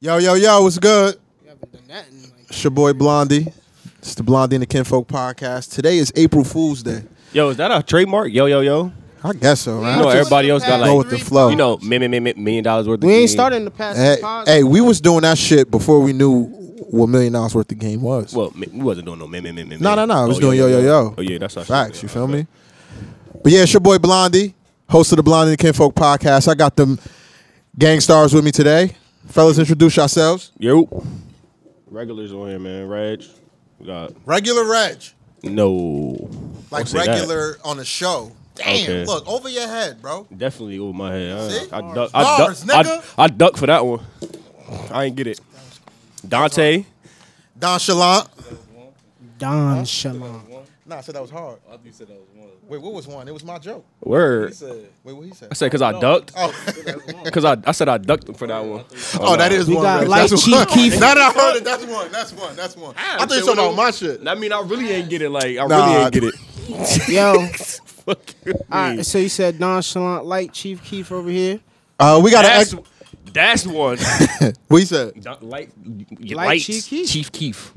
Yo, yo, yo, what's good? You haven't done that in like. It's your boy Blondie. It's the Blondie and the Kinfolk podcast. Today is April Fool's Day. Yo, is that a trademark? Yo, yo, yo. I guess so, Yeah, right? know just everybody in else got past like- Go with the three flow. You know, million, million, million dollars worth. Of We ain't game. starting the past Hey, pods. hey, we was doing that shit before we knew what million dollars worth the game was. Well, mi- we wasn't doing no million, million, million. No, no, no. I was doing yo, yo, yo. Oh yeah, that's our shit. facts. Yeah, You feel me? But yeah, it's your boy Blondie, host of the Blondie and the Kinfolk podcast. I got them gang stars with me today. Fellas, introduce yourselves. Yo. Regulars on here, man. Reg. We got Regular Reg, no. Don't like say that. regular on the show. Damn, Okay. look over your head, bro. Definitely over my head. I, See? I, duck, I, duck, Bars, I, nigga. I duck for that one. I ain't get it. Dante. Nonchalant. Don Shalom. Nah, I said that was hard. I thought you said that was one. Wait, what was one? It was my joke. Word. Wait, what he said? I said because I ducked. Oh, Because I, I said I ducked him for that one. oh that is We one. got Reg. Light That's Chief one. Keef. Now that I heard it, that's one. That's one. That's one. I, thought you were talking about my shit. I mean, I really ain't get it. Like, I Nah. really ain't get it. Yo, Fuck you. all right, so you said nonchalant light Chief Keef over here. Uh, we got That's, an. Ex- that's one. what he said? Light Light, lights, Chief Keef? Chief Keef.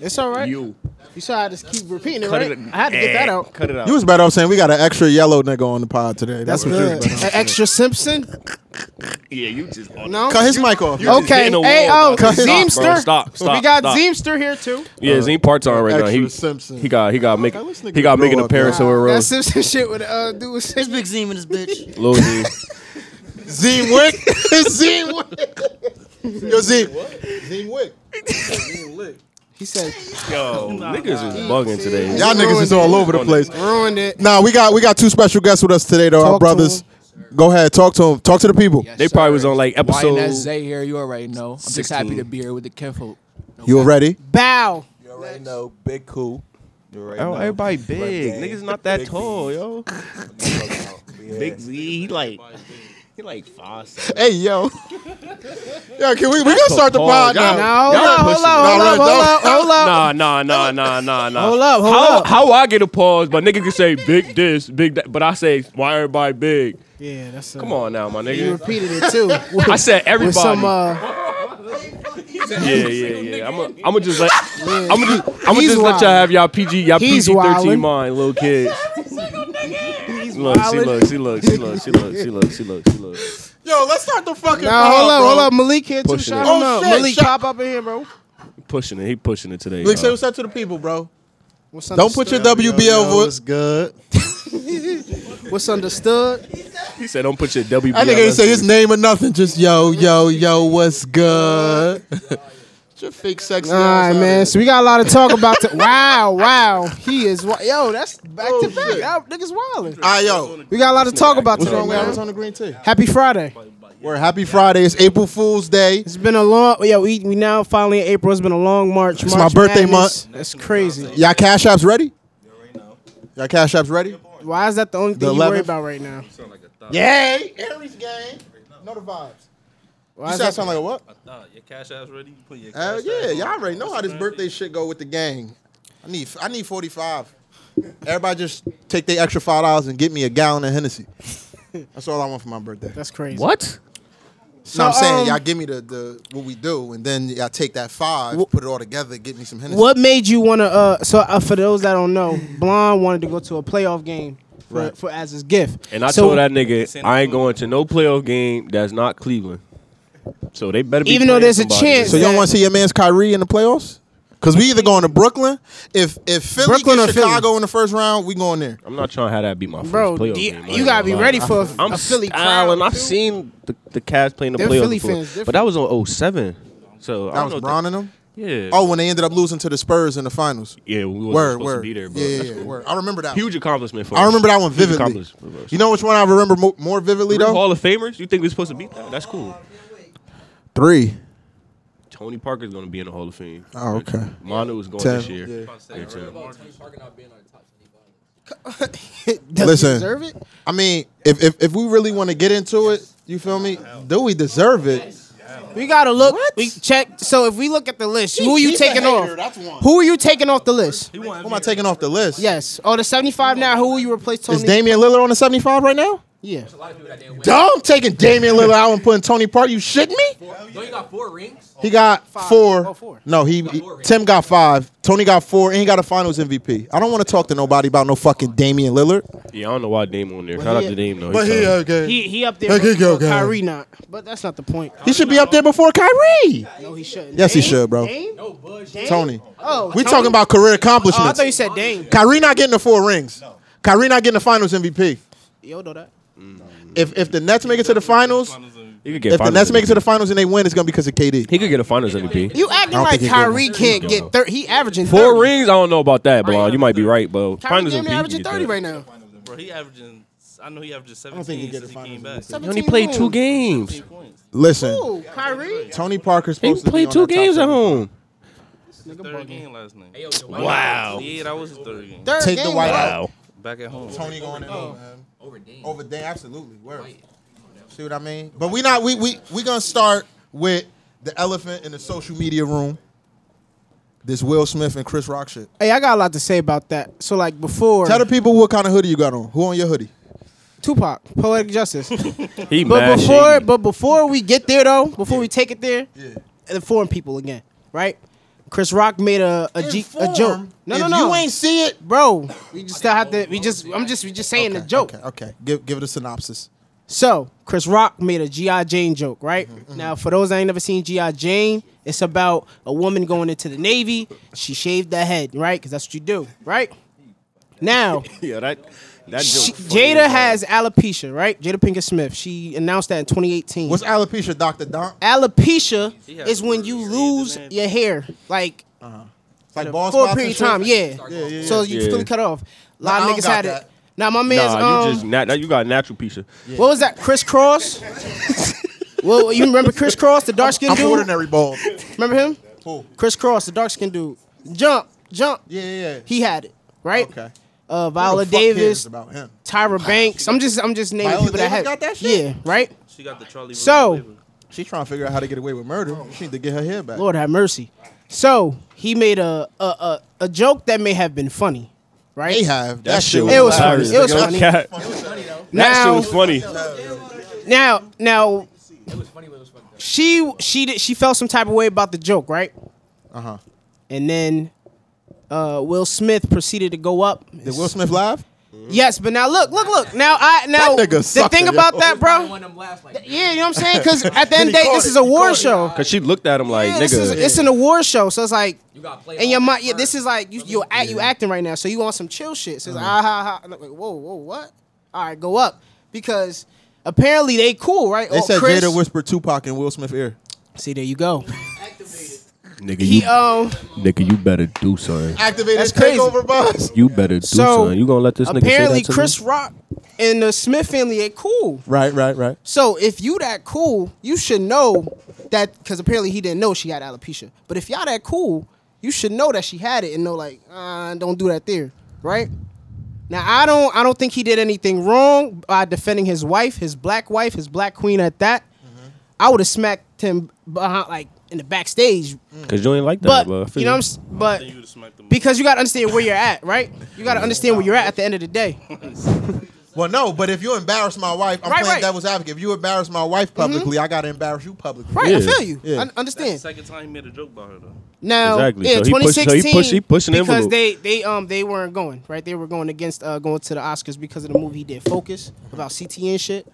It's all right. You, You. saw I just keep repeating it, Cut right? it. I had to get that eh, out. Cut it out. You was better off saying we got an extra yellow nigga on the pod today. That's what you was good. better off An extra Simpson? yeah, you just. On No. Cut his mic off. just Okay. hitting the Hey, wall, oh, bro. Stop, bro. Zeemster. Stop, stop, We got stop. Zeemster here too. Yeah, Zine parts on right now. Extra He, Simpson. he got he got make, this nigga he got making grow a up, Paris man. over That road. Simpson shit with uh dude was It's Big Zim in this bitch. Lil Z. Zine Wick. Zine Wick. Yo, Zine. Zine Wick. He said Yo, niggas is bugging today. Y'all niggas is all over the place. ruined it. Nah, we got we got two special guests with us today, though. Talk our to brothers. Go ahead, talk to them. Talk to the people. They probably was on like episode. YNS Zay here, you already know. I'm just 16. happy to be here with the kinfolk. You ready? Bow. You already know, big cool. You already Oh, know. everybody big. Big Niggas not that Big tall, yo. Yeah. Big Z, he like he like five seven. Hey, yo. yeah, can we we gonna start the pod Y'all- No, now? hold Y'all up, hold pushing. up, hold Nah, up, bro, hold don't- up, hold up. Nah, nah, nah, nah, nah, nah. Hold up, hold how, up. How I get a pause, but nigga can say big this, big that, but I say why everybody big. Yeah, that's a, Come on now, my You nigga. repeated it too. With, I said everybody. with some uh, yeah, yeah, yeah. I'm gonna just let I'm gonna just, I'm He's just let wild. y'all have y'all PG y'all He's PG wildin'. thirteen mind, little kids. Look, she wildin'. look, she look, she look, she look, she look, she look, she look. Yo, let's start the fucking now hold up, hold up, Malik here too. Pushing Shout it. him Oh, out, shit, Malik, shout- pop up in here, bro. Pushing it, he pushing it today. Like, say y'all. what's up to the people, bro. What's Don't put your understood- WBL voice. good. What's understood? He said don't put your WB. That nigga ain't say his name or nothing. Just yo, yo, yo, what's good? your fake sexy. All right, man. So we got a lot to talk about. To- wow, wow. He is wi- yo. That's back to back. Y'all Niggas wildin'. yo. We got a lot to talk about What's today, wrong with man. Amazon? on the green tea. Happy Friday. We're happy Friday. It's April Fool's Day. It's been a long. Yeah, we, we now finally in April. It's been a long March. It's my birthday month. That's crazy. Y'all cash apps ready? Y'all cash apps ready? Why is that the only thing you 11th? worry about right now? Yay! Aries game. Know the vibes. Why You is said I that sound like a what? Nah, your cash app's ready. You put your Uh, Hell cash Uh, yeah, app on. y'all already know how this birthday shit go with the gang. I need I need 45. Everybody just take their extra five dollars and get me a gallon of Hennessy. That's all I want for my birthday. that's crazy? What? no, I'm So, saying um, y'all give me the, the what we do, and then y'all take that five, put it all together, get me some Hennessy. What made you want to? Uh, so uh, for those that don't know, Blonde wanted to go to a playoff game for, Right. for as his gift. And I so told that nigga I ain't going to no playoff game that's not Cleveland. So they better be Even though playing there's a somebody. chance- So you don't want to see your man's Kyrie in the playoffs? Cause we either going to Brooklyn. If if Philly Brooklyn gets or Philly? Chicago in the first round, we going there. I'm not trying to have that be my first bro, playoff do you, game. I you ain't gotta be gonna lie. ready for a, I'm a Philly styling. crowd. I've seen the, the Cavs playing the Them playoffs Philly before, fans different. but that was on 07. So I That don't was know Bron and them. That, yeah. Oh, when they ended up losing to the Spurs in the finals. yeah. We wasn't Word, supposed word. to be there, bro. Yeah, That's yeah, yeah. cool. Word. I remember that. Huge accomplishment for I us. remember that one Huge vividly. accomplishment for us. You know which one I remember mo- more vividly Three though? Hall of Famers. You think we're supposed to beat that? That's cool. Three. Tony Parker's gonna be in the Hall of Fame. Oh, okay. Manu is going Ten. this year. Yeah. Yeah, ten. Does Listen. he deserve it? I mean, if if, if we really want to get into it, you feel me? Do we deserve it? We gotta look. What? We check. So if we look at the list, who are you He's a taking hater, off? That's one. Who, Who are you taking off the list? who am I taking off the list? Yes. Oh, the 75 now. Who will you replace? Tony. Is Damian Lillard on the 75 right now? Yeah. A lot of people that didn't win. Dumb taking Damian Lillard out and putting Tony Parker. You shitting me? Don't you got four rings? He got Five. four. Oh, four. No, he, got four, right? Tim got five. Tony got four, and he got a Finals MVP. I don't want to talk to nobody about no fucking Damian Lillard. Yeah, I don't know why Dame on there. he- Shout out to Dame though. But He's he uh, solid. okay. He, He he up there. There you go, before guys. Kyrie not, but that's not the point. should be up there before Kyrie. No, he shouldn't. Yes, he Dame? should, bro. Dame? No bullshit. Dame? Tony, Oh, we Tony? talking about career Oh, I accomplishments. thought you said Dame. Kyrie not getting the four rings. Kyrie not getting the Finals MVP. Yo, know that. If if the Nets make it to the Finals, He could get if the finals Nets make it to MVP. the Finals and they win, it's gonna be because of KD. he could get a finals MVP. You acting I don't like think he good. Kyrie can't get thirty. He averaging Four 30. rings? I don't know about that, Blond. You might be right, but Kyrie finals damn MVP. near averaging you thirty think. right now. Bro, he averaging. I know he averages don't think he 17 get since he the came back. finals He only played two 17 games. 17 points. Listen, Ooh, Kyrie. Tony Parker's He supposed to be played on two that top games at seven. home. Third game last night. Wow. Yeah, that was his third game. Third Take the game, white bro. out. Wow. Back at home. Tony going in over him. Over Dame. Over Dame, absolutely. Where? See what I mean? But we not we we we gonna start with the elephant in the social media room. This Will Smith and Chris Rock shit. Hey, I got a lot to say about that. So like before, Tell the people what kind of hoodie you got on. Who on your hoodie? Tupac, poetic justice. He But mad before, shady. but before we get there though, before we take it there, Yeah. inform people again, right? Chris Rock made a a, G, a joke. No, if no, no. You ain't see it. bro. We just still have to. We just. I'm just. We just saying the joke. Okay, okay. Give give it a synopsis. So Chris Rock made a GI Jane joke, right? Mm-hmm, Now, for those that ain't never seen GI Jane, it's about a woman going into the Navy. She shaved her head, right? Because that's what you do, right? Now, yeah, that that she, Jada has alopecia, right? Jada Pinkett Smith. She announced that in 2018. What's alopecia, Doctor Don? alopecia? has Is when you really lose shaved your hair, like It's like ball for a spots period and of time. shit? Yeah. Yeah, yeah, So yeah. you Yeah. fully cut off. A Nah, lot I of don't niggas got had it. that. Now my man's Nah, um, you just nat- you got natural Pisha. What was that? Chris Cross? well, you remember Chris Cross, the dark skinned I'm dude? ordinary bald. Remember him? Cool. Chris Cross, the dark skinned dude. Jump, jump. Yeah, yeah, yeah. He had it, right? Okay. Uh, Who the Viola fuck cares Davis, about him. Tyra Banks. I'm just, I'm just naming Viola people Davis that had. got that shit? Yeah, right. She got the Charlie. So- Wilson flavor. She trying to figure out how to get away with murder. She need to get her hair back. Lord have mercy. So he made a a a, a joke that may have been funny, right? They have that, That shit. shit It was hilarious. funny. It was Yo, funny. cat- That shit Now, was funny. now, now, It was funny, but it was funny. she she did, she felt some type of way about the joke, right? Uh huh. And then uh, Will Smith proceeded to go up. Did Will Smith live? Yes, but now look, look, look. Now I now That nigga the sucker, thing yo. about that, Probably bro. one of them last like Yeah, you know what I'm saying? Because at the end He of the day, caught this it. is a He war caught it. show. Cause she looked at him like Yeah, nigga. this is, it's an award show, so it's like You gotta play and your all mind, that yeah, this first. is like you you act you acting right now, so you want some chill shit. So it's Uh-huh. like, ah ha ha, and I'm like whoa whoa what? All right, go up because apparently they cool, right? They Oh, said Chris- Jada whispered Tupac in Will Smith ear. See, there you go. nigga, He um nigga, you better do something. Activated That's crazy. buzz. You better do So, something. You gonna let this nigga say apparently that to me? Chris Rock and the Smith family they cool. Right, right, right. So if you that cool, you should know that because apparently he didn't know she had alopecia. But if y'all that cool, you should know that she had it and know like, uh, don't do that there, right? Now I don't I don't think he did anything wrong by defending his wife, his black wife, his black queen at that. I would have smacked him behind like in the backstage, Cause you ain't like that, but bro. I feel you know what I'm s- but Then you would have smacked them. because you gotta understand where you're at, right? You gotta understand where you're at at the end of the day. Well, no, but if you embarrass my wife, I'm Right, playing right. devil's advocate. If you embarrass my wife publicly, I gotta embarrass you publicly. Right, I Yeah. feel you. Yeah. I That's the understand. second time he made a joke about her though. Now, Exactly. yeah, So he pushed- so he 2016 pushed- he pushed an because envelope. they they um they weren't going right. They were going against uh going to the Oscars because of the movie he did Focus about CT and shit.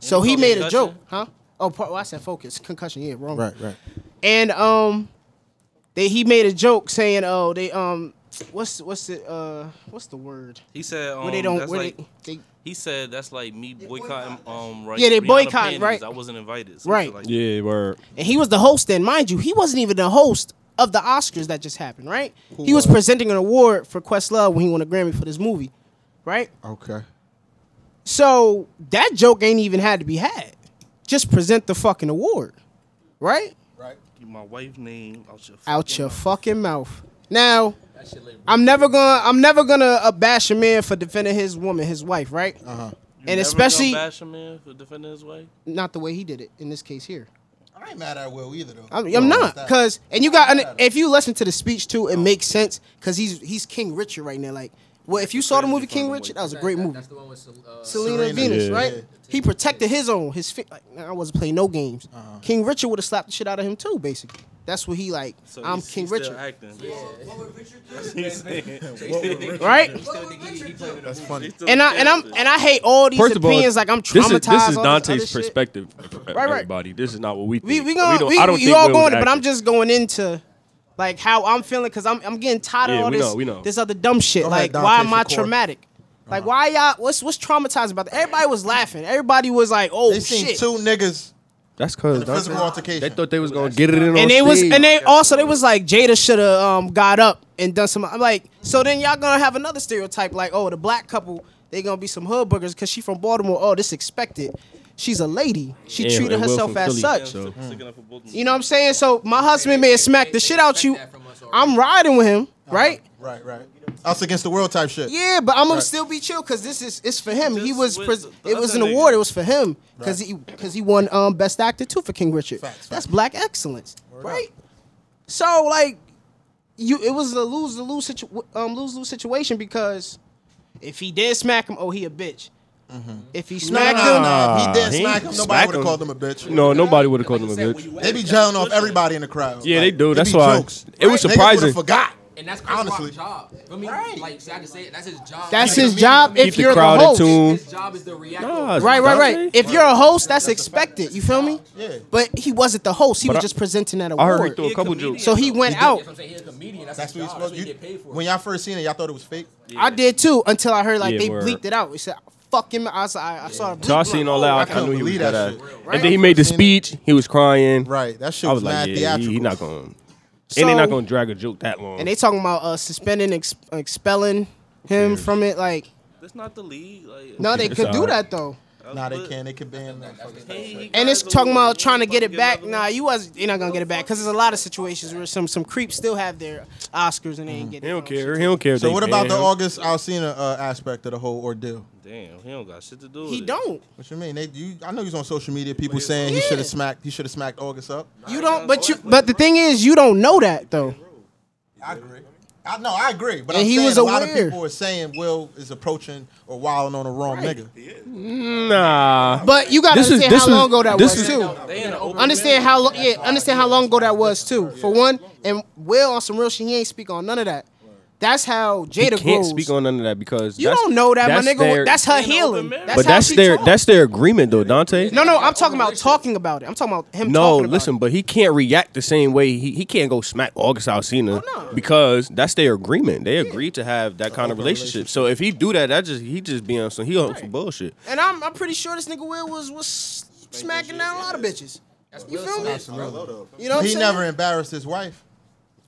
So he called made a concussion? joke, huh? Oh, part, well, I said Focus concussion. Yeah, wrong. Right, right. And um, they he made a joke saying, oh they um what's what's the uh what's the word He said um, where they don't that's where like they, they he said that's like me boycotting um right. Yeah, they Rihanna boycott, panties. right. I wasn't invited. some Right. shit Like that. Yeah, word. and he was the host then mind you he wasn't even the host of the oscars that just happened right he was presenting an award for questlove when he won a grammy for this movie right Okay. so that joke ain't even had to be had just present the fucking award right Right. Get my wife name out your out fucking your mouth. fucking mouth now That shit lit. i'm never gonna i'm never gonna uh, bash a man for defending his woman his wife right Uh huh. You and never especially- gonna bash a man for defending his wife. not the way he did it in this case here I ain't mad at Will either though. I'm, I'm not, cause and you got and if you listen to the speech too, it makes sense, cause he's he's King Richard right now. Like Well, if you saw the Crazy movie King fucking Richard, white that was a great movie. That's the one with Sel- uh, Selena Serena. Venus, Yeah. Yeah. right? He protected his own. His fi- like, nah, I wasn't playing no games. King Richard would have slapped the shit out of him too. Basically, that's what he like. So I'm he's- King he's still Richard, acting, What would Richard do? basically. He's saying- right? He still think he, he played with a That's funny. he's still And I and I'm acting. and I hate all these First of all, opinions. like I'm traumatized. This is, this is all Dante's other shit. perspective. right. Everybody, this is not what we. Think. We we going don't- we, I don't we, think all we're going, but I'm acting. just going into like how I'm feeling because I'm I'm getting tired Yeah, of all we this know, we know. this other dumb shit. Go like ahead, Dante, why am I it's your Uh-huh. call. traumatic? Like why y'all? What's what's traumatized about that? Everybody was laughing. Everybody was like, oh They seen shit. two niggas That's in cause a physical altercation. They thought they was gonna get it in on and they was stage. and they also they was like Jada should have um, got up and done some. I'm like, so then y'all gonna have another stereotype like, oh, the black couple they gonna be some hood boogers because she from Baltimore. Oh, this expected. She's a lady. She And- treated and Will herself from as Philly, such. so- Still sticking up for both of them. You know what I'm saying? So my husband may have smacked the shit out you. Expect that from us already. I'm riding with him, Uh-huh. right? Right, right. Us against the world type shit. Yeah, but I'm gonna Right. still be chill because this is it's for him. He Just was with pres- the it was an other award. nigga. It was for him because he because he won um best actor too for King Richard. Facts, facts. That's black excellence, Word right? So like, you it was a lose the lose situ- um lose lose situation because if he did smack him, oh he a bitch. Mm-hmm. If he smacked nah, him, nah. If he did He smack ain't him, smack nobody would him. have called him a bitch. No, nobody would have called him a Like I said, when bitch. you They be act jailing off everybody in the crowd. Yeah, they do. it That's be why- jokes. it was Niggas would've surprising. Forgot. And that's Chris Honestly. Rock's job. I mean, like, see, I can say it. That's his job. that's Like, his his, job. Keep If the you're a crowd in host, tune. job is to react. Nah, right, right, Dante? right. If you're a host, that's expected. You feel me? Yeah. But he wasn't the host. He But was I- just presenting that I heard he award. threw a couple jokes. So he went out. That's what I'm saying. He's a comedian. That's, That's what his you job. supposed That's what he you. get paid for. When y'all first seen it, y'all thought it was fake. I did too until I heard like Yeah, they word. bleeped it out. It said fuck him. I, was, I, I saw a bleep. So I seen all that. I I, couldn't knew he was believe that that. shit. And then he made the speech. He was crying. Right. That shit I was, was like, mad yeah, theatrical. he, he not gonna. So- and they not gonna drag a joke that long. And they talking about uh, suspending, ex- expelling him from it. Like That's not the lead. Like, no, they It's could do that alright. though. Nah, they can. They can ban motherfuckers. Hey, And it's guys, talking about we trying to about get it get back. another Nah, one. you was you're not gonna get it back because there's a lot of situations where some some creeps still have their Oscars and they ain't get it. he Mm-hmm. don't care. He don't care. if So they what about the ban him. August Alcina uh, aspect of the whole ordeal? Damn, he don't got shit to do. With He it. don't. What you mean? They, you, I know you was on social media. People saying he Yeah. should have smacked. He should have smacked August up. You don't. But you. But the thing is, you don't know that though. I agree. I no, I agree. But And I'm he saying was a lot of aware. people are saying Will is approaching or wilding on the wrong nigga. Nah. But you gotta This is- understand this how was- long ago that this was is- too. They in the open Understand how long? Yeah, understand how long ago that was too. For one, and Will on some real shit, he ain't speak on none of that. That's how He Jada can't grows. speak on none of that because you that's- don't know that, that's my nigga. their- that's her They in the healing. open marriage. That's But how that's she their talk. that's their agreement though, Dante. no, no. I'm talking about talking about it. I'm talking about him. No, talking about listen, it. but he can't react the same way. He, he can't go smack August Alsina Oh, no. because that's their agreement. They agreed to have that kind of open relationship. So if he do that, that just he just being some he on some bullshit. And I'm I'm pretty sure this nigga Will was was smacking down a lot of bitches. You feel me? You know what I'm He saying? never embarrassed his wife.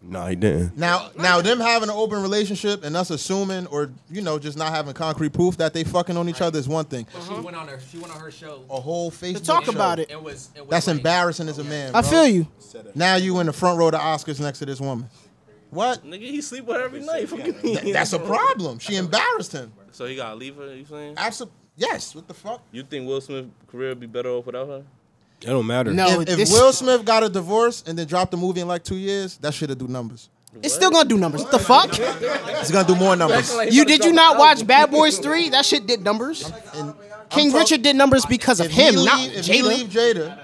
No, he didn't. Now, now them having an open relationship and us assuming or you know just not having concrete proof that they fucking on each other is one thing. She went on her. She went on her show. A whole Facebook talk show. about it. And was, and was That's like, embarrassing as a man. I bro. feel you. Now you in the front row of the Oscars next to this woman. What? Nigga, he sleep with her every night. Fuck you. That's a problem. She embarrassed him. So he gotta leave her. You saying? Absolutely. Yes. What the fuck? You think Will Smith's career would be better off without her? It don't matter. No. Oh, if if this- Will Smith got a divorce and then dropped the movie in like two years, that should have do numbers. It's still gonna do numbers. What the fuck? It's gonna do more numbers. You did you not watch Bad Boys Three? That shit did numbers. And King I'm talk- Richard did numbers because of if he him, not leave- If he leave Jada. Jada,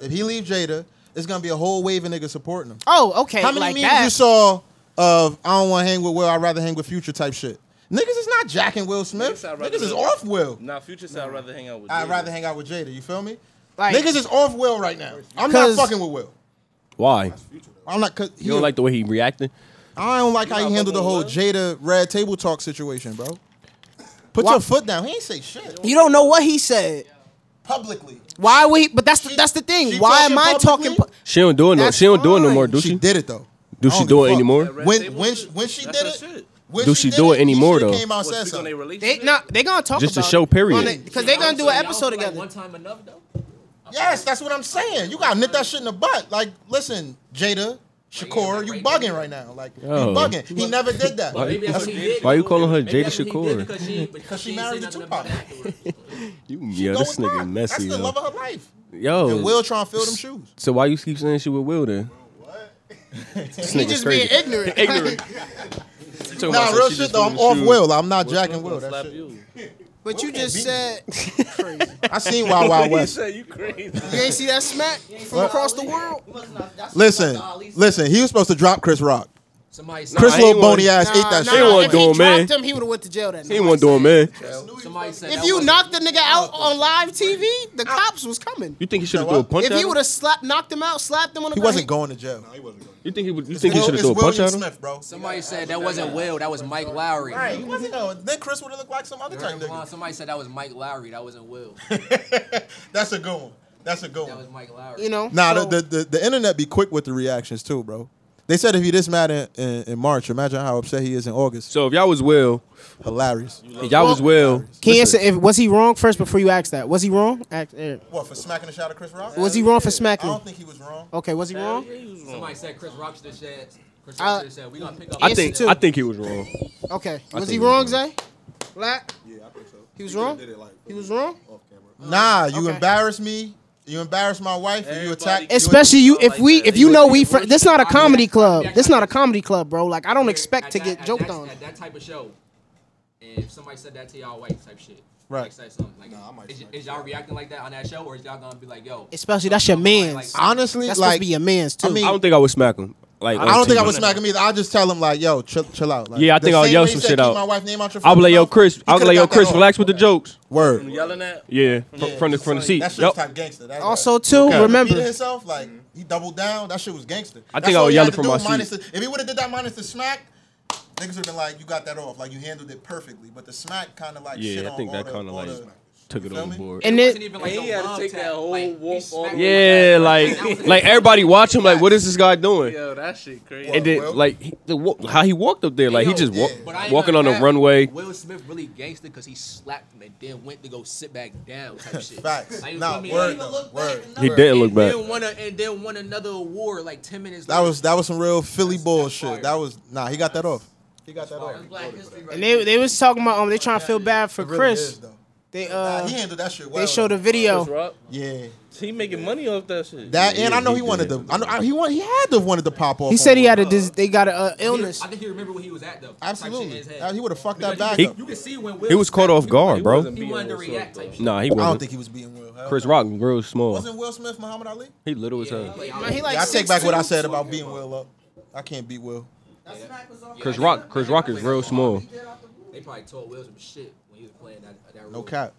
if he leave Jada, it's gonna be a whole wave of niggas supporting him. Oh, okay. How many like memes that. you saw of I don't want to hang with Will, I'd rather hang with Future type shit? Niggas is not jacking Will Smith. Niggas I'd Niggas rather- is off Will. Nah, Future said I'd rather hang out with. I'd Jada. rather hang out with Jada. You feel me? Like- Niggas is off Will right now. I'm not 'Cause- fucking with Will. Why? I'm not. Cause he, You don't like the way he reacted? I don't like how not he handled the whole fucking Jada red table talk situation, bro. Put Why- your foot down. He ain't say shit You don't know what he said. publicly. Why would he? But that's the, She- that's the she thing. Why am I talking talking? publicly? pu- She don't do it no. That's She don't do it no fine. more. Do she she? did it though. Do I she don't do give it a fuck. anymore? When Table when shit? when she That's did her it, shit. when Do she do it he anymore, should've though? Came out What, said speak on something. their They relationship? not. They gonna talk Just a about show, it. period. On it, Cause they gonna do So an y'all episode feel like together. One time enough though. Yes, that's what I'm saying. You gotta nip that shit in the butt. Like, listen, Jada, Shakur, you bugging right now. Like, you Yo. bugging. He never did that. Maybe that's what he did. Why you calling her Maybe Jada that's what he did Shakur? Because she, because she she married married to nothing Tupac. about it afterwards. You, yeah, Go this with nigga that. messy. That's the yo. love of her life. Yo, And Will trying to fill them shoes. so why you keep saying she with Will then? This He nigga's just crazy. being ignorant. Ignorant. Talking about Nah, some real she shit just though. I'm wanna off shoot. Will. I'm not jacking Will. Will That slap shit. you. But you just said crazy. I seen Wild Wild He West. said you crazy. You ain't see that smack from across the world. Listen, listen. He was supposed to drop Chris Rock. Somebody said, Chris I ain't little bony wanna- ass ate that nah, He shit. wasn't If he doing dropped man. him, he would have went to jail that night. He ain't want doing man. somebody said If that you wasn't- knocked the nigga out on live TV, the cops was coming. You think he should have threw a punch If at he him? would have slapped, knocked him out, slapped him on the He ground, wasn't going to jail. No, he wasn't going. You think he would? You think he should have threw a punch at him? Smith, bro. somebody said that wasn't Will, that was Mike Lowry. Right, he wasn't going. Then Chris would have looked like some other type Well, nigga. Somebody said that was Mike Lowry, that wasn't Will. That's a good one. That's a good That was one. Mike Lowry. You know. Nah, so, the, the, the, the internet be quick with the reactions too, bro. They said if he this mad in, in, in March, imagine how upset he is in August. So if y'all was Will, Hilarious. if y'all was Will. Can you answer listen, if was he wrong first before you ask that? Was he wrong? Ask, Eric. What for smacking the shot of Chris Rock? was he wrong Oh. for smacking? him? think he was wrong. Okay, was he wrong? Somebody said Chris Rock should have said, Chris Uh, Rock should have said, we gonna pick up. I Yes, think too. I think he was wrong. Okay, was think he he was wrong, wrong. Zay? Black? Yeah, I think so. He was could've wrong? Did it like He was wrong. off camera. Nah, you Okay. embarrass me. You embarrass my wife, and you Everybody- attack. you- Especially you, if Like we, that. if you You know would we, think fr- Bruce this not a Lee- comedy Yeah, club. yeah, This yeah. not a comedy club, bro. Like I don't At expect to that- get at joked that, on. At that type of show, if somebody said that to y'all white type shit, Right. like said something, like, Nah, I might is, smack is the y'all shit. reacting like that on that show, or is y'all gonna be like, yo, Especially that's your man's. Honestly, that's supposed like to be your man's too. I mean- I don't think I would smack him. Like I don't think I would honestly. smack him either. I just tell him like, yo, chill, chill out. Like, Yeah, I think the I'll same yell way he some said, shit keep out. My wife name out your I was fucking like, yo, mouth, Chris. he I was could've like, yo, got that Chris, off. relax with the jokes. Word. Yelling at. Yeah, fr- Yeah, from the just from the like, seat. That shit Yup. was type gangster. That's Also, right. too, He remember- repeated himself like he doubled down. That shit was gangster. I think That's I all would he yell had it to from do, my minus seat. the- if he would have did that minus the smack, niggas would have been like, you got that off. Like you handled it perfectly. But the smack kind of like shit Yeah, I on think all that the- kind of all like the- took you it feel me? overboard. and wasn't then even like And he no had to love take tap, that whole like, walk you smacked all him Yeah, like that. like like everybody watch him. Like, what is this guy doing? Yo, that shit crazy. And then like he, the, wa- how he walked up there, like he Yo, just wa- yeah. But I ain't walking on gonna the cap, runway. Will Smith really gangster because he slapped him and then went to go sit back down type shit. Facts. Like, you Nah, feel me? word Like, though, word. He didn't look and back. Then won a, and then won another award like ten minutes. That was that was some real Philly That's- that's fire. bullshit. That was nah. He got that off. He got that off. That's Black History right and they they was talking about um they trying to feel bad for It really Chris. is, though. They Nah, uh he handled that shit well. they showed a though. Chris video. Rock, Yeah. he making money off that shit. That and I know he he, wanted to. did. I know I, he want, He had to have wanted to pop off. He on said he one. had a dis- they got a uh, illness. I think he remembered where he was at though. type shit in Absolutely. his head. Uh, He would have fucked that Because back you, up. can- you can see when Will He was caught Smith- off guard, He bro. wasn't He being wanted to himself, react though. type shit. Nah, he I don't wasn't. think he was beating Will. Hell Chris no. Rock real small. Wasn't Will Smith Muhammad Ali? He uh, little as hell. Man, he like yeah, I take back 6'2". what I said about beating Will up. I can't beat Will. Chris Rock, Chris Rock is real small. oh, They probably told Will some shit when he was playing that that No role. cap.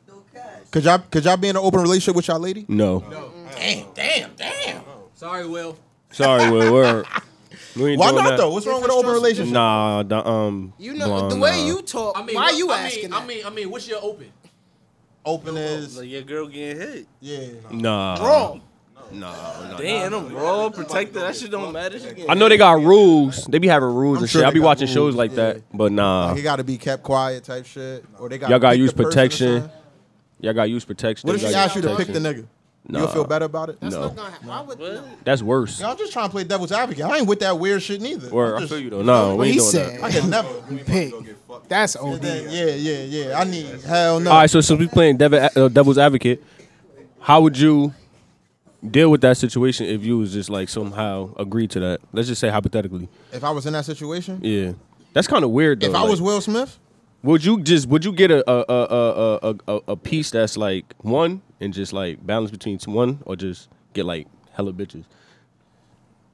Could y'all could y'all be in an open relationship with y'all lady? No, Sorry, Will. sorry, Will. We're, we ain't Why doing not that. though? What's wrong with an open relationship? Nah, the, um, You know nah, the way nah. you talk. I mean, why what- you I mean, asking? I mean, I mean, what's your open? Open is Like your girl getting hit. yeah. Nah, that? wrong. Nah, nah. Damn, them raw protected. That shit don't matter. She getting I know they got rules. They be having rules I'm and sure shit. I they be got watching shows rules, like yeah. that, but nah, Like it got to be kept quiet type shit, or they got y'all gotta pick use the person or protection. something. Y'all gotta use protection. What if she Y'all gotta asked you to pick the protection. nigga? Nah. You'll feel better about it. That's No. not gonna happen. Why would no. That's worse. Y'all just trying to play devil's advocate. I ain't with that weird shit neither. Word, I'm I just- feel you though. Nah, Oh, we he ain't doing said. that. I can never. We about to go Pig. get fucked. That's OD. Then, yeah, yeah, yeah. I need hell no. All right, so since we playing devil, uh, devil's advocate, how would you deal with that situation if you was just like somehow agreed to that? Let's just say hypothetically. if I was in that situation, Yeah, that's kind of weird though. if I like, was Will Smith, oh, would you just would you get a a a a a, a, a piece that's like one and just like balance between two- one or just get like hella bitches?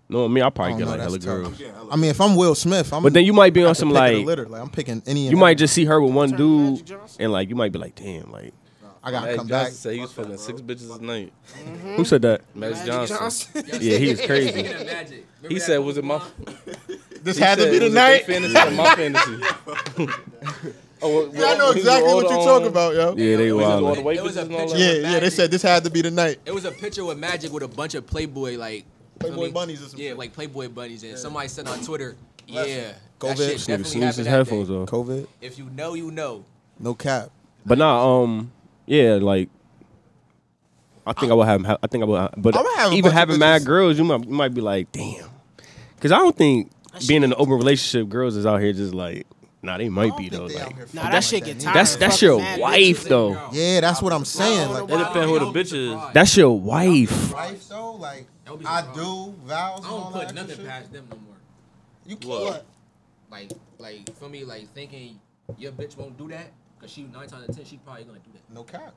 No, I mean I I probably don't get know, like Oh, that's hella tough. girls. Yeah, I I mean, if I'm Will Smith, I'm. But then you might be I on could some pick of the like litter. like I'm picking any. and you might every- just see her with one Turn to Magic dude Johnson. and like you might be like damn like I gotta Magic come back. Johnson said he was fucking six bitches a night. who Hmm? said that? Magic Johnson. Yeah, he was crazy. Speaking of magic, remember He that said, Will "Was it my?" This He had to said, be the "Was it their night. Fantasy or my fantasy. oh, Yeah, I know exactly what you're talking about, yo. Yeah, they We just all the wild. white It was a bitches and all picture. that. Yeah, yeah. They said this had to be the night. It was a picture with Magic with a bunch of Playboy like feel Playboy me? bunnies or some yeah, shit. like Playboy bunnies, and somebody said on Twitter, Bless yeah, Go that shit bitch. Nigga, definitely Sneeze his happened headphones that day. off. COVID, If you know, you know. no cap. But nah, um, yeah, like I think I, would have. I think I would. But I would have a bunch even of having mad bitches. girls, you might you might be like, damn, because I don't think being in an open relationship, girls is out here just like, nah, they might be though. Like, Nah, that shit get tired. that's Fucking that's your mad wife Bitches though. and girls. Yeah, that's what I'm saying. Like, It depend who the bitch is. That That's your wife. wife though, like That would be I some do vows I and all don't put that extra nothing shit. past them no more. You What? can't. like, like, feel me? Like thinking your bitch won't do that because she nine times out of ten she probably gonna do that. No cap.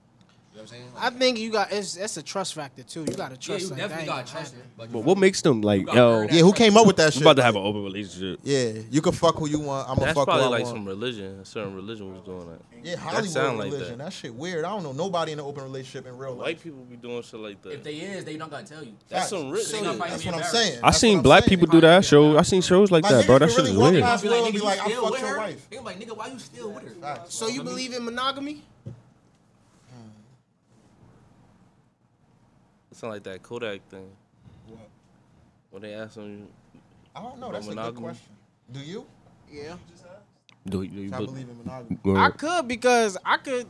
You know what I'm saying? I Like, think you got it's that's a trust factor too. You got to yeah, trust. you like, that definitely got ain't to gonna trust her. But But what makes them like, got yo, burned Yeah, who came up with that I'm shit? about to have an open relationship. yeah, you can fuck who you want. I'm gonna That's fuck who probably I like want. some religion. A certain religion was doing that. yeah, Hollywood sound like religion. that. shit weird. I don't know nobody in an open relationship in real life. White people be doing shit like If that. they is, they not gonna tell you. That's some rich Facts. shit. They gonna fight That's me what I'm embarrassed. saying. I That's seen what I'm black saying. people do that show. I seen shows like My that, niggas bro. can That shit is really walk weird. past- They gonna Will be "Nigga, you like, I still fucked with your her?" wife. They gonna be like, nigga, why you still with her? Facts. So you believe in monogamy? It's not like that Kodak thing. When they ask them, I don't know. That's a good Monogamy. question. Do you? Yeah. Do you- do you I put- believe in monogamy. Well, I could because I could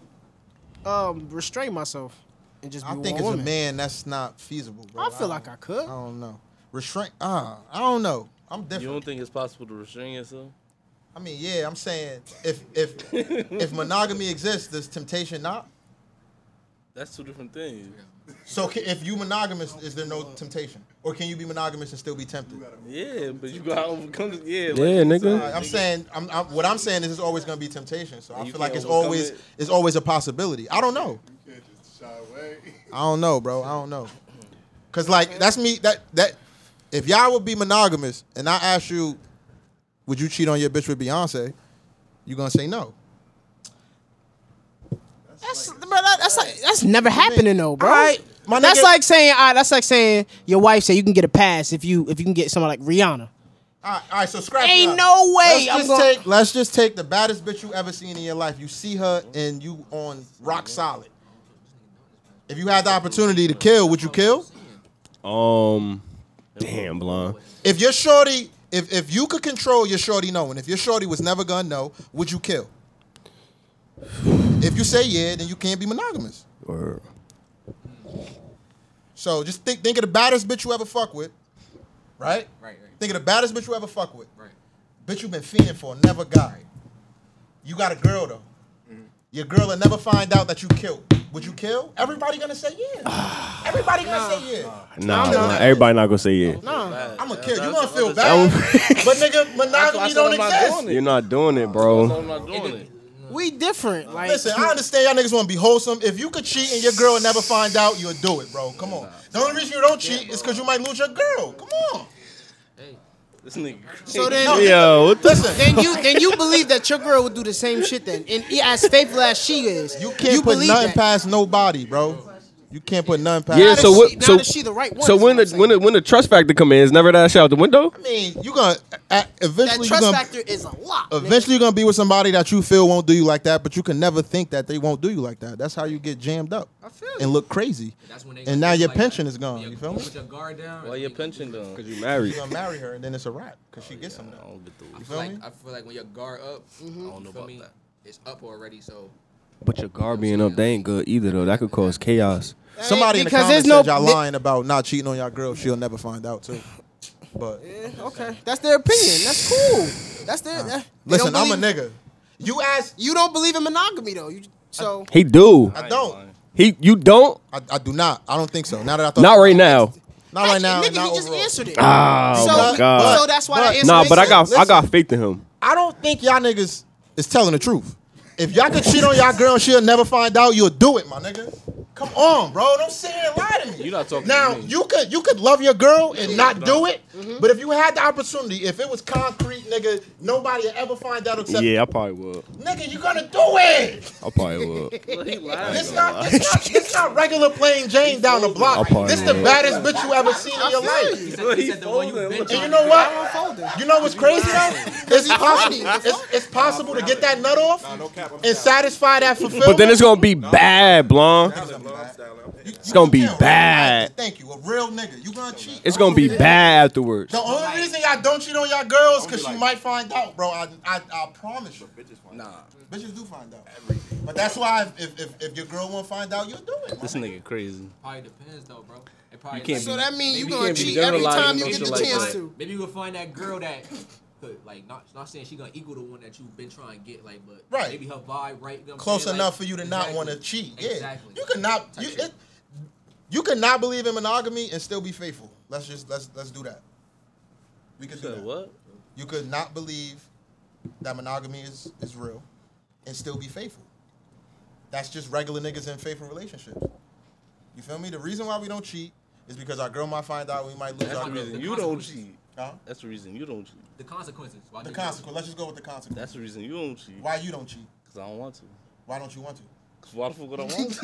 um restrain myself and just be I with think one as a woman. man, that's not feasible, bro. I feel like I could. I don't know. Restraint. Uh, I don't know. I'm different. you don't think it's possible to restrain yourself? I mean, yeah, I'm saying if if if monogamy exists, does temptation not? That's two different things. So ca- if you monogamous, is there no temptation, or can you be monogamous and still be tempted? Yeah, but you gotta overcome it. Yeah, like uh, Yeah, you nigga. said, Alright, I'm saying, I'm, I'm, what I'm saying is, it's always gonna be temptation. So I And you feel like it's can't overcome always it. it's always a possibility. I don't know. You can't just shy away. I don't know, bro. I don't know. Cause like that's me. That that if y'all would be monogamous, and I ask you, would you cheat on your bitch with Beyonce? You gonna say no? That's bro. That, that's like that's never happening though, bro. Alright, my that's nigga- like saying all right, that's like saying your wife said you can get a pass if you if you can get someone like Rihanna. All right, all right, so scratch Ain't it out. no way Let's I'm just gonna- take. Let's just take the baddest bitch you ever seen in your life. You see her and you on rock solid. If you had the opportunity to kill, would you kill? Um, damn, blonde. If your shorty, if if you could control your shorty knowing, if your shorty was never gonna know, would you kill? If you say yeah, then you can't be monogamous. Or So just think think of the baddest bitch you ever fuck with, right? Right, right. Think of the baddest bitch you ever fuck with. Right. Bitch you been fiending for, never got. You got a girl though. Your girl will never find out that you killed. Would you kill? Everybody gonna say yeah. Everybody gonna say yeah. nah, I'm nah, not- everybody not gonna say yeah. bad. I'm gonna That's- kill. You that's gonna the feel other bad. side. but nigga, monogamy said don't I'm not exist. doing it. You're not doing it, side. bro. I'm not doing it. We different. Like Listen, I understand y'all niggas want to be wholesome. If you could cheat and your girl would never find out, you'll do it, bro. Come on. The only reason you don't cheat is because you might lose your girl. Come on. This nigga. so then Yo, what the? Listen, then you then you believe that your girl would do the same shit then, and e- as faithful as she is, you can't put believe nothing that. past nobody, bro. You can't put nothing past. Yeah, Now that so what- she- now so- that she the right one. So is when what I'm the when the saying. when the trust factor come in, is never that shit out the window? I mean, you gonna uh, that eventually you trust gonna factor is a lot. nigga. eventually you're gonna be with somebody that you feel won't do you like that, but you can never think that they won't do you like that. That's how you get jammed up I feel you. and look crazy. That's when they And now your like, pension is gone. yeah, You feel me? Put your guard down. Why your pension done? Cause you married. You're gonna marry her, and then it's a wrap because Oh, she gets I something. don't get the. I I feel, feel me? like, I feel like when your guard up, I don't know about that. It's up already, so But your guard being up, they ain't good either though. That could cause chaos. Somebody in the because comments there's no- said y'all thi- lying about not cheating on y'all girl. She'll never find out too. But Okay, that's their opinion. That's cool. That's their. that- they don't listen, I'm a believe- nigga. You ask, You don't believe in monogamy though. You so He do. I ain't don't. lying. He you don't. I, I do not. I don't think so. Now that I thought, Not right now. Not right now. Nigga, not he just overall. answered it. Ah, so, my God. so that's why But- the answer Nah, makes but I got sense. I got faith in him. I don't think y'all niggas is telling the truth. If y'all could cheat on y'all girl and she'll never find out, you'll do it, my nigga. Come on, bro. Don't sit here and lie to me. You not talking to Now me. you could you could love your girl and not do it, but if you had the opportunity, if it was concrete, nigga, nobody will ever find out except Yeah, I probably would. nigga. You gonna do it. I probably would. It's not, it's not it's not regular plain Jane down the I'll block. probably This the do it. baddest bitch you ever seen in your he life. said, he said the one you been And you trying. know what? You know what's crazy though? It's possible. It's, it's possible to get that nut off no cap. I'm and satisfy that fulfillment. But then it's gonna be bad, blonde. styling, bro. I'm styling. I'm- It's gonna be Yeah, bad. Thank you. A real nigga. You gonna cheat. It's gonna be bad afterwards. The only reason y'all don't cheat on y'all girls because she might find out, bro. I, I, I promise you. Bitches find Nah, Bitches do find out. But that's why if, if, if, if your girl won't find out, you'll do it. this nigga crazy. Probably depends though, bro. It probably You can't So be- that means you Maybe gonna can't be cheat every generalizing time you no get shit the like chance that. to. Maybe you will find that girl that could like not not saying she gonna equal the one that you've been trying to get, like, but Right. maybe her vibe right. you know what I'm Close saying? enough Like, for you to not exactly. want to cheat. Yeah. Exactly. You could not. You, it, you could not believe in monogamy and still be faithful. Let's just let's let's do that. We could do Said that. what? You could not believe that monogamy is is real and still be faithful. That's just regular niggas in faithful relationships. You feel me? The reason why we don't cheat is because our girl might find out we might lose That's our the girl. reason you don't cheat. Huh? That's the reason you don't cheat. The consequences. Why The niggas don't consequence. Let's just go with the consequence. That's the reason you don't cheat. Why you don't cheat? Because I don't want to. Why don't you want to? Because why the fuck would I want to?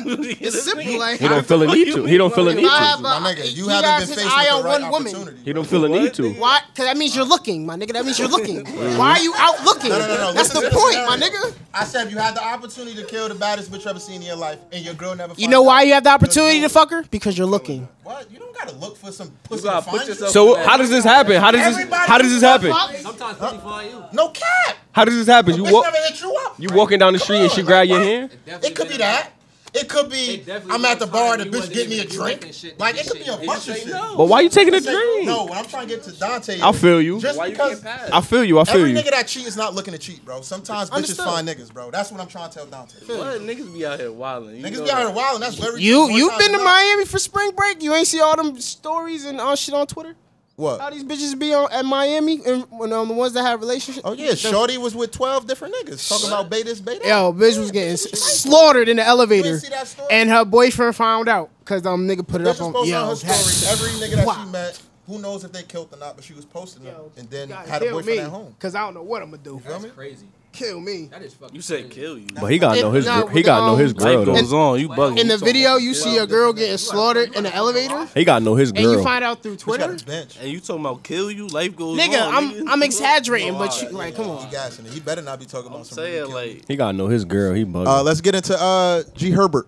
It's simple. Like, He don't feel a need to. He don't feel a If need I have to. a- My nigga, you you haven't guys been just faced eye with the right on one woman. opportunity. He don't feel a need to. why? Because that means you're looking, my nigga. That means you're looking. Why are you out looking? No, no, no, no. That's Listen the to this point, my scenario. nigga. I said if you had the opportunity to kill the baddest bitch you ever seen in your life, and your girl never. You finds know why out, you have the you'll opportunity do to it. fuck her? Because you're looking. What? You don't gotta look for some pussy. gotta to put find you. yourself- So how does this happen? How does this? How does this happen? Sometimes pussy find you. No cap. How does this happen? You You bitch walk. never hit you up. You walking down the Come street and she on, grab like, your what? hand. definitely It could be been that. It could be It definitely I'm at the been a bar and time the you bitch wasn't get me a even drink. drinking shit, Like it could drinking be a shit. You bunch of say shit. no. But why you taking a Say, No, drink? when I'm trying to get to Dante, I feel you. Just Why you because can't pass? I feel you. I feel every you. nigga that cheat is not looking to cheat, bro. Sometimes bitches Understood. find niggas, bro. That's what I'm trying to tell Dante. Why niggas be out here wilding? Niggas be out here wild, and that's very. You more you've times been to than not. Miami for spring break. You ain't see all them stories and all shit on Twitter. How What? these bitches be on at Miami and when um, the ones that have relationships. Oh yeah, Shorty was with twelve different niggas talking about bait this, bait that. Yo, bitch was getting s- slaughtered in the elevator, see that story? and her boyfriend found out because um nigga put it Bitch up was on. posting Yo, on her that- story. Every nigga that Wow. she met, who knows if they killed or not, but she was posting them Yo, and then God, had a kill boyfriend me, at home. Cause I don't know what I'm gonna do. feel That's me? crazy. Kill me. That is fucking. You said crazy. kill you. But he gotta know his. Nah, gr- He gotta know his girl. Life goes Though. on. You bugging. In You the talking video, about- you see a girl getting slaughtered in the elevator, He gotta know his and you girl. find out through She got Twitter. a bench. And you talking about kill you? Life goes Nigga, on. I'm I'm exaggerating, but Wow. you like, come He on. gassing it. He better not be talking I'm about some. saying really killing like He gotta know his girl. He bugging. Uh, let's get into uh, G Herbert.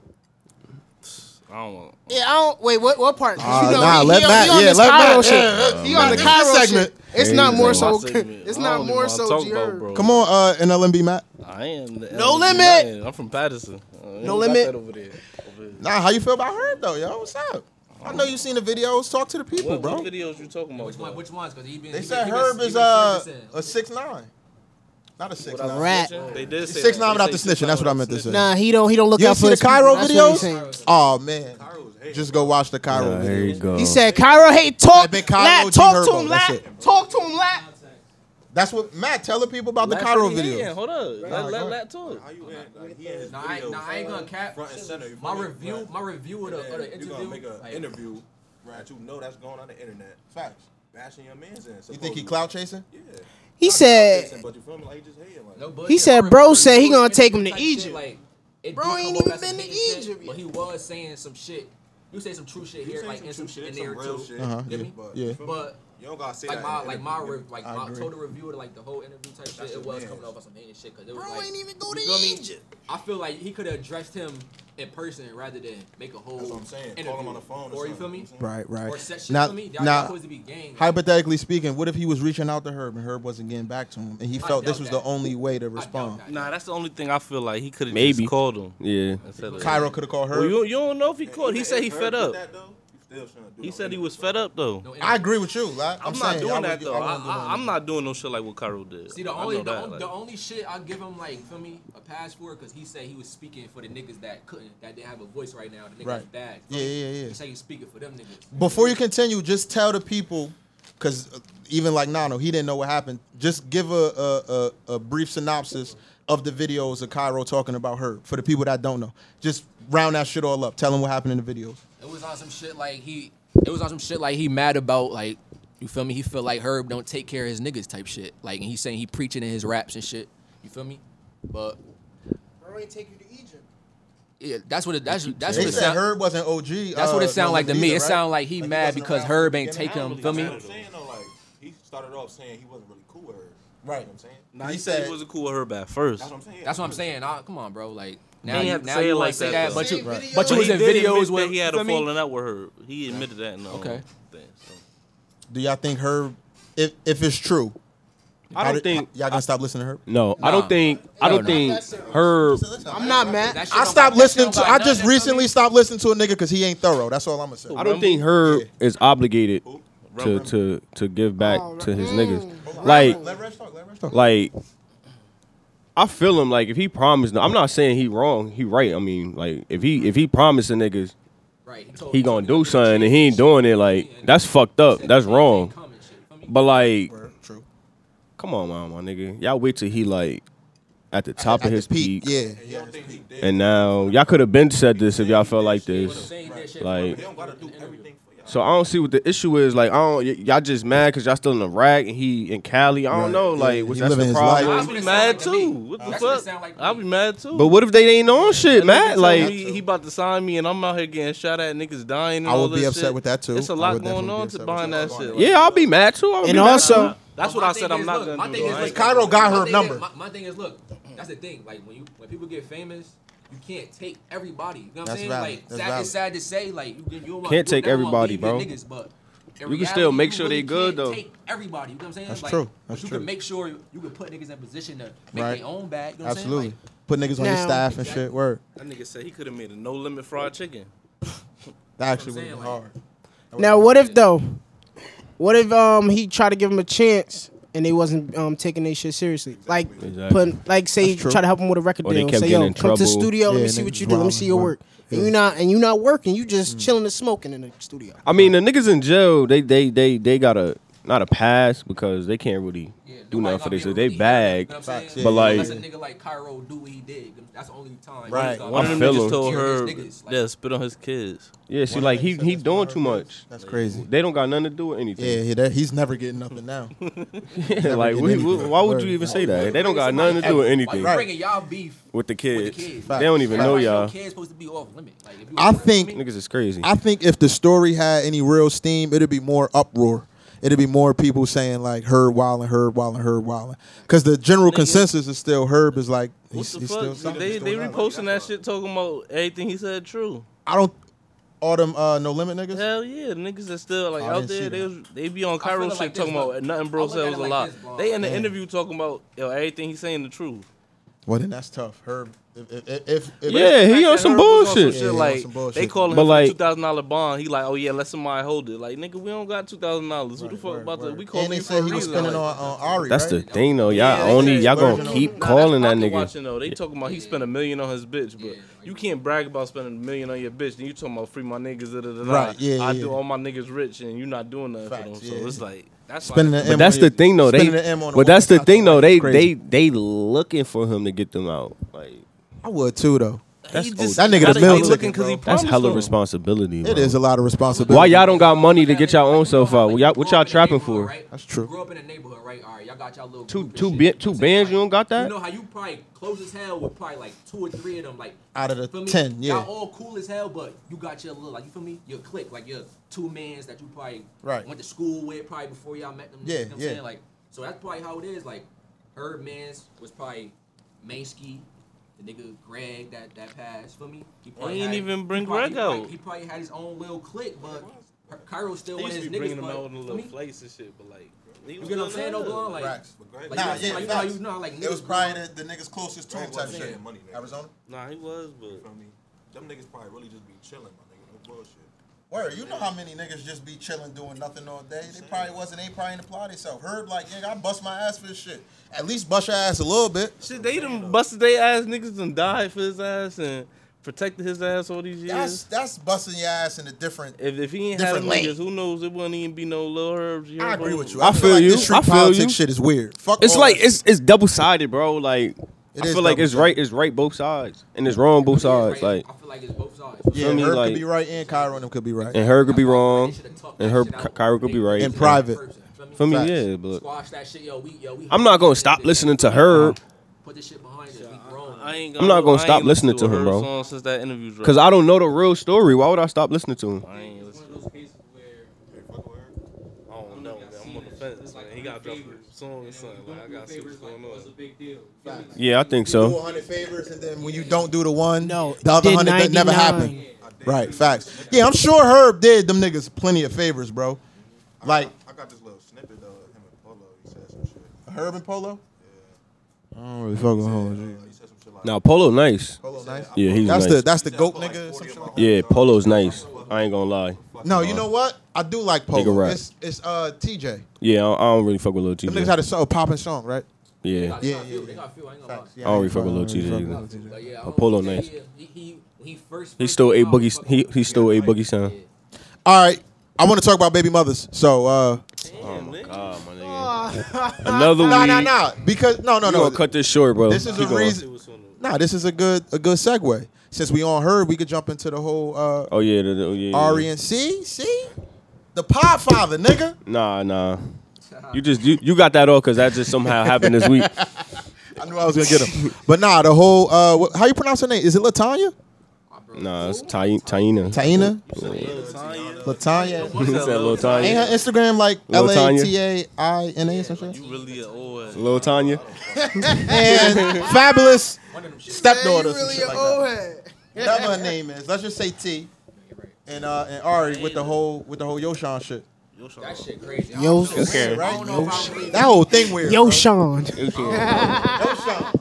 I don't want. Yeah, I don't wait. What what part? 'Cause Uh, nah, let on- Matt- on yeah, this let Cairo Matt- shit. yeah, he on the Matt. Cairo This segment. segment. It's There not you more go. so. My segment. It's I not don't even more wanna so. talk G about, Herb. bro. Come on, uh, NLMB Matt. I am. The No LG limit. man. I'm from Patterson. Uh, you got limit. that Over there. Over there. Nah, how you feel about Herb though, yo? What's up? I know you seen the videos. Talk to the people, What, bro. what videos you talking about? Which one? bro? Which ones? Cause he been. They he said been, Herb he been, is uh, a a. six nine, not a six Without nine. the Rat. snitching? They did say Six that. nine They without the say six snitching. That's what I nine meant to without say. the Nah, he don't. He don't look You out ain't for see the his Cairo people. That's what he's saying. videos? Oh man, just go watch the Cairo Uh, here you videos. go. He said, "Cairo, hey, talk, That big Cairo Lat, G talk to Herbo, him, that's Lat, it. talk to him, Lat." That's what Matt. Tell the people about the Lat Cairo said he in. videos. Hold up. Let go let ahead. let talk. How you in? Like, he in his Nah, I, videos, nah, I ain't gonna uh, cap. front and center. you My feel me? review, Right. my review of the, of the And You gonna interview. make an like, interview that you know that's going on the internet. Facts. Bashing your man's in. You think he supposedly. clout chasing? Yeah. He Not said, clout chasing, But you feel me? Like he just hating. Like, no bullshit. He said My bro review said he of the gonna take him to interview type shit, Egypt. like, it Bro do come ain't up even as been to some hating Egypt shit, But he was saying some shit. You say some true shit You here, saying like and some true shit in some there real too. shit, Uh-huh, you feel yeah, me? But- yeah. you feel me? But You don't gotta say like that my in like my interview. re- like I my agree. total review of like the whole interview type shit. That's It your was man. coming off on some hating shit because it was "Bro like ain't even go to you feel me? Egypt." I feel like he could have addressed him in person rather than make a whole That's what I'm saying. interview. Call him on the phone. or you feel something, me? you know what Right, Or right. set shit Now, for me. Y'all y'all now, supposed to be gang. Like, hypothetically speaking, what if he was reaching out to Herb and Herb wasn't getting back to him, and he felt this doubt was that. the only way to I doubt respond? that. Nah, that's the only thing I feel like he could have Maybe. just called him. Yeah. Instead of- Cairo could have called Well, Herb. you, you don't know if he I'm saying? called. He Even said if he Herb fed did up. that, though, you still shouldn't do He no said he interview. was fed up though. No, I agree with you. Like, I'm, saying, not doing y'all that would- though. y'all I, wouldn't do I, that. I'm not doing no shit like what Cairo did. See the I only know the, that, on- like- the only shit I give him like feel me a pass for because he said he was speaking for the niggas that couldn't that didn't have a voice right now the niggas Right. bad Yeah, yeah, yeah. he said he was speaking for them niggas Before you continue, just tell the people, because even like Nano, he didn't know what happened. Just give a, a, a, a brief synopsis of the videos of Cairo talking about her for the people that don't know. Just round that shit all up. Tell them what happened in the videos. it was on some shit like he it was on some shit like he mad about like you feel me he feel like Herb don't take care of his niggas type shit like and he's saying he preaching in his raps and shit you feel me but Bro ain't take you to Egypt. yeah, that's what it that's that's They what it said sound, Herb wasn't OG. that's what uh, it sound like to neither, me it right? sound like he Like, he mad wasn't because around Herb from the ain't beginning. take I don't him really feel got me that. I'm saying though, like he started off saying he wasn't really cool with her. Right. You know what I'm saying. Nah, He he, said said- he wasn't cool with her back first. That's what I'm saying. that's what I'm saying I, come on bro like now ain't you have to now say it you like like say that, that though. but you Right. but you he was in did admit videos that with he had you a feel me? falling out with her. He admitted that. No. Okay. Thing, so. Do y'all think Herb, if if it's true, I how don't did- think. y'all gonna stop listening to Herb? No, I Nah. don't think. I don't Nah. think Herb. I'm not mad. That shit I don't stopped got- that shit listening don't to. got I nothing just for me. recently stopped listening to a nigga because he ain't thorough. That's all I'm gonna say. I don't think Herb is obligated to Rumble. to to give back Oh, to his mm. niggas. Like Let Reg talk. Let Reg talk. like. I feel him like if he promised. I'm not saying he wrong. He right. I mean, like if he if he promising niggas Right. He, told- he told gonna me do like that. something and he ain't doing it, like that's fucked up. That's wrong. Come and shit, feel me? But like Word, True. Come on, my, my nigga. Y'all wait till he like at the top At of the his peak, peak. yeah. You don't think he did? And now y'all could have been said this if y'all felt like this. Saying that shit Like They don't gotta do everything for y'all. so I don't see what the issue is. Like I don't y- y'all just mad cause y'all still in Iraq and he in Cali. I don't Right. know. Yeah, Like he what's that's living the his problem. life. I'll be mad too. What the That's what it sound fuck? like to I'll me. be mad too. But what if they ain't on shit, That nigga Matt? tell Like me he about to sign me, and I'm out here getting shot at, niggas dying. And I all would be this upset shit. with that, too. It's a I lot would definitely going be on upset with to behind that. that shit. Like, Yeah, I'll be mad too. I'll And be mad. also, that's what My I thing said. I'm is, not look, gonna my do. thing though. is, I ain't look, gonna- Cairo got her my thing is- number. My, my thing is, look, that's the thing. Like when you when people get famous, you can't take everybody. You know what I'm That's saying? valid. Like That's sad, valid. it's sad to say, like you, you don't want, Can't you take never wanna everybody, leave your bro. Niggas, but in You can still reality, make you sure they really good, can't though. Take everybody. You know what I'm saying? That's like, true. but That's you true. can make sure you can put niggas in position to make Right. their own bag. You know what Absolutely. I'm Put niggas on your Now- staff and shit. Word. That nigga said he could have made a no limit fried chicken. That actually would saying, have been like- hard. Now, what if though? What if um he tried to give him a chance and they wasn't um taking their shit seriously? Like, Exactly. put like say you That's true. try to help him with a record Or they deal. kept Say getting yo, in come to the trouble. studio. let Yeah, me see niggas what you do. Let me wildin', see your work. And you not and you not working. You just chilling and smoking in the studio. Mm. I mean, the niggas in jail, they they they they got a not a pass because they can't really saying? Like, do nothing for this. shit. They bag. Facts, But yeah, yeah, like, unless a yeah. nigga like Cairo do what he did, that's the only time. Right. One I'm of them feeling- niggas told Serious her niggas, like- that spit on his kids. Yeah, see, like he he doing too much. That's crazy. They don't got nothing to do with Yeah, anything. he, that, he's never getting nothing now. Yeah, like getting we, anything. we- why would you Word. even say that? They don't got nothing to do with anything Why you bringing y'all beef with the with the kids. kids? They don't even know Everybody y'all. Kids supposed to be off limit. Like, if you I off think- limit, Niggas is crazy. I think if the story had any real steam, it'd be more uproar. It'd be more people saying like Herb Wildin, Herb Wildin, Herb Wildin. Because the general consensus is still Herb is like What he's, the he's fuck? still. something. they He's they still valid. reposting that shit talking about everything he said true. I don't. All them uh, no limit niggas. Hell yeah, niggas that still like I out didn't see there, they that. was, they be on Cairo feel it shit like this, talking about look. nothing I bro look said at was it a like lie. this, bro. They in the Damn. interview talking about yo everything he's saying the truth. Well then that's tough. Herb. If if, if, if Yeah, he on That some Herb was on some bullshit. shit, Yeah, he on like some bullshit. they calling But him like- for two thousand dollar bond. He like, oh yeah, let somebody hold it. Like nigga, we don't got two thousand dollars. What Right, the fuck word, about that? word. We and calling they you for a said he was reason. spending like- on, on Ari. That's the right? thing though. Yeah, Y'all they only said y'all version gonna of- keep Nah, calling that's that pocket nigga. Watching, though. They talking about he spent a million on his bitch, but you can't brag about spending a million on your bitch. Then you talking about free my niggas, da, da, da, da. Right, yeah, I yeah. do all my niggas rich, and you not doing nothing Facts, for them. yeah. So it's like that's Spending like, an M But on that's your- the thing though. They spending an M on a but that's woman, the thing though. They that's crazy. they they looking for him to get them out. Like I would too though. That's old. That nigga the mail ticket, because he bro. that's promised hella them. responsibility. It bro. is a lot of responsibility. Why y'all don't got money to get y'all own self out? Y'all, what y'all trapping for? That's true. Grew up in a neighborhood, right? All right, y'all got y'all little Two group and two shit. bi- two I'm saying, bands, like, you don't got You that? know how you probably close as hell with probably like two or three of them, like Out of the feel 10, yeah. Y'all all cool as hell, but you got your little, like you feel me, your clique, like your two mans that you probably Right. went to school with probably before y'all met them. Yeah, you know what I'm yeah. saying? Like, so that's probably how it is. Like, Herb Mans was probably Mainsky, the nigga Greg that that passed for me. He probably ain't had- even he bring Greg probably- he probably- out. He probably had his own little clique, but. Cairo still They one of used his to be bringing niggas, them out but on the feel little me? flakes and shit, but like You get what I'm saying? No blowing like, Facts. like, Nah, you yeah, know, like, you know, facts. you know, like It niggas was probably the, the niggas closest to him type of Yeah. shit. Money, nigga. Arizona. nah, he was, but Feel me? Them niggas probably really just be chilling, my nigga. No bullshit. Word, you know how many niggas just be chilling doing nothing all day? They probably wasn't, they probably didn't apply themselves. Herb, like, nigga, I bust my ass for this shit. At least bust your ass a little bit. shit, they done busted their ass niggas and died for his ass and protected his ass all these years. That's that's busting your ass in a different. If, if he ain't had Different them lane. niggas, who knows? It wouldn't even be no little herbs. I agree with you. I feel like you. This street I feel politics you. shit is weird. Fuck It's all like that it's it's double sided, bro. Like It I is feel like it's double-sided. right it's right both sides and it's wrong both sides. Like I feel like it's both sides. shit. Yeah, feel me? Herb Like- could be right and Kyron and them could be right. and her could be wrong and her Kyra could be right. In private. For me, Facts. yeah, but Squash that shit, yo. We, yo, we I'm not gonna stop listening to her Put this shit behind us. We grown. I ain't I'm not gonna I stop ain't listening listened to him, a bro. Herb Song since that interview dropped. because I don't know the real story. Why would I stop listening to him? I ain't It's listening. one of those cases where Fuck with her. I don't know. man. I'm on the fence. man. He got dropped a song or something. Like, I doing gotta see favors what's going like was a on. big deal. Yeah, I think Do so. 100 favors and then when you don't do the one, No, the other did 100 that never 99. happened. Right, facts. Yeah, I'm sure Herb did them niggas plenty of favors, bro. Like, I got this little snippet of him and Polo. He said some shit. Herb and Polo? I don't really fuck with Uh, Polo. he said some shit like. Now Polo nice. Polo nice. Yeah, he's That's nice. the that's the He said goat for like nigga. or 40 some of shit my like that. Yeah, Polo's nice. I ain't gonna lie. No, you know what? I do like Polo. Nigga rap. It's it's uh TJ. Them Yeah, I I don't really fuck with Lil niggas TJ. had a song, a popping song, right? Yeah, They got feel. They got feel. I ain't gonna lie. Yeah, I don't really fuck fuck with Lil with TJ him. either. But yeah, I A don't polo think nice. that He, he, he first. He first stole a came out, boogie. fuck He with he stole a boogie sound. All right. I want to talk about baby mothers. So uh Damn, nigga. Oh my nigga. Another No, week. no, no. Because no, no, I'm no. gonna cut this short, bro. This is a Keep going. reason. Nah, this is a good a good segue. Since we on her, we could jump into the whole uh, Oh yeah, the, the, oh, yeah, yeah. Ari and see, E see, the Podfather, nigga. Nah, nah. You just you, you got that all because that just somehow happened this week. I knew I was gonna get him. But nah, the whole uh, what, how you pronounce her name? Is it Latanya? Nah, it's Ty- Taina. Taina? Latanya. Latanya? He said Lil Ain't Tanya. her Instagram like L Lil A Tanya? T A I N A or some shit? You really an old head. Lil Tanya. And fabulous stepdaughter. some really shit an like old that. head. Whatever her name is. Let's just say T. And uh and Ari with the whole with the whole Yoshan shit. That shit crazy. I Yo, Okay. Right? don't know if I believe That whole thing weird. yo, bro. Sean. Yoshan.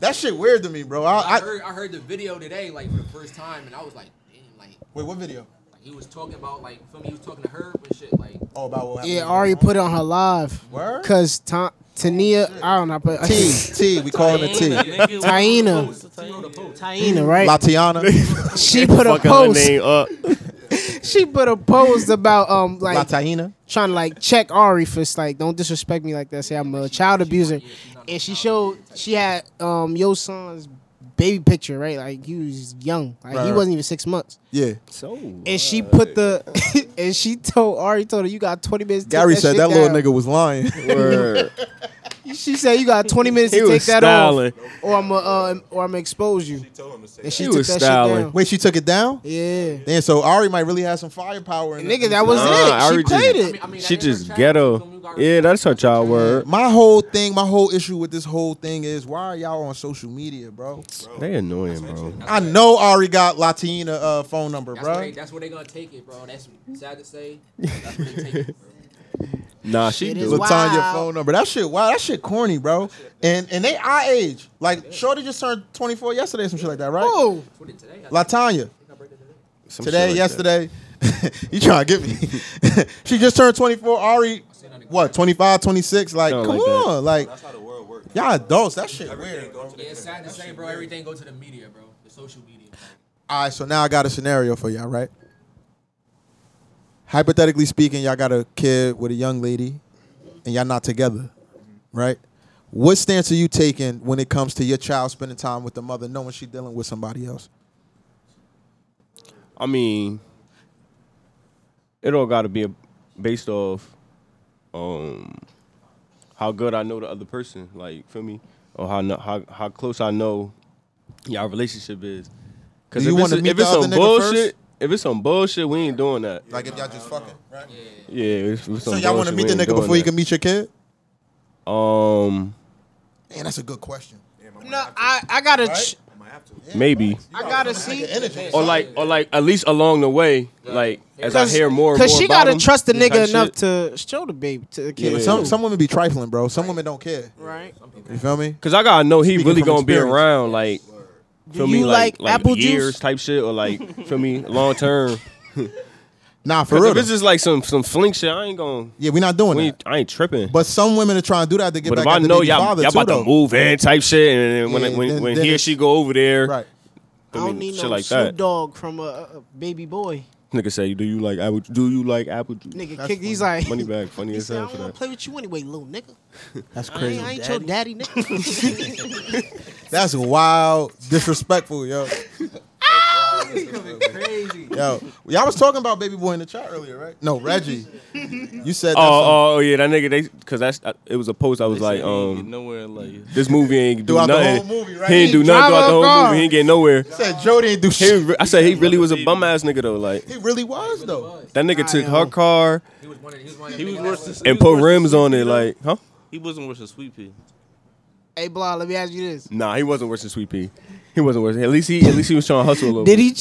That shit weird to me, bro. I, I I heard, I heard the video today, like for the first time, and I was like, damn, like, wait, what video? like he was talking about, like, feel me, he was talking to her and shit, like, Oh, about what happened. Yeah, Ari put on her live. Word? Cause Ta- Tania, I don't know, but T T. We calling it T. Taina, right? Latiana. she put a Fucking her post. name up. She put a post about um like Latahina. trying to like check Ari for like don't disrespect me like that. Say I'm a child abuser, and she showed she had um Yo son's baby picture right. Like he was young, like Right, he right. wasn't even six months. Yeah. So And she put the and she told Ari told her you got twenty minutes. To Gary take said shit that little down." nigga was lying. word. She said you got twenty minutes He to take was that styling. off, or I'm uh, or I'm expose you. Tell him to say And that. she He took was that styling. shit down. Wait, she took it down? Yeah. Damn, so Ari might really have some firepower in Nigga, this- that was Nah, it. She Ari just- played I mean, it. I mean, that She is her just child, ghetto. feel me, you gotta Yeah, respect that's her child word. My whole thing, my whole issue with this whole thing is why are y'all on social media, bro? They annoying, bro. I know Ari got Latina uh, phone number, That's where, they, bro. that's where they gonna take it, bro. That's sad to say. That's where they take it, bro. Nah, she Shit do. is Look, wild. Latanya Wow. phone number. That shit, wow, that shit corny, bro. And and they our age. Like Shorty just turned 24 yesterday, some shit like that, right? Oh, What did today? I think Latanya. I break it today. some shit today, like that. yesterday. you trying to get me. she just turned 24. Ari, what, 25, 26? Like, Something come like that. on. Like, That's how the world works. y'all adults. That shit Everything weird. go to the Yeah, it's internet. sad to say, bro. Everything go to the media, bro. The social media. All right, so now I got a scenario for y'all, right? Hypothetically speaking, y'all got a kid with a young lady and y'all not together, right? What stance are you taking when it comes to your child spending time with the mother knowing she's dealing with somebody else? I mean, it all got to be a, based off um how good I know the other person. Like, feel me? Or how kno- how how close I know y'all relationship is. Because Do if, you it's wanna a- meet if the it's other some nigga bullshit, first? if it's some bullshit, we ain't doing that. Like if y'all just fucking, right? Yeah, if it's So some y'all want to meet bullshit, the we ain't nigga doing before you that. can meet your kid? Um, Man, that's a good question. Damn, I might no, have to. I, I gotta, ch- Right? I might have to. maybe. I gotta see. Energy. Or like, or like, at least along the way, like as I hear more, and Cause more she about gotta him, trust the type nigga shit. enough to show the baby to the kid. Yeah. Some some women be trifling, bro. Some women don't care. Right? You feel me? Cause I gotta know he Speaking really from gonna be experience. around, like feel Do me, you like, like apple juice? years type shit, or like feel me, long term. Nah, for Cause real. if it's though. just like some some fling shit, I ain't gonna, yeah, we not doing we that. ain't, I ain't tripping. But, But some women are trying to do that to get back if I at the know baby y'all father y'all too, about though. to move in type shit, and then when Yeah, when then- when then he or it's- she go over there, right? I I don't mean, need shit no like Snoop that. Dogg from a, a a baby boy. nigga say, do you like apple? Do you like apple juice? Nigga, That's kick. He's like, Money back, funny he as said, I hell don't for want to that. play with you anyway, little nigga. That's I ain't, I ain't your daddy, nigga. That's wild, disrespectful, yo. Crazy. Yo, y'all was talking about baby boy in the chat earlier, right? No, Reggie. You said that. some- Oh, oh yeah, that nigga. They cause that's uh, it was a post I was like, um, nowhere in life. this movie ain't do Throughout the nothing. whole movie, right? He ain't do He drive nothing throughout the her whole car. movie. He ain't get nowhere. said Jody didn't do He, shit. re- I said he really was a bum ass nigga though. Like He really was though. was. that nigga took know. her car He was one of, he was one of He was the worse than and he was put worse than rims on Sweet it. Pea. Like, huh? he wasn't worse than Sweet Pea. hey, Blah, let me ask you this. Nah, he wasn't worse than Sweet Pea. He wasn't worse. At least he at least he was trying to hustle a little. Did bit.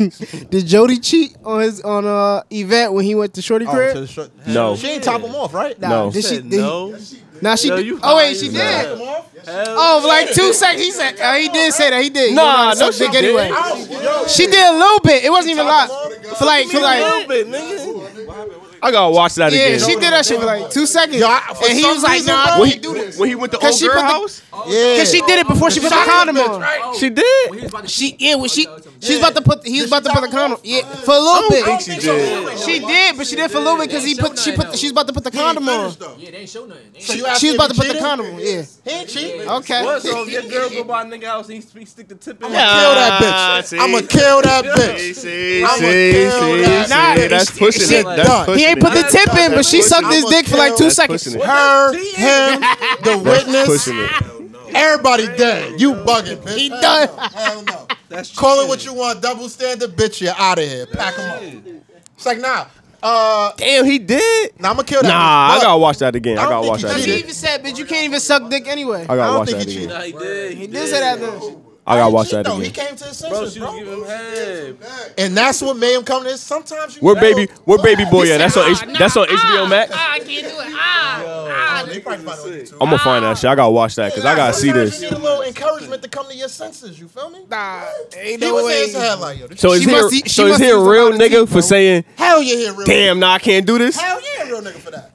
he? Che- did Jody cheat on his on uh event when he went to Shorty Oh, crib? to the short- No. she ain't top him off, right? Nah, No. did she? Said Did no. He, now she. Yo, did- you oh wait, she high did. as hell. Oh, for like two seconds. He said uh, he did say that. He did. He Nah, went on to no, suck she dick didn't. anyway. She did a little bit. It wasn't even a lot. For like, for Hell, like, a little bit, nigga. What happened? What- I gotta watch that Yeah, again. she did that shit for like two seconds, Yo, I- for and he some was like, reason, "Nah, I bro, when, can't he, do this." when he went to Cause old she girl put the- house, Yeah. Cause she did it before she put the condom on. she did. He was about to She yeah, when she she's about to put he was about to put the condom yeah for a little bit. think she did. She did, but she did for a little bit because he put she put she's about to put the condom on. Yeah, they ain't show nothing. They ain't- So you She asking was if about to he put the cheated? condom on. Yeah. He ain't cheating. Okay. What? So if your girl go by a nigga house and he speak, stick the tip in. I'ma kill that bitch. Ah, see. I'ma kill that See, see, bitch. see, I'ma see, kill that bitch. That's pushing Shit it. That's done. pushing He ain't it. put the tip in, but she That's sucked his pushing dick it. for like two That's seconds. pushing it. Her, him, the witness, pushing it. everybody dead. You bugging, bitch. He done. Hell no. That's Call it cheating. what you want. Double standard, bitch. You're out of here. Pack him up. It's like nah. Uh, Damn, he did. nah, I'ma kill that. Nah, bitch. I gotta watch that again. I, I don't gotta think watch he that cheated. She again. even said, "Bitch, you can't even suck dick anyway." I I gotta don't watch think that he again. cheated. Nah, he did. He did say that though. I gotta watch He cheated, that though. He again. came to his Bro, senses, she was bro. giving him head. And that's what made him come to this. Sometimes you. Where gotta- baby? Where baby boy? Yeah, that's on. H- that's on HBO Max. They probably find it on YouTube. I'm gonna find that shit. I gotta watch that because Oh, I gotta see Sometimes this. You need a little encouragement to come to your senses. You feel me? Nah, ain't He no was in way. his head like, yo, this So is She he? must- she So is must he a use a real lot of nigga teeth, for bro. saying, hell yeah, he a real. "Damn, nah, I can't do this"? Hell yeah, he a real nigga for that.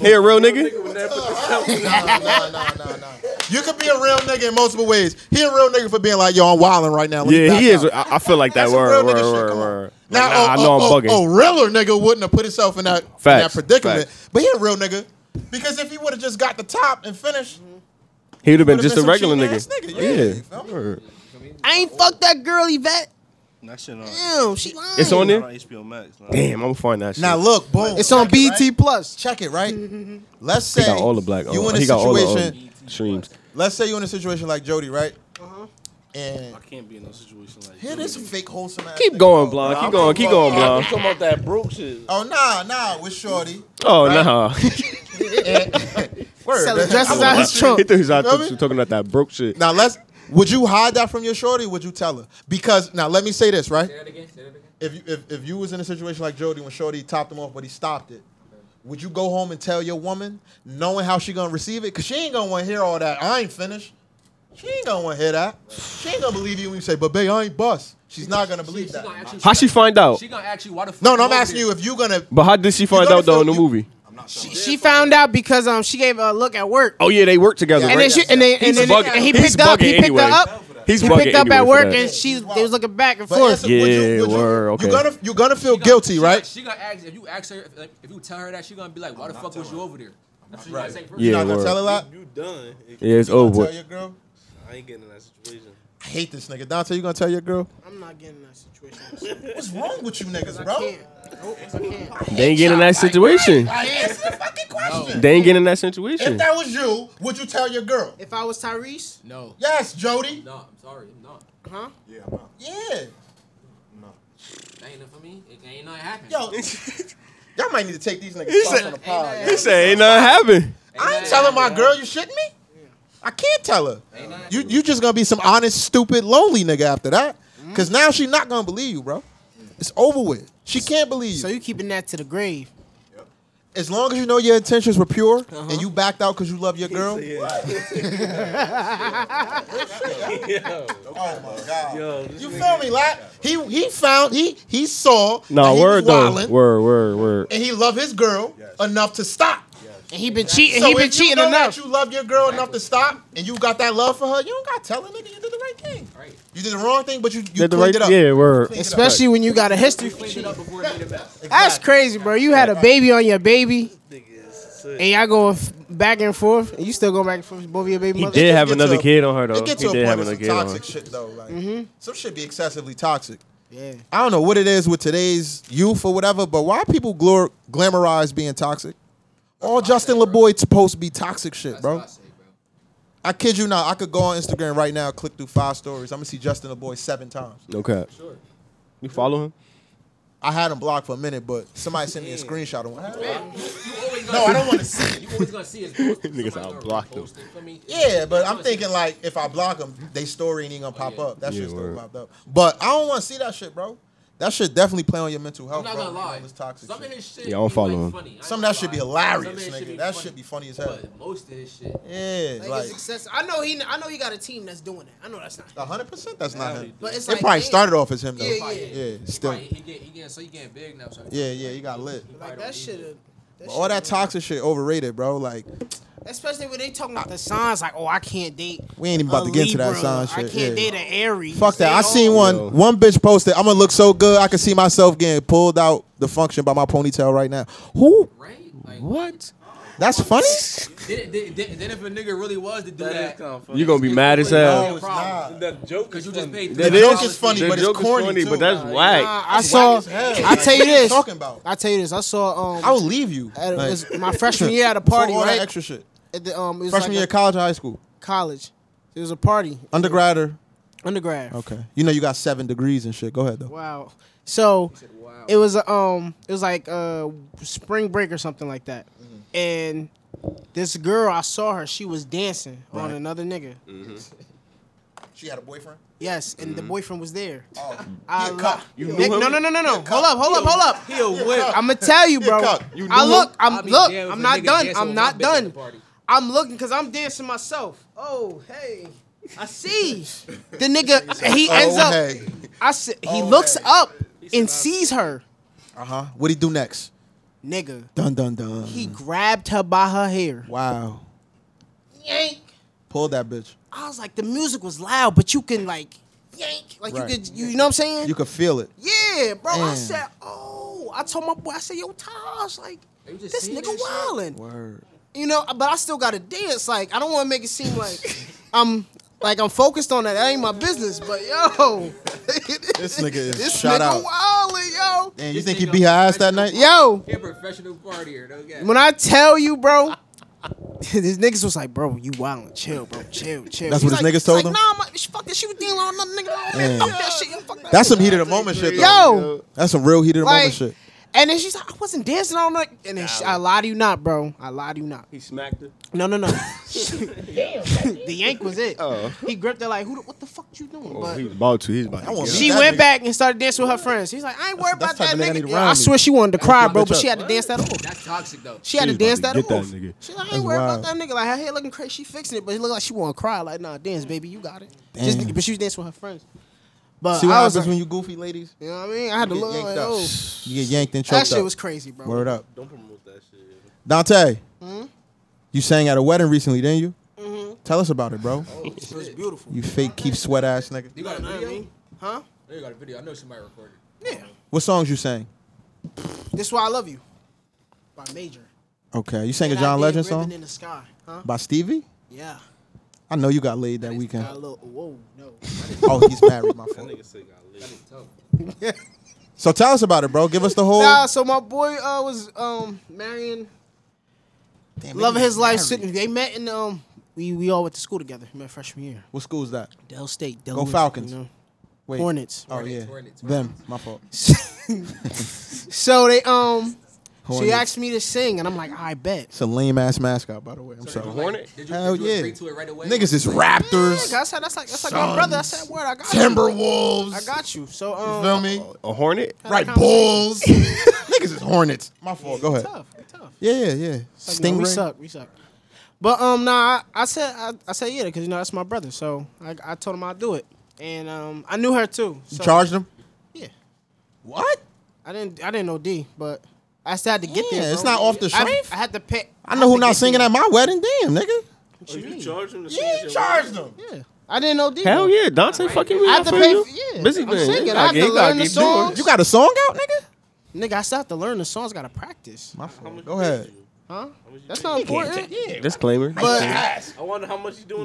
He a real nigga? When that bitch- nah, nah, nah, nah, nah. You could be a real nigga in multiple ways. He a real nigga for being like, yo, I'm wilding right now. Let me Yeah, back he is. out. I, I feel like that That's word. some real word, nigga shit, word, come on. word. Now, Nah, oh, I know oh, oh, I'm bugging. oh, realer nigga wouldn't have put himself in that, in that Facts, predicament. facts. But he a real nigga because if he would have just got the top and finished, He would have been Would've just been a some regular cheating-ass nigga. nigga, yeah, you feel me? Yeah. Word. I ain't fucked that girl, Yvette. That shit on. Damn, she lying. It's on Not there. on HBO Max. nah. Damn, I'm gonna find that shit. now look, boom. It's on Mm-hmm. Check it, right? BT Plus. Check it, right? Let's say he got all the black. you oh, in a he got all the um, situation. streams. Let's say you in a situation like Jody, right? Uh-huh. And I can't be in no situation like here, that. there's some fake wholesome. ass Keep nigga. going, blonde. Keep going. Keep going, I'm blonde. talking about that broke shit. Oh nah, nah, with Shorty. Oh no. Word. Selling I'm dresses out like, his trunk. He threw his eye Feel me? to- talking about that broke shit. Now let's. Would you hide that from your shorty? Would you tell her? Because now let me say this, right? Say that again, say that again. If you if, if you was in a situation like Jody when Shorty topped him off, but he stopped it, would you go home and tell your woman, knowing how she gonna receive it? Cause she ain't gonna want to hear all that. I ain't finished. She ain't gonna want to hear that. She ain't gonna believe you when you say, "But babe, I ain't bust." She's not gonna believe She that. gonna ask you- How she find out? She gonna ask you why the fuck. No, no, I'm over asking here? you if you gonna. But how did she find know out the though in film- you- the movie? She, she found out because um she gave her a look at work. Oh yeah, they work together, Yeah, And right? then she and then and, He's then bugging- and he he's picked up bugging he picked anyway. her up. He's he bugging picked up anyway at for work that. and she they was looking back and But forth. answer, would you, Yeah, would you, word, okay. You gonna you gonna feel She gonna- guilty, she right? Gonna, she gonna ask if you ask her if, if you tell her that she gonna be like, why the fuck was you over there? That's what you Right. gotta say first. Yeah, You're not gonna word. tell her that. You done. If Yeah, it's over. Tell with. your girl. I ain't getting in that situation. I hate this nigga. Dante, you gonna tell your girl? I'm not getting in that situation. What's wrong with you niggas, I bro? can't. Nope, I can't. They ain't getting in that situation. I answer the fucking question. They ain't getting in that If situation. that was you, would you tell your girl? If I was Tyrese, No, Yes, Jody. no, I'm sorry, I'm not. huh? Yeah, I'm out. Yeah. That ain't nothing for me. It ain't nothing happened. Yo, y'all might need to take these niggas He thoughts said- on the pod. Ain't yo. He said ain't nothing happen. I ain't telling my girl. You shitting me? I can't tell her. You you just gonna be some honest, stupid, lonely nigga after that. Cause now she not gonna believe you, bro. It's over with. She can't believe So you. you keeping that to the grave? As long as you know your intentions were pure and you backed out because you love your girl. Oh my god. Yo, this you feel me, like he he found he he saw that No he word was though. wildin', Word, word, word. and he loved his girl enough to stop. And he been cheating. So he been if you cheating know enough. that you love your girl enough to stop, and you got that love for her, you don't got to tell a nigga you did the right thing. Right. You did the wrong thing, but you you Did cleaned the right? it up. Yeah, word. Cleaned it up. Especially when you got a history for Cleaned it cheating. up before it made it back. That's crazy, bro. You had a baby on your baby, Nigga is sick. and y'all going f- back and forth, and you still going back and forth with both of your baby He mothers. did just have get another to a- kid on her though. It get to He a did point have of another some kid on her. toxic shit though. Like some shit be excessively toxic. Mm-hmm. Yeah. I don't know what it is with today's youth or whatever, but why people glor- glamorize being toxic? All Justin LeBoy supposed to be toxic shit, bro. That's what I say, bro. I kid you not. I could go on Instagram right now, click through five stories. I'm gonna see Justin LeBoy seven times. No cap. Sure. You follow him? I had him blocked for a minute, but somebody sent me a screenshot of one. You always gonna No, I see- don't want to see. it. You always gonna see his post. Niggas Somebody out gonna blocked repost it, feel me? Yeah, but I'm thinking like if I block them, they story ain't even gonna pop Oh, yeah. up. That Yeah, shit still word. popped up. But I don't want to see that shit, bro. That should definitely play on your mental health. I'm not bro, gonna you know, lie. This toxic Some shit. of his shit. Yeah, I don't be, like, follow him. funny. I ain't Some of gonna that shit be lie. Some of hilarious, his nigga. be That shit be funny as hell. But most of his shit. Yeah, Like, like it's excessive. I know he. I know he got a team that's doing that. I know that's not. him. hundred percent. That's not him. But it's it like, probably damn. started off as him though. Yeah, yeah. He still. probably- he get, he getting, so he getting big now. So Yeah, yeah, he got lit. probably Like don't that need should it. have. All that toxic shit overrated, bro. Like uh, Especially when they talking about the signs, like, oh, I can't date. we ain't even about a to get into that Libra. sign I shit. can't yeah. date an Aries. Fuck that. They I all- seen one Yo. one bitch posted, I'm gonna look so good I can see myself getting pulled out the function by my ponytail right now. Who? Right? Like, What? That's funny? Then, then, then, then if a nigga really was to do That is that, kind of funny. You gonna be mad as hell? No, it's not. That joke is because you just funny. paid. The $3 joke is for funny, your- but it's corny, too. but that's Nah, whack. Nah, I saw. I tell you What this. Talking about. I tell you this. I saw. Um, I will leave you. at a- Like, it's my freshman year at a party, fuck all right? that extra shit. at the, um, it was Freshman like year a of college or high school. college. It was a party, Undergrad or undergrad. okay. You know you got seven degrees and shit. Go ahead though. Wow. So wow. it was a um it was like uh spring break or something like that. Mm-hmm. And this girl, I saw her, she was dancing on another nigga. Mm. She had a boyfriend? Yes, and the Mm-hmm. boyfriend was there. Oh. I a li- cop. You Nick- knew him? No, no, no, no, no. a Hold up, cop. hold up, hold up. He a whip. I'm gonna tell you, He a bro. cop. You I knew look, him? I'll I'm be look, damned if I'm a not nigga done. dancing I'm with not my bitch at the done. party. I'm looking because I'm dancing myself. Oh, hey, I see the nigga. He ends up. I s- he looks hey. up and sees her, Uh huh. What'd he do next? nigga. Dun dun dun. He grabbed her by her hair. wow. Yank. Pull that bitch. I was like, the music was loud, but you can like yank, like Right. you could, you, you know what I'm saying? You could feel it. yeah, bro. I Damn. said, oh, I told my boy, I said, yo, Taj, like. You just This seen nigga that wildin'. shit? Word. you know, but I still gotta dance. Like I don't want to make it seem like I'm like I'm focused on that. That ain't my business. But yo, This nigga is this shot out. nigga wildin', yo. Damn, you This think he nigga beat her ass that night? professional. Yo, He a professional partier. Don't get. when I tell you, bro, these niggas was like, bro, you wildin', chill, bro, chill, chill. That's He's what his like, niggas told he's him? Like, nah, my, sh- fuck that. She was dealing on another nigga. Oh, man, Yeah. fuck that shit. yo, Fuck that That's some shit. heat of the moment shit. Though. Yo. that's some real heat of the Like, moment shit. and then she's like, I wasn't dancing all night. And then she, I lie to you not, bro. I lie to you not. He smacked her. No, no, no. the yank was it. Oh. He gripped her like, who? The, what the fuck you doing? Oh, But he was about to. He was about I want to. she That went nigga- back and started dancing with her friends. He's like, I ain't worried That's- about that's that the type of nigga nigga. I need around I me. swear she wanted to cry, fuck bro, bitch but she up. had to dance that off. That's toxic though. She had to She's about dance to that get that off. nigga. She like, I That's ain't worried about wild. that nigga. Like her hair looking crazy, she fixing it, but it looked like she want to cry. Like, nah, dance, baby, you got it. Damn. Just, but she was dancing with her friends. But See what uh, I was happens like, when you goofy ladies? you know what I mean? I had to You get look. Like, yanked up. oh, You get yanked and choked that shit up. was crazy, bro. Word up, Don't promote that shit. Dante. Hmm? You sang at a wedding recently, didn't you? Mm-hmm. Tell us about it, bro. It was beautiful. You fake keep sweat ass nigga. Oh, You got You a know what I video? mean? Huh? You got a video. I know somebody recorded. Yeah. What songs you sang? This why I love you. By Major. Okay, you sang And a I John did Legend Ribbon song in the sky. Huh? by Stevie. Yeah. I know you got laid that weekend. Got a little. Whoa, no. Oh, he's married, my That fault. nigga say got lit. it. Tough. So tell us about it, bro. Give us the whole. Nah, so my boy uh, was um marrying Damn, love of nigga his life. married. Sitting, they met in um we we all went to school together. We met freshman year. What school is that? Dell State. Dell Falcons. You know, Wait. Hornets. Oh Hornets, yeah, Hornets, them. My fault. So they um so he Hornets. asked me to sing and I'm like I bet. It's a lame ass mascot, by the way. I'm So sorry. did you, Hornet? Like, did you, Hell did you yeah. agree to it right away? Niggas is Yeah, I Raptors, said that's like that's like my brother. I said word. I got you. I Timberwolves. got you. So You um feel me? A hornet? had a Right, conversation. Bulls. Niggas is Hornets. My fault. Go ahead. Tough, tough. Yeah, yeah, yeah. Like, no, we Stingray. suck. We suck. But um, nah, I, I said I, I said yeah because you know that's my brother. So I, I told him I'd do it, and um, I knew her too. You So, charged them. Yeah, What? I didn't I didn't know D, but I still had to get Yeah, there. it's bro. not off the I, shelf. I had to pick. I know who not singing that. at my wedding. Damn, nigga. Oh, you charge him to Yeah, sing you at your charged wedding? them. Yeah, I didn't know D. Hell bro. yeah, Dante fucking with I you. have to pay. For, yeah, Busy I'm man. singing. You I have to gotta get- you gotta learn the get doing it. songs. You got a song out, nigga? nigga, I still have to learn the songs. Gotta practice, My How fault. much Go you paid ahead. you? huh? How much you That's paid not important. Disclaimer. But you? I wonder how much you doing.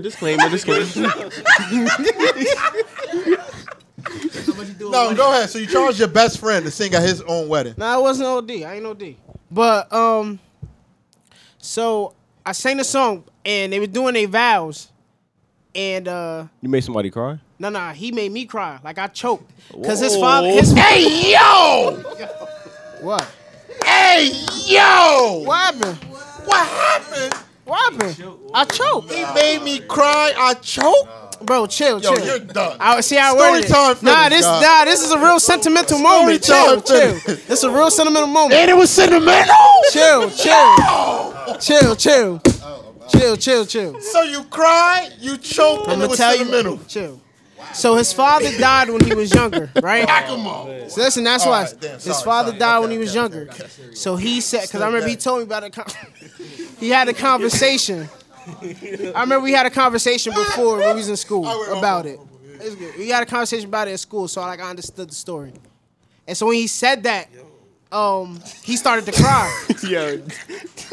Disclaimer. Disclaimer. How much you doing? No, go ahead. So you charged your best friend to sing at his own wedding. Nah, it wasn't OD. I ain't OD. But um, so I sang the song and they were doing their vows, and uh, you made somebody cry. no, no, he made me cry. Like I choked because his father, his Hey yo! what? Hey yo! What happened? What happened? What happened? I choked. He made me cry. I choked. Bro, chill, Yo, chill. you're done. I, see how I Story worded it. time Nah, finished, this dog. nah, this is a real sentimental moment. Chill, time chill. finished. This a real sentimental moment. and it was sentimental. Chill, chill, chill, chill, chill, chill, chill. So you cried, you choked, and I'm it gonna was tell sentimental. you, chill. So his father died when he was younger, right? So listen, that's All why right, damn, his sorry, father sorry. died Okay, when he was okay, younger. So he said, because I remember he bad. told me about a, con- he had a conversation. I remember we had a conversation before when we was in school about it. It's good. We had a conversation about it at school, so like I understood the story. And so when he said that, um, he started to cry. Yo,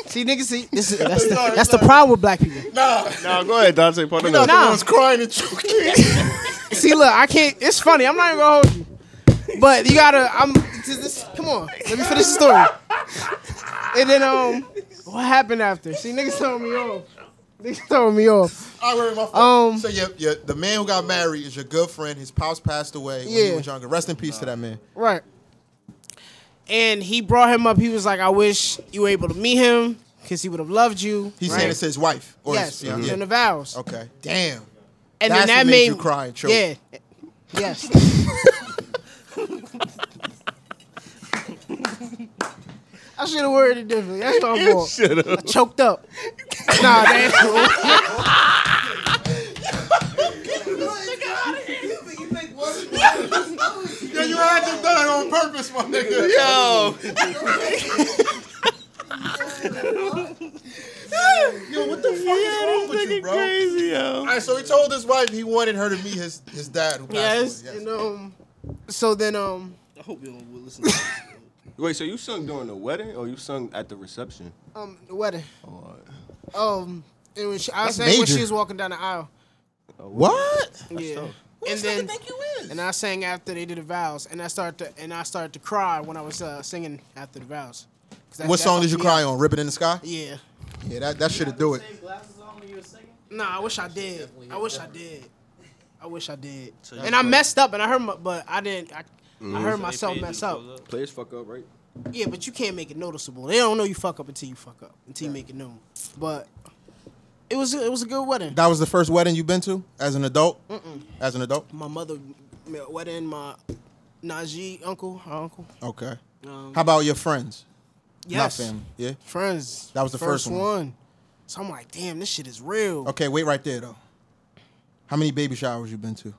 see, niggas, see, this is, that's, the, that's the problem with black people. nah, go ahead, Dante. Part of Not Nah. the ones crying and choking. See, look, I can't. It's funny. I'm not even gonna hold you. But you gotta. I'm. This, this, come on. Let me finish the story. And then um, what happened after? See, niggas throwing me off. Niggas throwing me off. I worry my Um, phone. so yeah, yeah, the man who got married is your good friend. His pops passed away when Yeah. he was younger. Rest in peace to that man. Right. And he brought him up. He was like, "I wish you were able to meet him, cause he would have loved you." He's right? saying it's his wife. Or yes, his, yeah, it was yeah. in the vows. Okay. Damn. And That's then that what made made you cry and choke. Yeah. Yes. I should have worded it differently. That's what I'm for. I choked up. nah, that's cool. Yeah, you had to done it on purpose, my nigga. Yo. Yo, what the fuck is wrong with you, bro? crazy, yo. All right, so he told his wife he wanted her to meet his, his dad who passed Yes. away. And, um, so then, um, I hope you don't listen. to Wait, so you sung during the wedding or you sung at the reception? um, the wedding. Um, and when she, I Oh, That's sang when major. she was walking down the aisle. What? Yeah. Who And this nigga then, think you is? and I sang after they did the vows, and I started to, and I started to cry when I was uh, singing after the vows. 'Cause that- What that song did you fucked me cry up. on? Rip It in the Sky? Yeah. Yeah, that, that should have do it. Nah, I wish I did. I wish I did. I wish I did. And I messed up, and I heard, my, but I didn't. I, Mm-hmm. I heard myself mess up. Players fuck up, right? Yeah, but you can't make it noticeable. They don't know you fuck up until you fuck up, until you make it known. But it was it was a good wedding. That was the first wedding you've been to as an adult? Mm-mm. As an adult? My mother my wedding, my Najee uncle, her uncle. Okay. Um, How about your friends? yes, Not family. Yeah. friends. That was the first one. So I'm like, damn, this shit is real. Okay, wait right there though. How many baby showers you been to?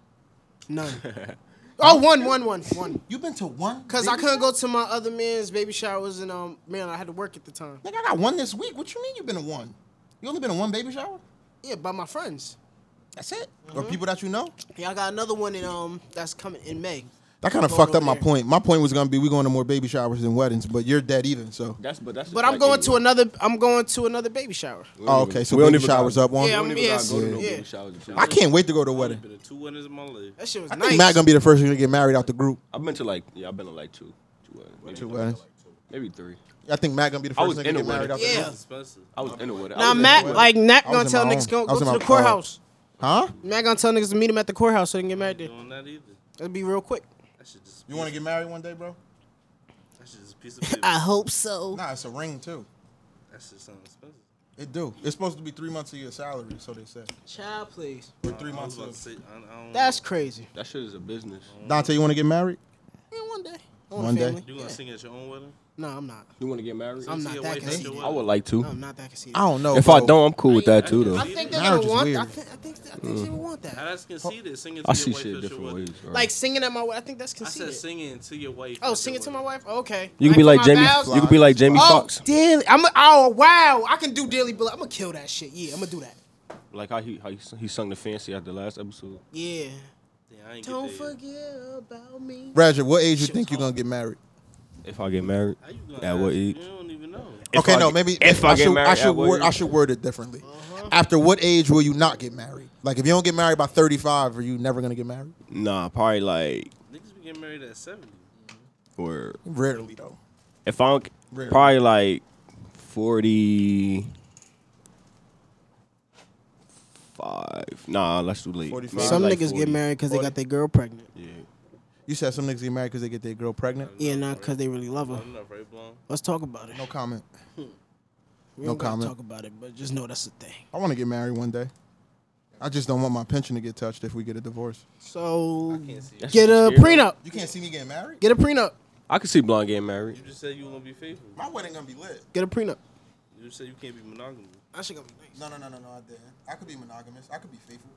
None. oh, one, one, one, one. You been to one? Cause I couldn't go to my other man's baby showers and um man, I had to work at the time. Nigga, I got one this week. What you mean you been to one? You only been to one baby shower? Yeah, by my friends. That's it. Mm-hmm. Or people that you know? Yeah, I got another one in um that's coming in May. That kind of Going fucked up over my there. point. My point was gonna be we going to more baby showers than weddings, but you're dead even. So. That's but that's. But I'm going to another I'm going to another baby shower. Oh, okay. So baby showers up one. Yeah, I'm- yes, yeah. I can't wait to go to a wedding. Been to two winners in my life. That shit was I nice. think Matt gonna be the first one to get married out the group. I've been to like yeah, I've been to like two, two weddings, maybe, Two weddings. maybe three. I think Matt gonna be the I first was one to in a get married wedding. out the Yeah. group. It's expensive. I was in a wedding. I now was in a Matt wedding. like Matt I was gonna in tell my niggas own- go, I was go in to my the courthouse. Huh? Matt gonna tell niggas to meet him at the courthouse so they can get married there. Doing that either. That'd be real quick. That shit just. You want to get married one day, bro? That shit just a piece of paper. I hope so. Nah, it's a ring too. that shit sound expensive. It do. It's supposed to be three months of your salary, so they said. Child please. Or three I was months about of. to say. I, I don't That's crazy. that shit is a business. Dante, you want to get married? Yeah, one day. I want One a day. family. You gonna sing at your own wedding? No, I'm not. You want to get married? I'm See not your that wife at your conceited. wedding? I would like to. No, I'm not that conceited. I don't know. if bro. I don't, I'm cool with that too though. I think they're Marriage is gonna want. weird. I think. I think. I think they would want Now that. that's conceited. Singing to I your see wife shit at your different wedding. ways. Bro. Like singing at my. wed- I think that's I conceited. said singing to your wife. oh, at sing your it to my wedding. wife. Okay. you could be for like my Jamie. vows? You could be like Jamie oh, Foxx. Daily. I'm. A, oh wow. I can do daily. But I'm gonna kill that shit. Yeah, I'm gonna do that. Like how he how he, he sung the fancy at the last episode. Yeah. Damn, I ain't Don't get there yet. forget about me. Roger, what age you think you're gonna get married? If I get married, How you gonna at ask what me? age? You don't even know. If okay, I no, get- maybe if I should, get married, I should at what word, I age? should word it differently. After what age will you not get married? Like if you don't get married by 35, are you never gonna get married? Nah, probably like Niggas be getting married at seventy. or Rarely though. if I'm Rarely. probably like forty five. Nah, let's do late. 45. Maybe Some like niggas 40. get married because they got Forty. their girl pregnant. Yeah. You said some niggas get married because they get their girl pregnant. Yeah, not because they really love her. I'm not very blonde. Let's talk about it. No comment. we no don't gotta comment. Talk about it, but just know that's the thing. I want to get married one day. I just don't want my pension to get touched if we get a divorce. So That's get a scary. prenup. You can't see me getting married. Get a prenup. I could see blonde getting married. You just said you gonna be faithful. My wedding gonna be lit. Get a prenup. You just said you can't be monogamous. That shit gonna be nice. No, no, no, no, no. I didn't. I could be monogamous. I could be faithful.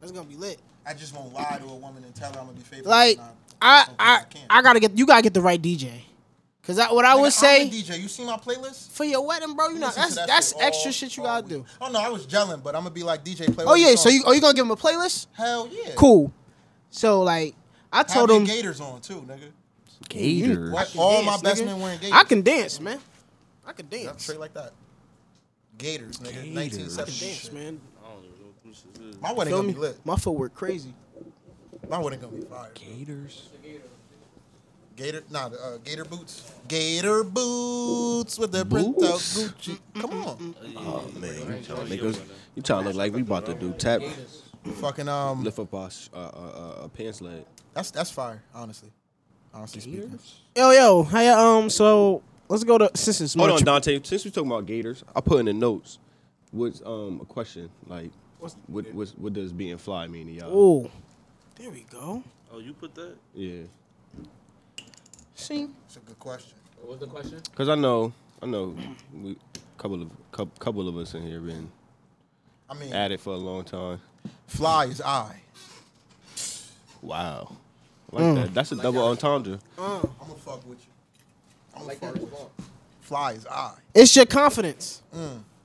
That's gonna be lit. I just won't lie to a woman and tell her I'm gonna be faithful. Like Nah. I Sometimes I can't. I gotta get you gotta get the right DJ. Cause I, what I Nigga, I'm would a say DJ, you see my playlist? for your wedding, bro, you know Listen to that's that that's shit extra all- shit you all gotta week. do. Oh no, I was gelling, but I'm gonna be like DJ play. Oh all yeah, these so you songs. are you gonna give him a playlist? hell yeah, Cool. So like I Have told your him Gators on too, nigga. Gator. What? can All dance, my best nigga. men wearing Gators. I can dance, man. I can Yeah, dance. straight like that. Gators, nigga. I can dance, 1970. man. I don't even know what this shit is. My wedding Feel gonna me? be lit. My footwork crazy. My wedding gonna be fire. Gators. Gator, nah, the, uh, Gator boots. Gator boots with the print out Gucci. Come on, Oh man, you trying to make us? You trying to look like we about to do tap fucking um, lift up our sh- uh, uh, uh, pants leg? that's that's fire. Honestly, honestly speaking, Yo, yo, hi, um, so let's go to since it's Hold March- on, Dante. Since we talking about Gators, I put in the notes. What's um a question like? What what's, what does being fly mean to y'all? Ooh, there we go. Oh, you put that? Yeah, See, it's a good question. What was the question? cause I know I know we couple of cou- couple of us in here been I mean, at it for a long time. fly is I. Wow, I like Mm. that. That's a double entendre. I'm gonna fuck with you. I'm gonna fuck with you. Fly is I. it's your confidence.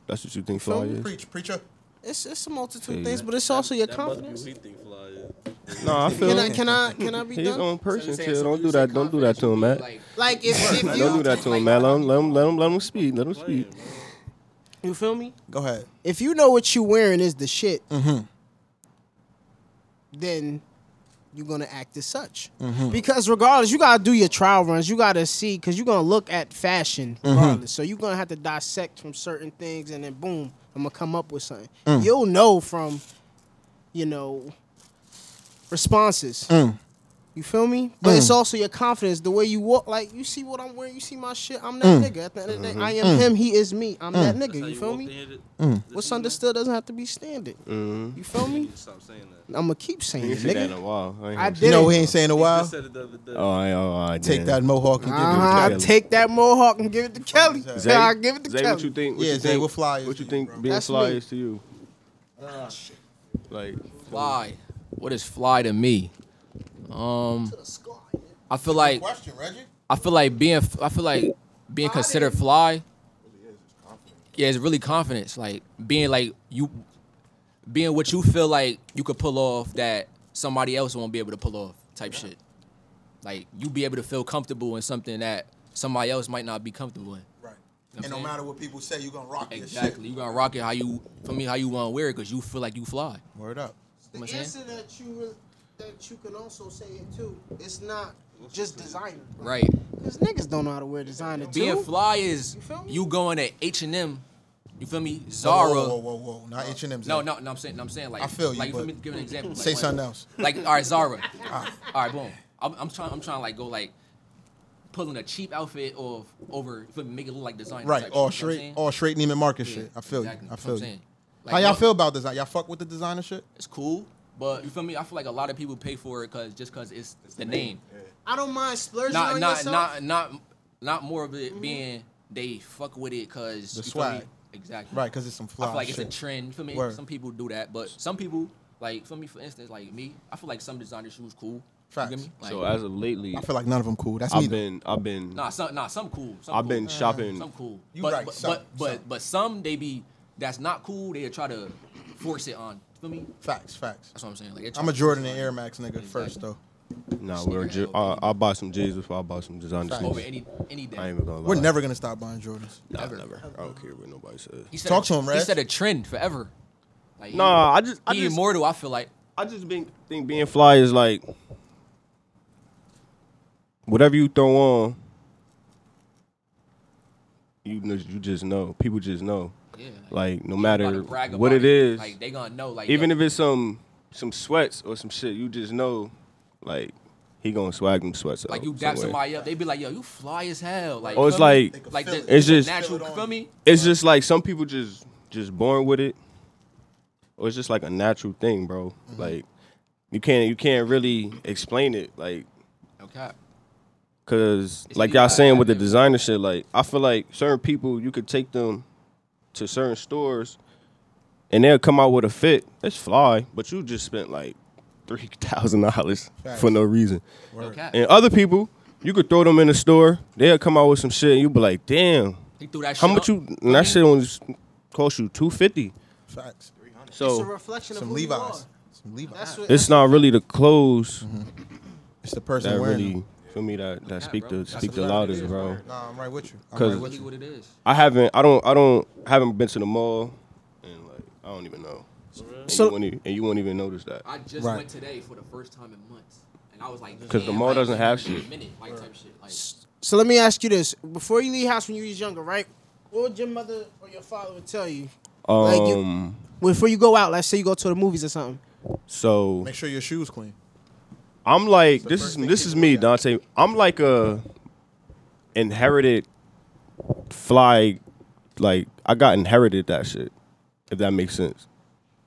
That's what you think fly is? Preach, preacher. It's it's a multitude Yeah. of things, but it's also your that confidence. must be who he think fly is. No, Can I I feel can I can I be his done? own person. Chill. Don't do that. Don't do that to him, Matt. Like if, if you Don't do that to him, Matt. Let him let him let him, let him speak. Let him Playing, speak. man. you feel me, Go ahead. if you know what you wearing is the shit, then you're gonna act as such. Because regardless, you gotta do your trial runs. You gotta see because you're gonna look at fashion regardless. So you're gonna have to dissect from certain things, and then boom, I'm gonna come up with something. You'll know from, you know, responses. You feel me? But it's also your confidence, the way you walk. Like you see what I'm wearing, you see my shit. I'm that nigga. At the end of the day, I am him. He is me. I'm that That's nigga. how You, feel walked me? in here Mm. to- this What's evening? understood doesn't have to be standard. Mm-hmm. You feel You me? need to Stop saying that. I'm gonna keep saying You it, ain't seen that in a nigga. while. ain't I gonna did You know we it. ain't saying a He while. just said it the other day. Oh, I, oh, I Take did. that mohawk and give it Uh-huh, Kelly. take that mohawk and give it to Kelly. Zay? Zay, I give it to Zay, Kelly. what you think? What Yeah, you Zay, think, what fly is What you to you, Ah, think bro? being That's fly me. is to you? Like, Fly. What is fly to me? Um, I feel Good like question, Reggie. I feel like being I feel like being considered fly. Yeah, it's really confidence. Like being like you, being what you feel like you could pull off that somebody else won't be able to pull off type shit. Like you be able to feel comfortable in something that somebody else might not be comfortable in. Right. I'm And no saying- matter what people say, you gonna rock this Exactly. You gonna rock it how you for me how you want to wear it because you feel like you fly. shit. Word up. Am I The saying? answer that you re- that you can also say it too. It's not just designer, Right. Because niggas don't know how to wear designer too. Being fly is You feel me? you going to H and M. You feel me? Whoa, Zara. whoa, whoa, whoa, whoa. Not H and M's. No, no, no. I'm saying, no, I'm saying like I feel you, Like, but for me to give an example. Like, Say like- something else. Like, all right, Zara. all right, boom. I'm, I'm trying, I'm trying to like go like pulling a cheap outfit off over, for make it look like designer. Right. type All shit, you know what straight, I'm saying? all straight Neiman Marcus Yeah, shit. I feel exactly, you. I that's what feel I'm you. saying. How Like, y'all look, feel about design? Y'all fuck with the designer shit? It's cool, but you feel me? I feel like a lot of people pay for it because just because it's, the name. I don't mind splurging Not, on not, yourself. not, not, not more of it being they fuck with it because The you feel me? swag. Exactly. Right, because it's some I fly feel like shit. it's a trend. You feel me? Word. Some people do that, but some people like for me, for instance, like me, I feel like some designer shoes cool. Facts. You get me? Like, so as of lately, I feel like none of them cool. That's me. I've though. been, I've been, nah, some nah, some cool. Some I've cool. been shopping. Some cool. You but, right, But some, but but, some. but some they be that's not cool. They try to force it on. Feel me? Facts, facts. That's what I'm saying. Like they try I'm a to Jordan force and it on Air Max nigga first though. Nah, we're. Sneaker Ju- I, elbow. I bought some J's before I bought some designer Facts. you. over shoes. any any day. I ain't even gonna lie. We're never gonna stop buying Jordans. Nah, ever. never. I don't care what nobody says. He said Talk a, to him, He Reg. said a trend forever. Like, he- Nah, I just, I he just, immortal. I feel like I just been, think being fly is like whatever you throw on. You, kn- you just know. People just know. yeah. Like no about to matter brag what about it is, like they gonna know. Like even yo, if it's some some sweats or some shit, you just know, like he gonna swag them sweats like out you some dap way. somebody up, they be like, "Yo, you fly as hell." Like, Or it's feel me? like- They can like feel the, it. It's just- natural. Feel it on feel you. me? It's just like some people just just born with it. or it's just like a natural thing, bro. Mm-hmm. Like you can't you can't really explain it, like Okay. cause It's like the y'all saying with the vibe. designer shit. Like I feel like certain people you could take them to certain stores and they'll come out with a fit. That's fly, but you just spent like three thousand dollars for no reason. Okay. And other people, you could throw them in the store. They'll come out with some shit, and you be like, "Damn, He threw that how shit much up. you?" And that shit only cost you two fifty. Facts. It's a So reflection of Some who you are. Levi's. Some That's Levi's. what, it's not really the clothes It's the person that Mm-hmm. wearing really them. for me that that speak bro. the That's speak a the fact. loudest, bro. Nah, I'm right with you. I'm 'Cause- right with Really you. what it is. I haven't, I don't, I don't, haven't been to the mall, and like I don't even know. And, So- you won't even, and you won't even notice that. I just Right. went today for the first time in months, and I was like, 'Cause the damn, mall like, doesn't have in a shit. Minute, like type shit. Like, so let me ask you this: Before you leave house when you was younger, right? What would your mother or your father would tell you? Like you- Um, Before you go out, let's say you go to the movies or something. so Make sure your shoes clean. I'm like this first is thing this people is me, look at. Dante. I'm like a inherited fly, like I got inherited that shit. If that makes sense.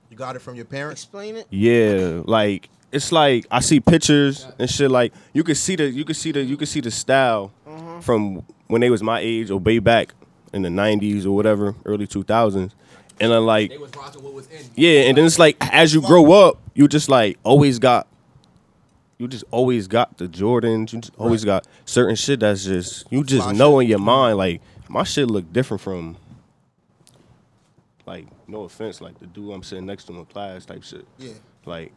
You got it from your parents. Explain it. Yeah, like it's like I see pictures and shit. Like you could see the you could see the you could see the style from when they was my age or way back in the '90s or whatever, early 2000s, and then like they was rocking what was in. yeah, and then it's like as you grow up, you just like always got, you just always got the Jordans. You just always got certain shit that's just you just Fly know shit. in your mind like my shit look different from. Like no offense, like the dude I'm sitting next to in class type shit. Yeah. Like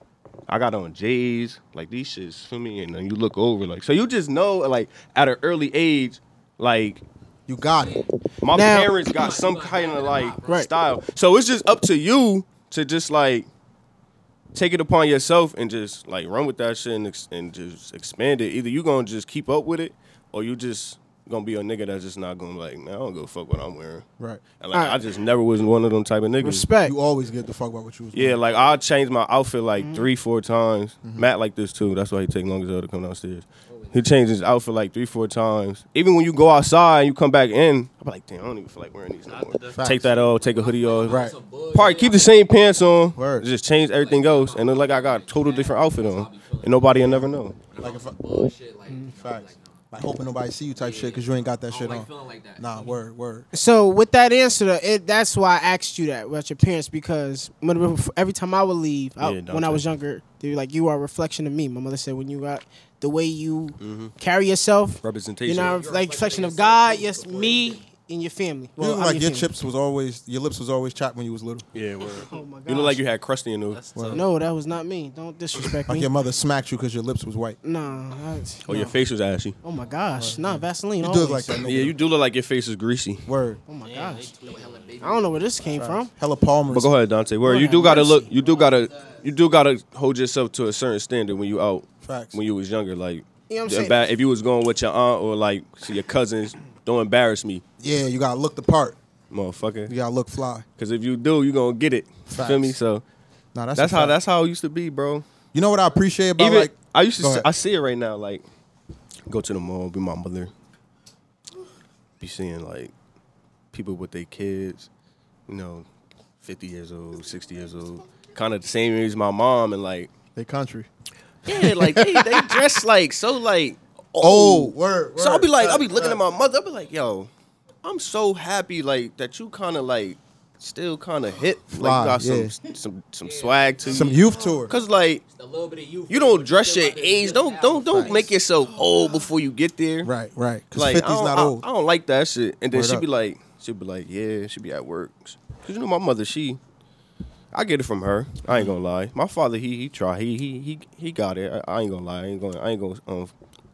I got on J's, like these shits for me, and then you look over like so you just know like at an early age, like You got it. my Now- parents got some kind of like Right. style. So it's just up to you to just like take it upon yourself and just like run with that shit and, ex- and just expand it. Either you gonna just keep up with it, or you just gonna be a nigga that's just not gonna like, man, I don't go fuck what I'm wearing. Right. And like, Alright. I just never was one of them type of niggas. Respect. You always get the fuck about what you was Yeah, doing. like I'll change my outfit like three, four times. Matt like this too. That's why he take long as hell to come downstairs. He changes his outfit like three, four times. Even when you go outside and you come back in, I'm like, damn, I don't even feel like wearing these no more. Facts. Take that off, take a hoodie off. Right. Some bull- Probably keep the same pants on. Word. Just change everything else, and look like I got a total different outfit on, and nobody will never know. Like if I, bullshit. Like, you know, Mm-hmm. facts. like, no. Like hoping nobody see you type shit because you ain't got that I shit don't on. like feeling like that. Nah, word, word. So with that answer, though, it, that's why I asked you that about your parents because when- every time I would leave I- Yeah, when I Dante. was younger, they were like, "You are a reflection of me." My mother said, "When you got the way you Mm-hmm. carry yourself, Representation. you know, You're a like reflection reflection of of yourself God, too, yes, before you me and your family." You look I'm like your family. chips was always your lips was always chapped when you was little. yeah, word. Oh my god! You look like you had crusty in those. That's tough. No, that was not me. Don't disrespect uh, Like me. your mother smacked you because your lips was white. Nah. that's- Oh, your nah. face was ashy. Oh my gosh! Nah, Vaseline. You always. look like that nigga. Yeah, you do look like your face is greasy. Word. Oh my gosh! I don't know where this came from. Hella Palmer. But go ahead, Dante. Where Lord you do have gotta mercy. look, you do gotta, you do gotta hold yourself to a certain standard when you out, Facts. when you was younger. Like, You know what I'm the saying? ba- if you was going with your aunt or like so your cousins, don't embarrass me, Yeah, you gotta look the part. You motherfucker. gotta look fly. Because if you do, you gonna get it. Feel me? Facts. So Nah, that's that's, a how fact. that's how it used to be, bro. You know what I appreciate about Even like I used to, Go s- ahead. I see it right now. Like, go to the mall, be my mother, be seeing like people with their kids, you know, fifty years old, sixty years old, kind of the same age as my mom, and like. the country. Yeah, like they, they dress like so like Oh, word, So I'll be word, like, I'll be right, looking at right. my mother, I'll be like, yo, I'm so happy like that you kinda like still kinda hip. Fly, like you got yeah. some some some swag to Some you. youth tour. Cause like A little bit of you. you don't dress your age. Don't don't don't make yourself old before you get there. Right, right. Cause Like 50's I, don't, not I- old. I don't like that shit. And then Word she'd up. be like, she'd be like, yeah, she'd be at work. Cause you know my mother, she, I get it from her. I ain't gonna lie. My father, he he try, he he he he got it. I, I ain't gonna lie. I ain't gonna I ain't gonna um,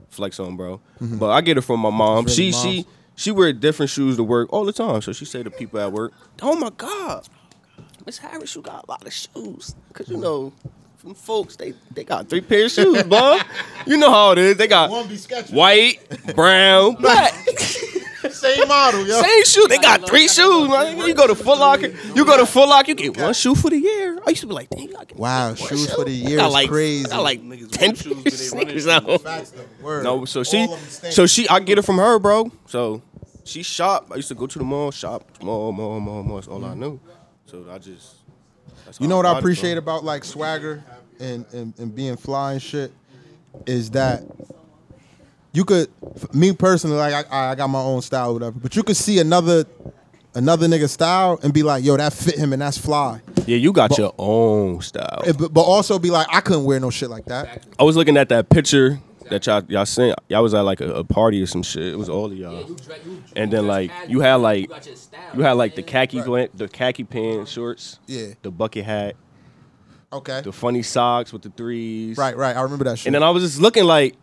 flex on bro. But I get it from my Mm-hmm. mom. It's She really she moms. she wear different shoes to work all the time. So she say to people at work, oh my god, Miss Harris, you got a lot of shoes. Cause you know. Them folks, they, they got three pair of shoes, bro. You know how it is. They got One be sketchy. white, brown, black. Same model, yo. Same shoe. They got three shoes. Man. You go to Foot Locker. You go to Foot Locker. You get one shoe for the year. I used to be like, dang, I can Wow, get one shoes shoe. for the I year got is like, crazy. I got like Niggas ten with shoes, but they running sneakers out. Facts though, word. No, so she, All of 'em stink. so she, I get it from her, bro. So Mm-hmm. she shop. I used to go to the mall, shop, mall, mall, mall, mall. That's all I knew. So I just You know what hard I body, appreciate bro. about like swagger and, and, and being fly and shit is that you could f- me personally like I, I got my own style or whatever, but you could see another another nigga style and be like, yo, that fit him and that's fly. Yeah, you got your own style. Eh, But, but also be like, I couldn't wear no shit like that. I was looking at that picture that y'all y'all sent. Y'all was at like a, a party or some shit. It was all of y'all. And then like you had like you had like the khaki glan- the khaki pants shorts. Yeah. The bucket hat, Okay. the funny socks with the threes. Right, right. I remember that shit. And then I was just looking like,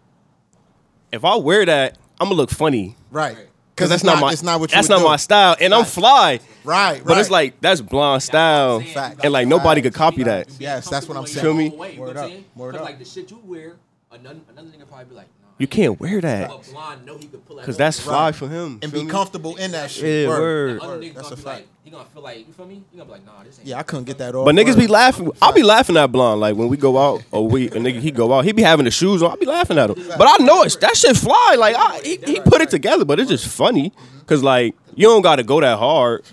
if I wear that, I'm gonna look funny. right. Cause that's it's not, my it's not what you that's would not do. my style, and I'm Right. fly. Right, right. But it's like that's blonde style, Fact. and like nobody could copy that. Yes, that's what I'm saying. Feel me? Word Word up, word up. Like the shit you wear, another, another nigga probably be like, nah. You can't wear that But blonde know he could pull that. because off. that's fly Right. for him. and Feel be me? comfortable in that shit. Yeah, word. word. Other Word. niggas That's gonna a be fact. like, he gonna feel like, you feel me? You gonna be like, nah, this ain't. Yeah, I couldn't get that off. But niggas be word. laughing. I'll be laughing at blonde. Like when we go out, or we a nigga he go out, he be having the shoes on. I'll be laughing at him. But I know it's that shit fly. Like I, he, he put it together, but it's just funny because like you don't gotta go that hard.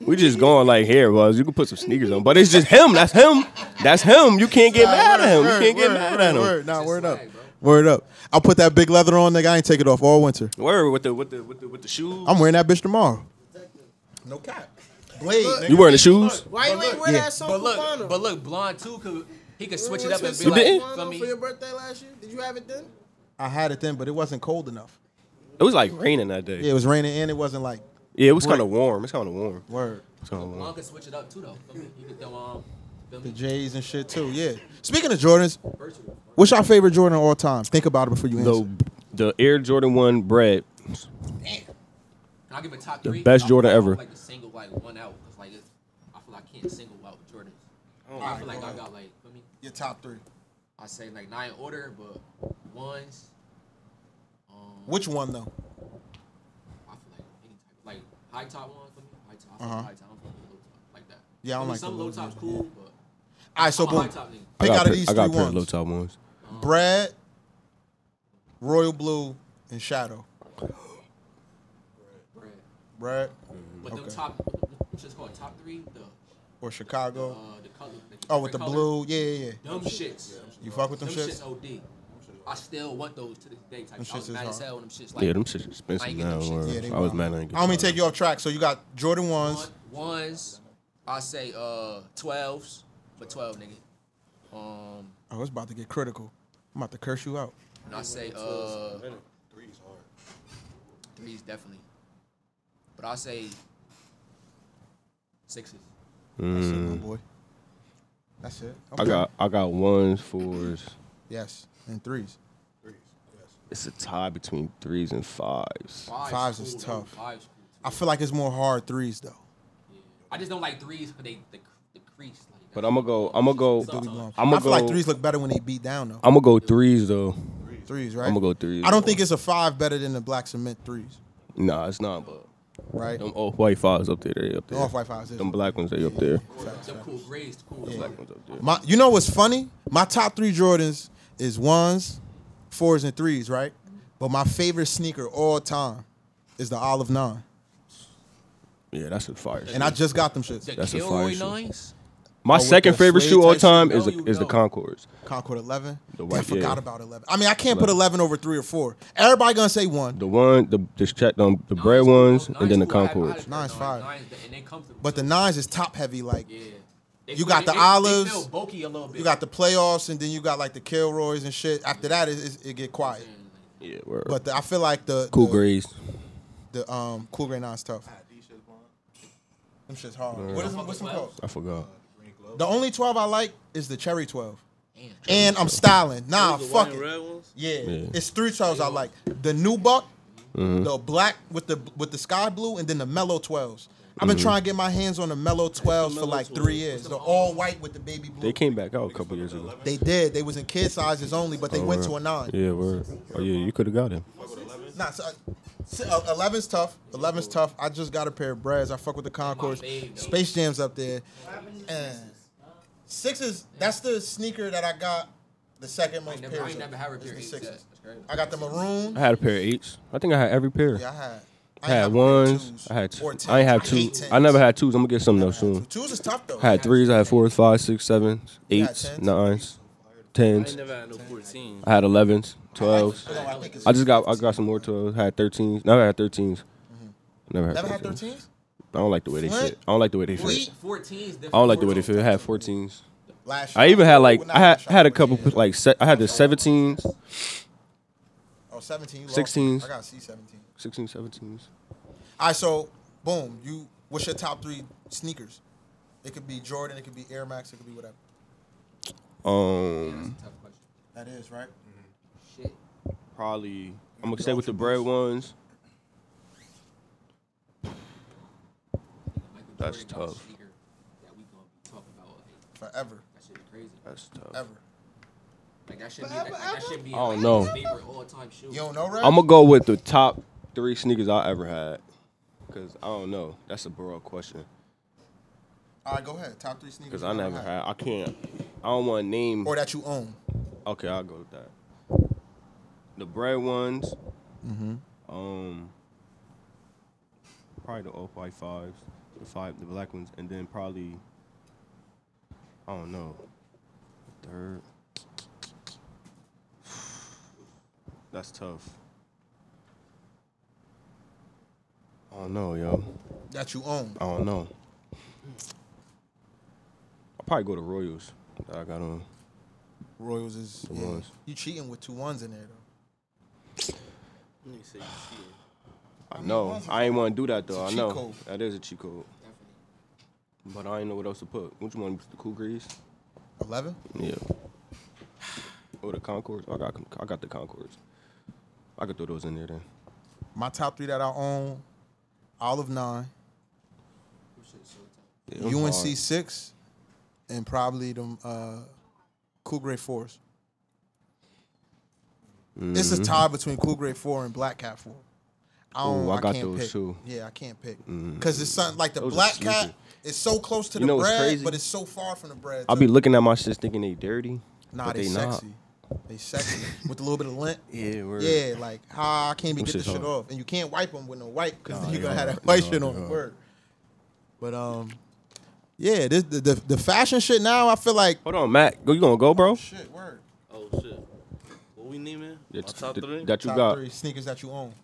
We just going like here was. You can put some sneakers on, but it's just him. That's him. That's him. You can't get mad at him. You can't get mad at him. Word, nah, word up. Word up. I'll put that big leather on, nigga. I ain't take it off all winter. Word with the with the with the with the shoes. I'm wearing that bitch tomorrow. No cap. Blade. You wearing the shoes? Why you ain't wear yeah. that song But Cubano? look, but look, blonde too could he could switch it up and be You like, didn't? feel me? for your birthday last year? Did you have it then? I had it then, but it wasn't cold enough. It was like raining that day. Yeah, it was raining and it wasn't like Yeah, it was kind of warm. It's kind of warm. word. It's kinda warm. Blonde could switch it up too though. Feel me? You could throw um, feel The me? J's and shit too. Yeah. Speaking of Jordans, Virtual. what's your favorite Jordan of all time? Think about it before you answer. The the Air Jordan One bread. Can I give a top The three? best I feel Jordan like I ever. Like the single, like one out. 'cause, like it's, I feel like I can't single out Jordans. I feel like I got like, feel me? Your top three. I say like not in order, but ones. Which one though? I feel like any type, like high top one for me. High top, Uh-huh. high top, I don't fuck with low top like that. Yeah, I don't Feel me? like the some low low top, tops cool, but All right, so I'm a boom. high top nigga. I Pick got out of pair- these I got three a pair of low ones. top ones. Brad, Royal Blue, and Shadow. Bread. Brad But them Okay. top, which is called top three, the or uh, Chicago. the color. the Oh, with different the color, blue. Yeah, yeah, yeah. Dumb shits. You fuck with them Them shits? shits OD. I still want those to this day. Type. Them I shits was is mad as hard. hell when them shits like Yeah, them shit's expensive getting now. them shits. or Yeah, they I was wild. mad I didn't get I don't mean that. take you off track. So you got Jordan ones. One- ones. I say uh twelves, but twelve nigga. Um, Oh, it's about to get critical. I'm about to curse you out. and I say uh Three's hard. threes definitely, but I say sixes. That's it, my boy. That's it. Mm. I got I got ones, fours. yes and threes. Threes. Yes. It's a tie between threes and fives. Fives is though. tough. Fives cool too. I feel like it's more hard threes though. I just don't like threes, but they the, the crease. Like, But I'ma go- I'ma go- Do we want- I'ma I feel like go- threes look better when they beat down though. I'm gonna go threes though. threes, right? I'ma go threes. I don't think it's a five better than the black cement threes, Nah, it's not. But right? them off white fives up there, they up there. Off white fives. is- Them black ones, they up there. the cool grays, cool. Black ones up there. My, you know what's funny? My top three Jordans is ones, fours, and threes, right? But my favorite sneaker all time is the Olive Nine, Yeah, that's a fire. and I just got them shits. The That's a fire Kilroy shoe. nines. My with second the favorite suede shoe all type shoe, time no, is you is the don't. Concords. Concord 11. The Damn, I white, forgot yeah. about 11. I mean, I can't put 11 over three or four. Everybody gonna say one, The one, the the, check, um, the bread Nine's cool. ones, and Nine's then the cool. I had- I had Concords. a pair of Nine's fire. Nines, and they comfortable. but the too. nines is top heavy. Like Yeah. They You feel- got they- the they- they olives. feel bulky a little bit. you got the playoffs, and then you got like the Kilroys and shit. After that, it, it, it get quiet. Yeah, word. But the, I feel like the cool the, grays. the um cool gray nines tough. Ah, these shits blonde. Them shit's hard. What is what's them called? I forgot. Green glow. The only 12 I like is the cherry 12. Damn. And I'm styling. Nah, The Ah, fuck white it. and red ones. Yeah. Yeah. It's three 12s I like. The new buck, the black with the with the sky blue, and then the mellow 12s. I've Mm-hmm. been trying to get my hands on the mellow 12s for like three years. The all white with the baby blue. They came back out a couple years ago. They did. They was in kid sizes only, but they went to a nine. Oh, Yeah, word. Oh yeah, you could have got him. Nah, so, uh, so, uh, 11's tough. 11's tough. I just got a pair of Brads. I fuck with the Concords. fave, though. Space Jam's up there. And six is that's the sneaker that I got the second I most ain't never, I pairs. ain't of. never had a It's pair the of eight sixes. sets. That's crazy. I got the maroon. I had a pair of eights. I think I had every pair. Yeah, I had. I had ones. I had. Two. I ain't have two. I never had twos. I'm gonna get some though soon. Twos is tough though. I had threes. I had fours, fives, six, sevens, got eights, tens? nines, I ain't tens. never had no 14. I had elevens, twelves. No, I think it's- I just got I got some more twelves. I had thirteens. Never had thirteens. Never had. Mm-hmm. Never had 13s. 13s? I don't like the way they What? fit. I don't like the way they fit. Wait. 14 is different. I don't like the way they fit. I had fourteens. Last I year. even had like Well, not I had last year, had a but couple yeah. like se- I had the 17s, Oh, 17. you lost. 16s. I got C 17. 16s, 17s. All right, so boom. You. What's your top three sneakers? It could be Jordan. It could be Air Max. It could be whatever. Um, That is right. Mm-hmm. probably I'm gonna stay with the bread ones. That's tough. Forever. That's tough. Ever. I I don't know. You don't know, right? I'm gonna go with the top three sneakers I ever had. Cause I don't know. That's a broad question. All right, go ahead. Top three sneakers. Cause I you never had. had. I can't. I don't want to name. Or that you own. Okay, I'll go with that. The bread ones. Um. Probably the off white fives, the five, the black ones, and then probably. I don't know. Third. That's tough. I don't know, yo. That you own. I don't know. I'll probably go to Royals that I got on. Royals is. The yeah. ones. You cheating with two ones in there though. I know. I ain't want to do that though. It's I a know cheat code. that is a cheat code. But I ain't know what else to put. Which one? The Cool Grease? Eleven. Yeah. Or Oh, the Concords? I got I got the Concords. I could throw those in there then. My top three that I own. Olive nine. Yeah, them UNC hard. six, and probably them uh, Cool Grade fours. It's a tie between Cool Grade four and Black Cat four. I don't. Mm-hmm. Ooh, I, I got can't those pick. too. Mm-hmm. Yeah, I can't pick because it's something like the Those are Black sleepy. Cat is so close to the You know what's bread, crazy? but it's so far from the bread. I'll be too. looking at my shits thinking they dirty. nah, but they, they, not. sexy. They sexy with a little bit of lint. Yeah, word. Yeah, like ah, I can't be Them get this shits shit hard. off, and you can't wipe them with no wipe because Nah, you're they gonna have hard. that white Nah, shit they on. hard. Word. But um, yeah, this the, the the fashion shit now. I feel like Hold on, Matt. Go, you gonna go, bro? shit. Word. Oh, shit. What we naming? My That's- top th- three? That you Top got. three sneakers that you own.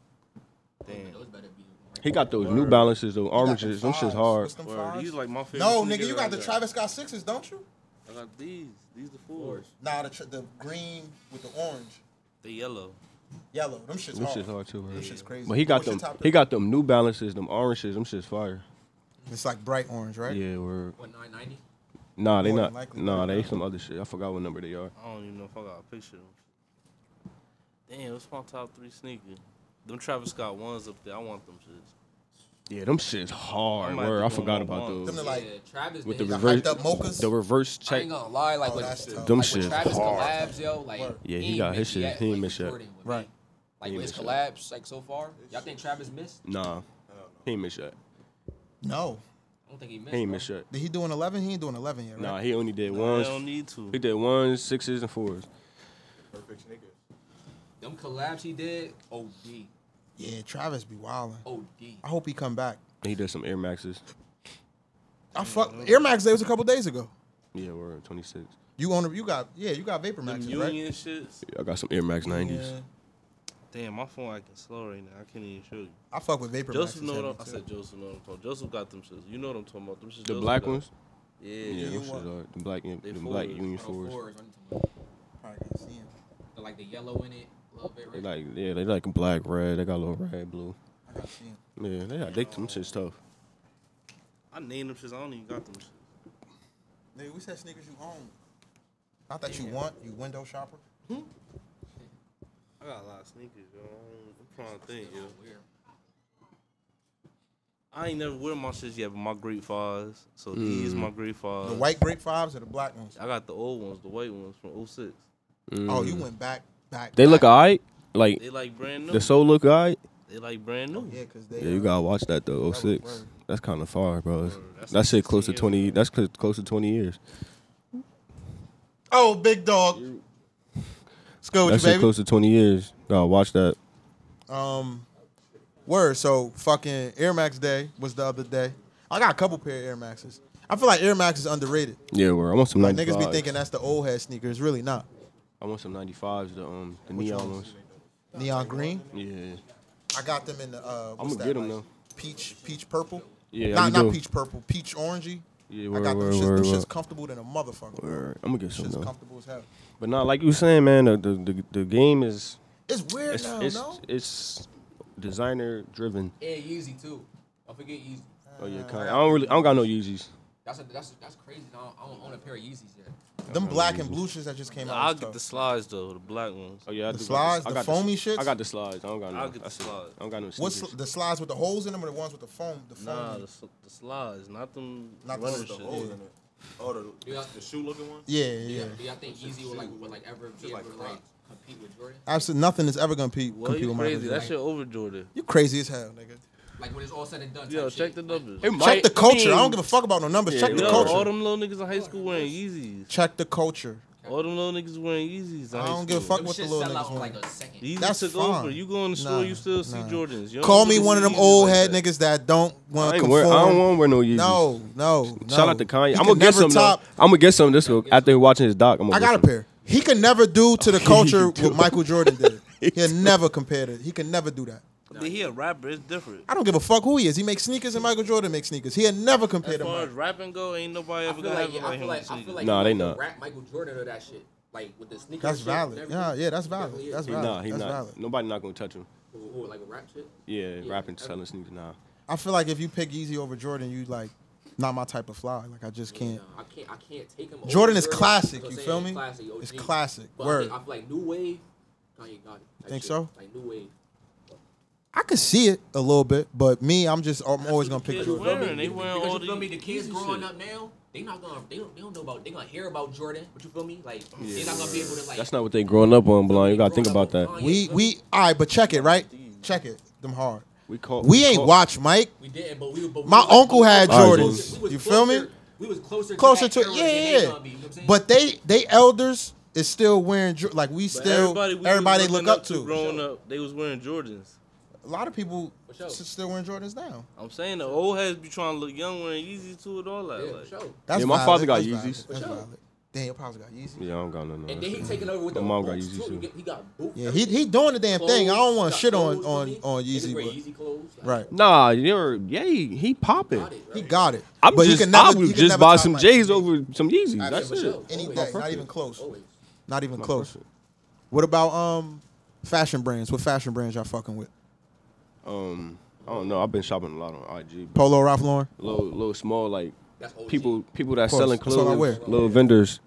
He got those New Balances, those You oranges. got the Them shit's fives. hard. What's them Word, fives? these like my favorite. no, sneakers nigga, you got I the Travis Scott sixes, don't you? I got these. These the fours. Nah, the, tr- the green with the orange, The yellow. yellow. Them shit's Them hard. shit's hard too. Bro. Them shit's crazy. But he got What's your them. top He three? got them New Balances, them oranges. Them shit's fire. It's like bright orange, right? Yeah, word. What 990? Nah, they More not. than likely Nah, not. they some other shit. I forgot what number they are. I don't even know if I got a picture of them. Damn, what's my top three sneaker? Them Travis Scott ones up there. I want them shits. Yeah, them shit's I hard. might have Word. to I go forgot on about Them one. the those. like yeah, Travis With did the the his- reverse- hyped up mochas. The reverse I check. ain't gonna lie, like Oh, with, that's tough. Them like, shit's with Travis hard. collabs, yo, like Word. Yeah, he ain't got miss his shit. yet, He ain't like, miss with yet. Jordan with Right. me. Like He with his ain't miss collabs, like so far, y'all think Travis missed? Oh, Nah, he ain't miss yet. No, I don't think he missed. He ain't bro. miss yet. did he doing eleven? He ain't doing eleven yet, right? Nah, he only did I don't ones. need to. He did ones, sixes, and fours. Perfect sneakers. Them collabs he did, OD, Yeah, Travis be wildin'. OD. I hope he come back. And He did some Air Maxes. I fuck Air Max Day was a couple days ago. Yeah, we're 26. You own a, you got yeah, you got Vapor Them Maxes, right? Union shits. I got some Air Max 90s. Yeah. Damn, my phone acting slow right now. I can't even show you. I fuck with Vapor Maxes. Joseph know what heavy, I'm, I too. said Joseph know what I'm talking. Joseph got them shits. You know what I'm talking about. Them shits The Joseph black got. ones. Yeah. Yeah, yeah. them shit's hard. The black, the fours. black Union Oh, fours. fours, I need to look. Probably can't see him. The, like the yellow in it, a little bit. They like, Right? yeah, they like black, red. They got a little red, blue. I gotta see him. Yeah, they, they them shit's tough. I named them shits. I don't even got them shits. Nigga, we said sneakers you own. Not that you want, you window shopper. I got a lot of sneakers, yo. I don't- I'm trying to think, yo. Weird. I ain't never wear my shits yet, but my great fives. So these Mm. my great fives. The white grape fives or the black ones? I got the old ones, the white ones from 06. Oh, you went back, back. Mm. They back. look alright. Like They like brand new. the soul look alright. They like brand new. Yeah, cause they. Yeah, you uh, gotta watch that though. that was 06. word. That's kind of far, bro. that's That's, like shit close to 16 years, 20. That's cl- close to 20 years. Oh, big dog. Let's go That with shit you, baby. close to 20 years. Gotta watch that. Um, Word. So fucking Air Max Day was the other day. I got a couple pair of Air Maxes. I feel like Air Max is underrated. Yeah, word. I want some Like 95s. niggas be thinking that's the old head sneaker. It's really not. I want some 95s, the, um, the neon ones. Neon green. Yeah. I got them in the. Uh, what's I'ma that, get 'em, like, though. Peach, peach purple. Yeah, Not I'ma not do. peach purple. Peach orangey. Yeah, I word, got them word, shits. word, them shits word. comfortable than a motherfucker. Word. I'm going to get some, Shit's though. comfortable as hell. But not like you was saying, man, the, the, the, the game is It's weird it's, now, it's, no? it's designer driven. Yeah, Yeezy too. Don't forget Yeezy. Oh, yeah, Uh, kind I don't really, I don't got no Yeezys. That's a, that's that's crazy. I don't, I don't own a pair of Yeezys yet. Them black and blue shits that just came out. I'll was get tough. the slides though, the black ones. Oh yeah, I The do slides, got the I got foamy shits? I got the slides. I don't got no. I'll get the that's it. slides. I don't got no. What's sneakers. the slides with the holes in them or the ones with the foam? The foam. Nah, the, s- the slides, not them. Not the running s- the shit. old Yeah. it? Oh, the, Yeah. the shoe looking one? yeah, yeah. Do y'all think Yeezy will like will like ever be able to like compete with Jordan? Absolutely nothing is ever gonna pe- Well, compete you with Michael crazy? Jordan. That shit over Jordan. You crazy as hell, nigga. Like when it's all said and done. Yo, type check shit. the numbers. It Check might- the culture. I, mean, don't give a fuck about no numbers. Check the Yo, cultures. all them little niggas in high school wearing Yeezys. Check the culture. All them little niggas wearing Yeezys. in I high don't give a school. fuck Them what the shit little sell niggas out in, want. like a second. Yeezys That's took fine. over. You go in the store, Nah, you still see nah. Jordans. You don't Call me really see one of them Yeezys old like head that. niggas that don't I, want to ain't conform. wear, I don't want to wear no Yeezy. no, no, no. Shout out to Kanye. He I'm could gonna get never some. uh, top- though. I'm gonna get some. This after watching his doc. I'm gonna I get got a some. pair. He could never do to the culture what Michael Jordan did. He'll never compare to. He can never do that. But he a rapper, it's different. I don't give a fuck who he is. He makes sneakers and Michael Jordan makes sneakers. He'll never compare As to far as Michael. rapping go, ain't nobody I ever feel gonna like, have it yeah, I like feel him. like I feel Yeezys. like Nah, you they can not. Rap Michael Jordan or that shit. Like with the sneakers. That's shit, valid. never- Yeah, yeah, that's valid. definitely is. That's He valid. nah, he's that's not. valid. Nobody not gonna touch him. Ooh, ooh, like a rap shit. Yeah, Yeah, rapping, that's- selling sneakers. Nah. I feel like if you pick Yeezy over Jordan, you like not my type of fly. Like I just can't. No, uh, I can't. I can't take him. over Jordan is That's classic, what I'm you saying, feel it's me? Classic, It's OG. classic, But I, word. think, I feel like new wave. Kanye got it. type Think shit. so? Like new wave. I could see it a little bit, but me, I'm just I'm always gonna pick Kids Jordan. wearing, they wearing Because all you feel me, these the kids Yeezy growing shit. up now, they not gonna, they don't, they don't know about, they gonna hear about Jordan, but you feel me? Like, they not gonna be able to like. That's not what they growing up on, blind. You gotta think growing up about that. on Kanye, We feel me? we all right, but check it right. Check it them hard. We call. We ain't call- watch Mike. we didn't, but we. were- But we My was, like, uncle had we was Jordans. closer- we was You feel me? closer- We was closer, Closer that to era than they yeah, gonna be, you know what I'm saying? but they they elders is still wearing Jor- like we But still everybody, we was they look looking up to. Growing up, they was wearing Jordans. A lot of people For sure. s- still wearing Jordans now. I'm saying the old heads be trying to look young wearing Yeezy too and all that. Yeah, like, for sure. That's Yeah, my valid. father got That's valid. Yeezys. That's For sure. valid. Damn, your pops got Yeezys. Yeah, I don't got no. no And then he taking over with My the mom got boots, Yeezy too. He too. get- He got boots. Yeah, he he doing the damn thing. I don't want to shit on on on Yeezy, Yeezy clothes. but right, Nah, you're yeah. He, he popping. Got it, he right? got it. I'm but just. he can never, I he would can just never buy top some Mike. J's over some Yeezys. That's for it. sure. Any Always. day, not even Perfect. close, Always. not even My close. perfect. What about um, fashion brands? What fashion brands y'all fucking with? Um, I don't know. I've been shopping a lot on IG. But Polo Ralph Lauren. little, little small like That's OG. people, people that course, selling that's all I clothes, wear. little vendors,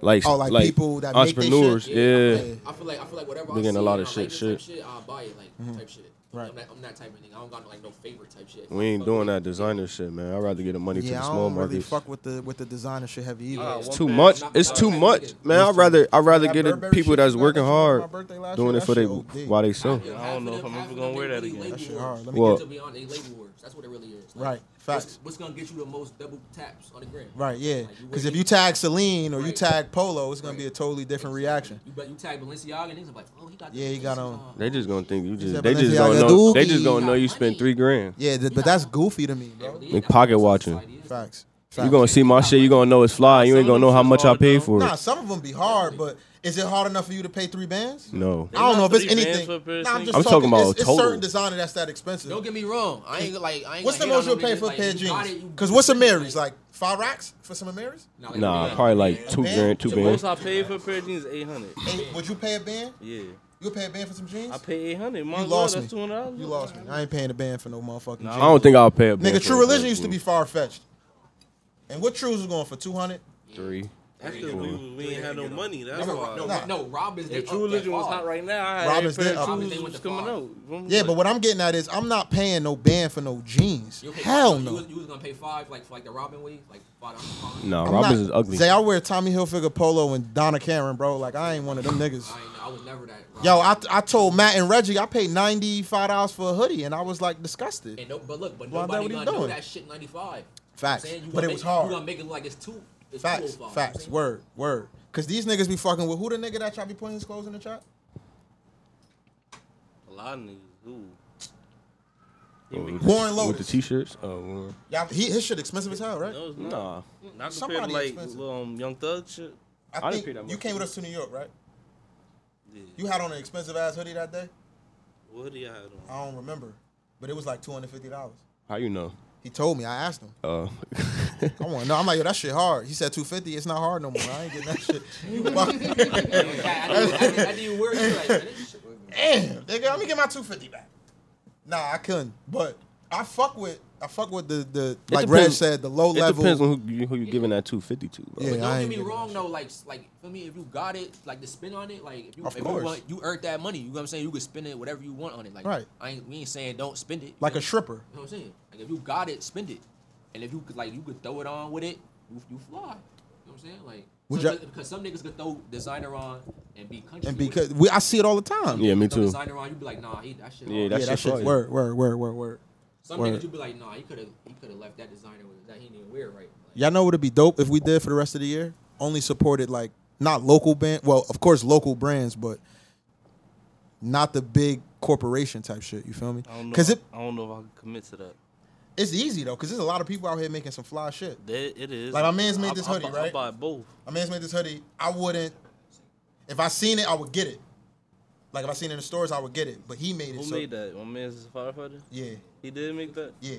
like Oh, like people that make they shit? entrepreneurs. I Yeah, feel like- I feel like I feel like whatever They I getting see a lot and of I shit, like this type shit. I'll buy it like type shit. Right. I'm that, I'm that type of nigga. I don't got like no favorite type shit. we ain't Fuck doing it. that designer shit, man. I'd rather get the money to Yeah, the I small don't really markets. fuck with the with the designer shit heavy either. Uh, Ah, That It's too One much. pair. It's too Not- much, not- man. I'd rather, I'd rather get it. Burberry People shit that's you got working that you bought hard, my birthday last doing year, it that for they, shit OD. why they Yo, sell. half I don't of know them- if I'm half ever of gonna them, wear they that really again. label That shit wars. hard. Let me Well, get To be honest, they label wars. That's what it really is. Like, Right. what's- Facts. What's, gonna get you the most double taps on the gram? right, yeah. Like, you Because wear if you these- tag Celine or you Right. tag Polo, it's gonna be a Right. totally different reaction. You bet you tag Balenciaga and niggas like, oh, he got. Yeah, the he got Yeezys on. they just gonna think you just. said They just Balenciaga gonna know. They Dookie. just gonna know you spent three grand. Yeah, th- but that's goofy to me, bro. Really is. Like That's pocket what watching. society is. Facts. You Facts. gonna see my shit. You gonna know it's fly. You ain't gonna know how much I paid for Nah, it. some of them be hard, but is it hard enough for you to pay three bands? No. I don't know if it's Three bands anything. for a pair of Nah, I'm just sneakers? I'm talking talking about It's, it's total. certain designer that's that expensive. Don't get me wrong. I ain't like. I ain't What's the gonna most hate you'll on no pay niggas, for a like, pair of you got it, jeans? you- Because what's a you got it, Mary's? Like five racks for some of Mary's? nah, like, Nah, yeah. probably like two band? grand, two The most bands. I paid for a pair of jeans is 800. Hey, would you pay a band? Yeah. You'll pay a band for some jeans? I paid 800. My You God, lost that's me. $200. You lost me. I ain't paying a band for no motherfucking Nah, jeans. I don't think I'll pay a band Nigga, for True a Religion pair used to of be jeans. far fetched. And what Trues was going for? 200? three. That's 'cause we, was- we ain't had no money. That's No, why. no, Nah. no, Robin's. they If up oh, True that Religion was far. hot right now, I had Robbins a pair did up. of Trues They went was to coming five. out. Yeah, but what I'm getting at is I'm not paying no band for no jeans. You okay, Hell you no. was- You was gonna pay five, like for like the Robin wig, like five dollars. a No, I'm Robbins not- is ugly. Say, I wear Tommy Hilfiger polo and Donna Cameron, bro. Like, I ain't one of them niggas. I ain't, I was never that. Robin. Yo, I, I told Matt and Reggie I paid $95 for a hoodie, and I was, like, disgusted. And no, but look, but Well, I nobody know what he gonna know doing. that shit ninety five. Facts. Saying you But gonna it make- was You gonna hard. make it look like it's two. It's Facts, 205, facts. you know what Word, word. Because these niggas be fucking with who the nigga that y'all be putting his clothes in the chat? A lot of niggas. Ooh. Warren Lotus. With the t-shirts. Oh, Warren. Y'all, he, his shit expensive as hell, right? No, it's not. Nah. Not compared Somebody to like expensive. little, um, Young Thug shit. I I think didn't pay that you much. came with us to New York, right? Yeah. You had on an expensive ass hoodie that day. What do you have on? I don't remember, but it was like two hundred fifty dollars. How you know? He told me. I asked him. Uh, I want to know. I'm like, yo, that shit hard. He said two fifty. It's not hard no more. I ain't getting that shit. Fuck. I didn't wear it. Like, man, this shit- Damn, nigga, let me get my two fifty back. Nah, I couldn't. But I fuck with. I fuck with the the like Red depends- said the low it level. depends on who you, who you giving that 250 to, bro. Yeah. I Don't ain't get me giving wrong though, like like for me, if you got it, like the spin on it, like if you Of if you course. want, you earned that money. You know what I'm saying? You can spend it whatever you want on it. Like Right. I ain't we ain't saying don't spend it. you like know? a stripper. You know what I'm saying? Like if you got it, spend it. And if you could like you could throw it on with it, you, you fly. You know what I'm saying? Like Would so- ya- because some niggas could throw designer on and be country. And with it. because we, I see it all the time. Yeah, me Throw too. designer on, you be like, nah, he that shit. Yeah, hard. that yeah, that shit shit. fire. Word, word, word, word, word. Some Word. niggas you be like, nah, he could have he could have left that designer with that he didn't even wear right. Like, Y'all know what would be dope if we did for the rest of the year? Only supported like not local band. Well, of course local brands, but not the big corporation type shit. You feel me? I don't know. Because it I don't know if I can commit to that. it's easy though. Because there's a lot of people out here making some fly shit. That it is. Like, my man's made I- this I hoodie, bu- right? I buy both. My man's made this hoodie. I wouldn't. If I seen it, I would get it. Like if I seen it in the stores, I would get it. But he made it. Who so, made that? My man's a firefighter. Yeah, He did make that. yeah.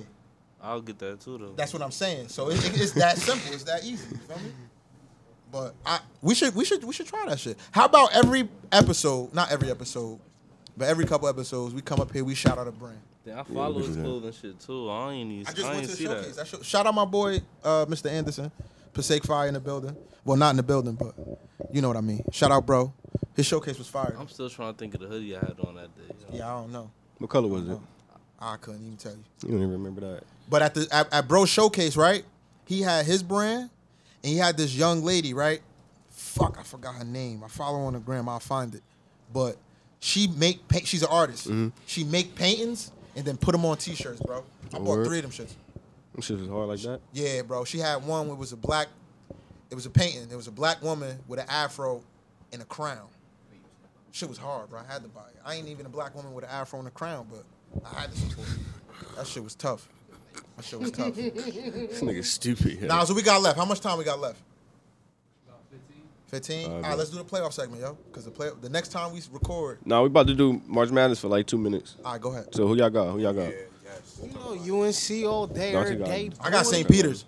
I'll get that too though. That's what I'm saying. So it, it- it's that simple. It's that easy. You feel me? But I we should we should we should try that shit. How about every episode? Not every episode, but every couple episodes, we come up here, we shout out a brand. Damn, I follow we his do that. clothing shit too. I ain't even. I I, just ain't went to the see showcase. that. That show, shout out my boy, uh, Mr. Anderson, Passaic Fire in the building. Well, not in the building, but you know what I mean. Shout out, bro. His showcase was fire. I'm still trying to think of the hoodie I had on that day. Yeah, I don't know. What color was it? I couldn't even tell you. You don't even remember that. But at the at, at Bro Showcase, right? He had his brand, and he had this young lady, right? Fuck, I forgot her name. I follow her on the gram. I'll find it. But she make paint. She's an artist. She make paintings and then put them on T-shirts, bro. I bought Word. three of them shits. That shit was hard like that. Yeah, bro. She had one. It was a black. It was a painting. It was a black woman with an afro and a crown. Shit was hard, bro. I had to buy it. I ain't even a black woman with an afro and a crown, but I had to support it. That shit was tough. That shit was tough. This nigga stupid. Now, so we got left. How much time we got left? Fifteen. All right, bro. let's do the playoff segment, yo. Because the play, the next time we record, Nah, we about to do March Madness for like two minutes. all right, go ahead. So who y'all got? Who y'all got? You know, UNC all day, No, I every think I- day. I got St. Okay. Peter's.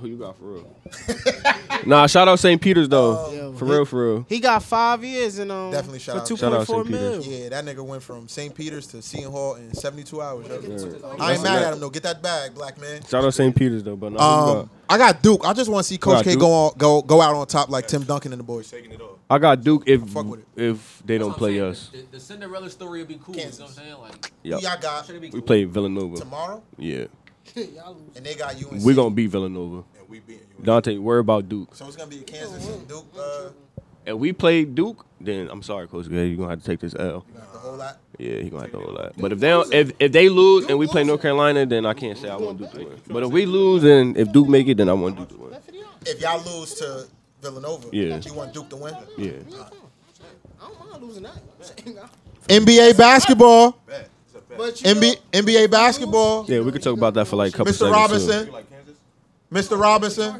Who you got for real? nah, shout out St. Oh, Peter's though. Yo. for real, for real. He got five years and um Definitely shout out- for two Shout point out four St. Peter's. mil. Yeah, that nigga went from St. Peter's to Seton Hall in seventy-two hours. yo. I That's ain't mad a at wrap. him though. Get that bag, black man. Shout out St. Peter's though, but nah, who you Um, got? I got Duke. I just want to see Coach got K Duke? go on, go go out on top like Tim Duncan and the boys. Taking it off. I got Duke if fuck with it. if they don't That's what I'm play saying. us. The, the Cinderella story would be cool. Kansas. Uh, You know what I'm saying? Like Who Yeah, Y'all got should it be we cool? played Villanova. tomorrow, Yeah, and they got UNC. we gonna beat Villanova. And we beating you. Dante, worry about Duke. So it's gonna be a Kansas and Duke. Uh, If we play Duke, then I'm sorry, Coach Gay, you're gonna have to take this L. the whole lot. Yeah, he gonna have to hold that. But if they don't, if if they lose and we play North Carolina, then I can't say I want Duke to win. But if we lose and if Duke make it, then I want Duke to win. If y'all lose to Villanova, Yeah. you want Duke to win. Yeah. I don't mind losing that. NBA basketball. Bet. It's a bet. But you NBA, NBA basketball. Yeah, we could talk about that for like a couple Mr. seconds. too. Robinson. you like Kansas? Mr. Robinson.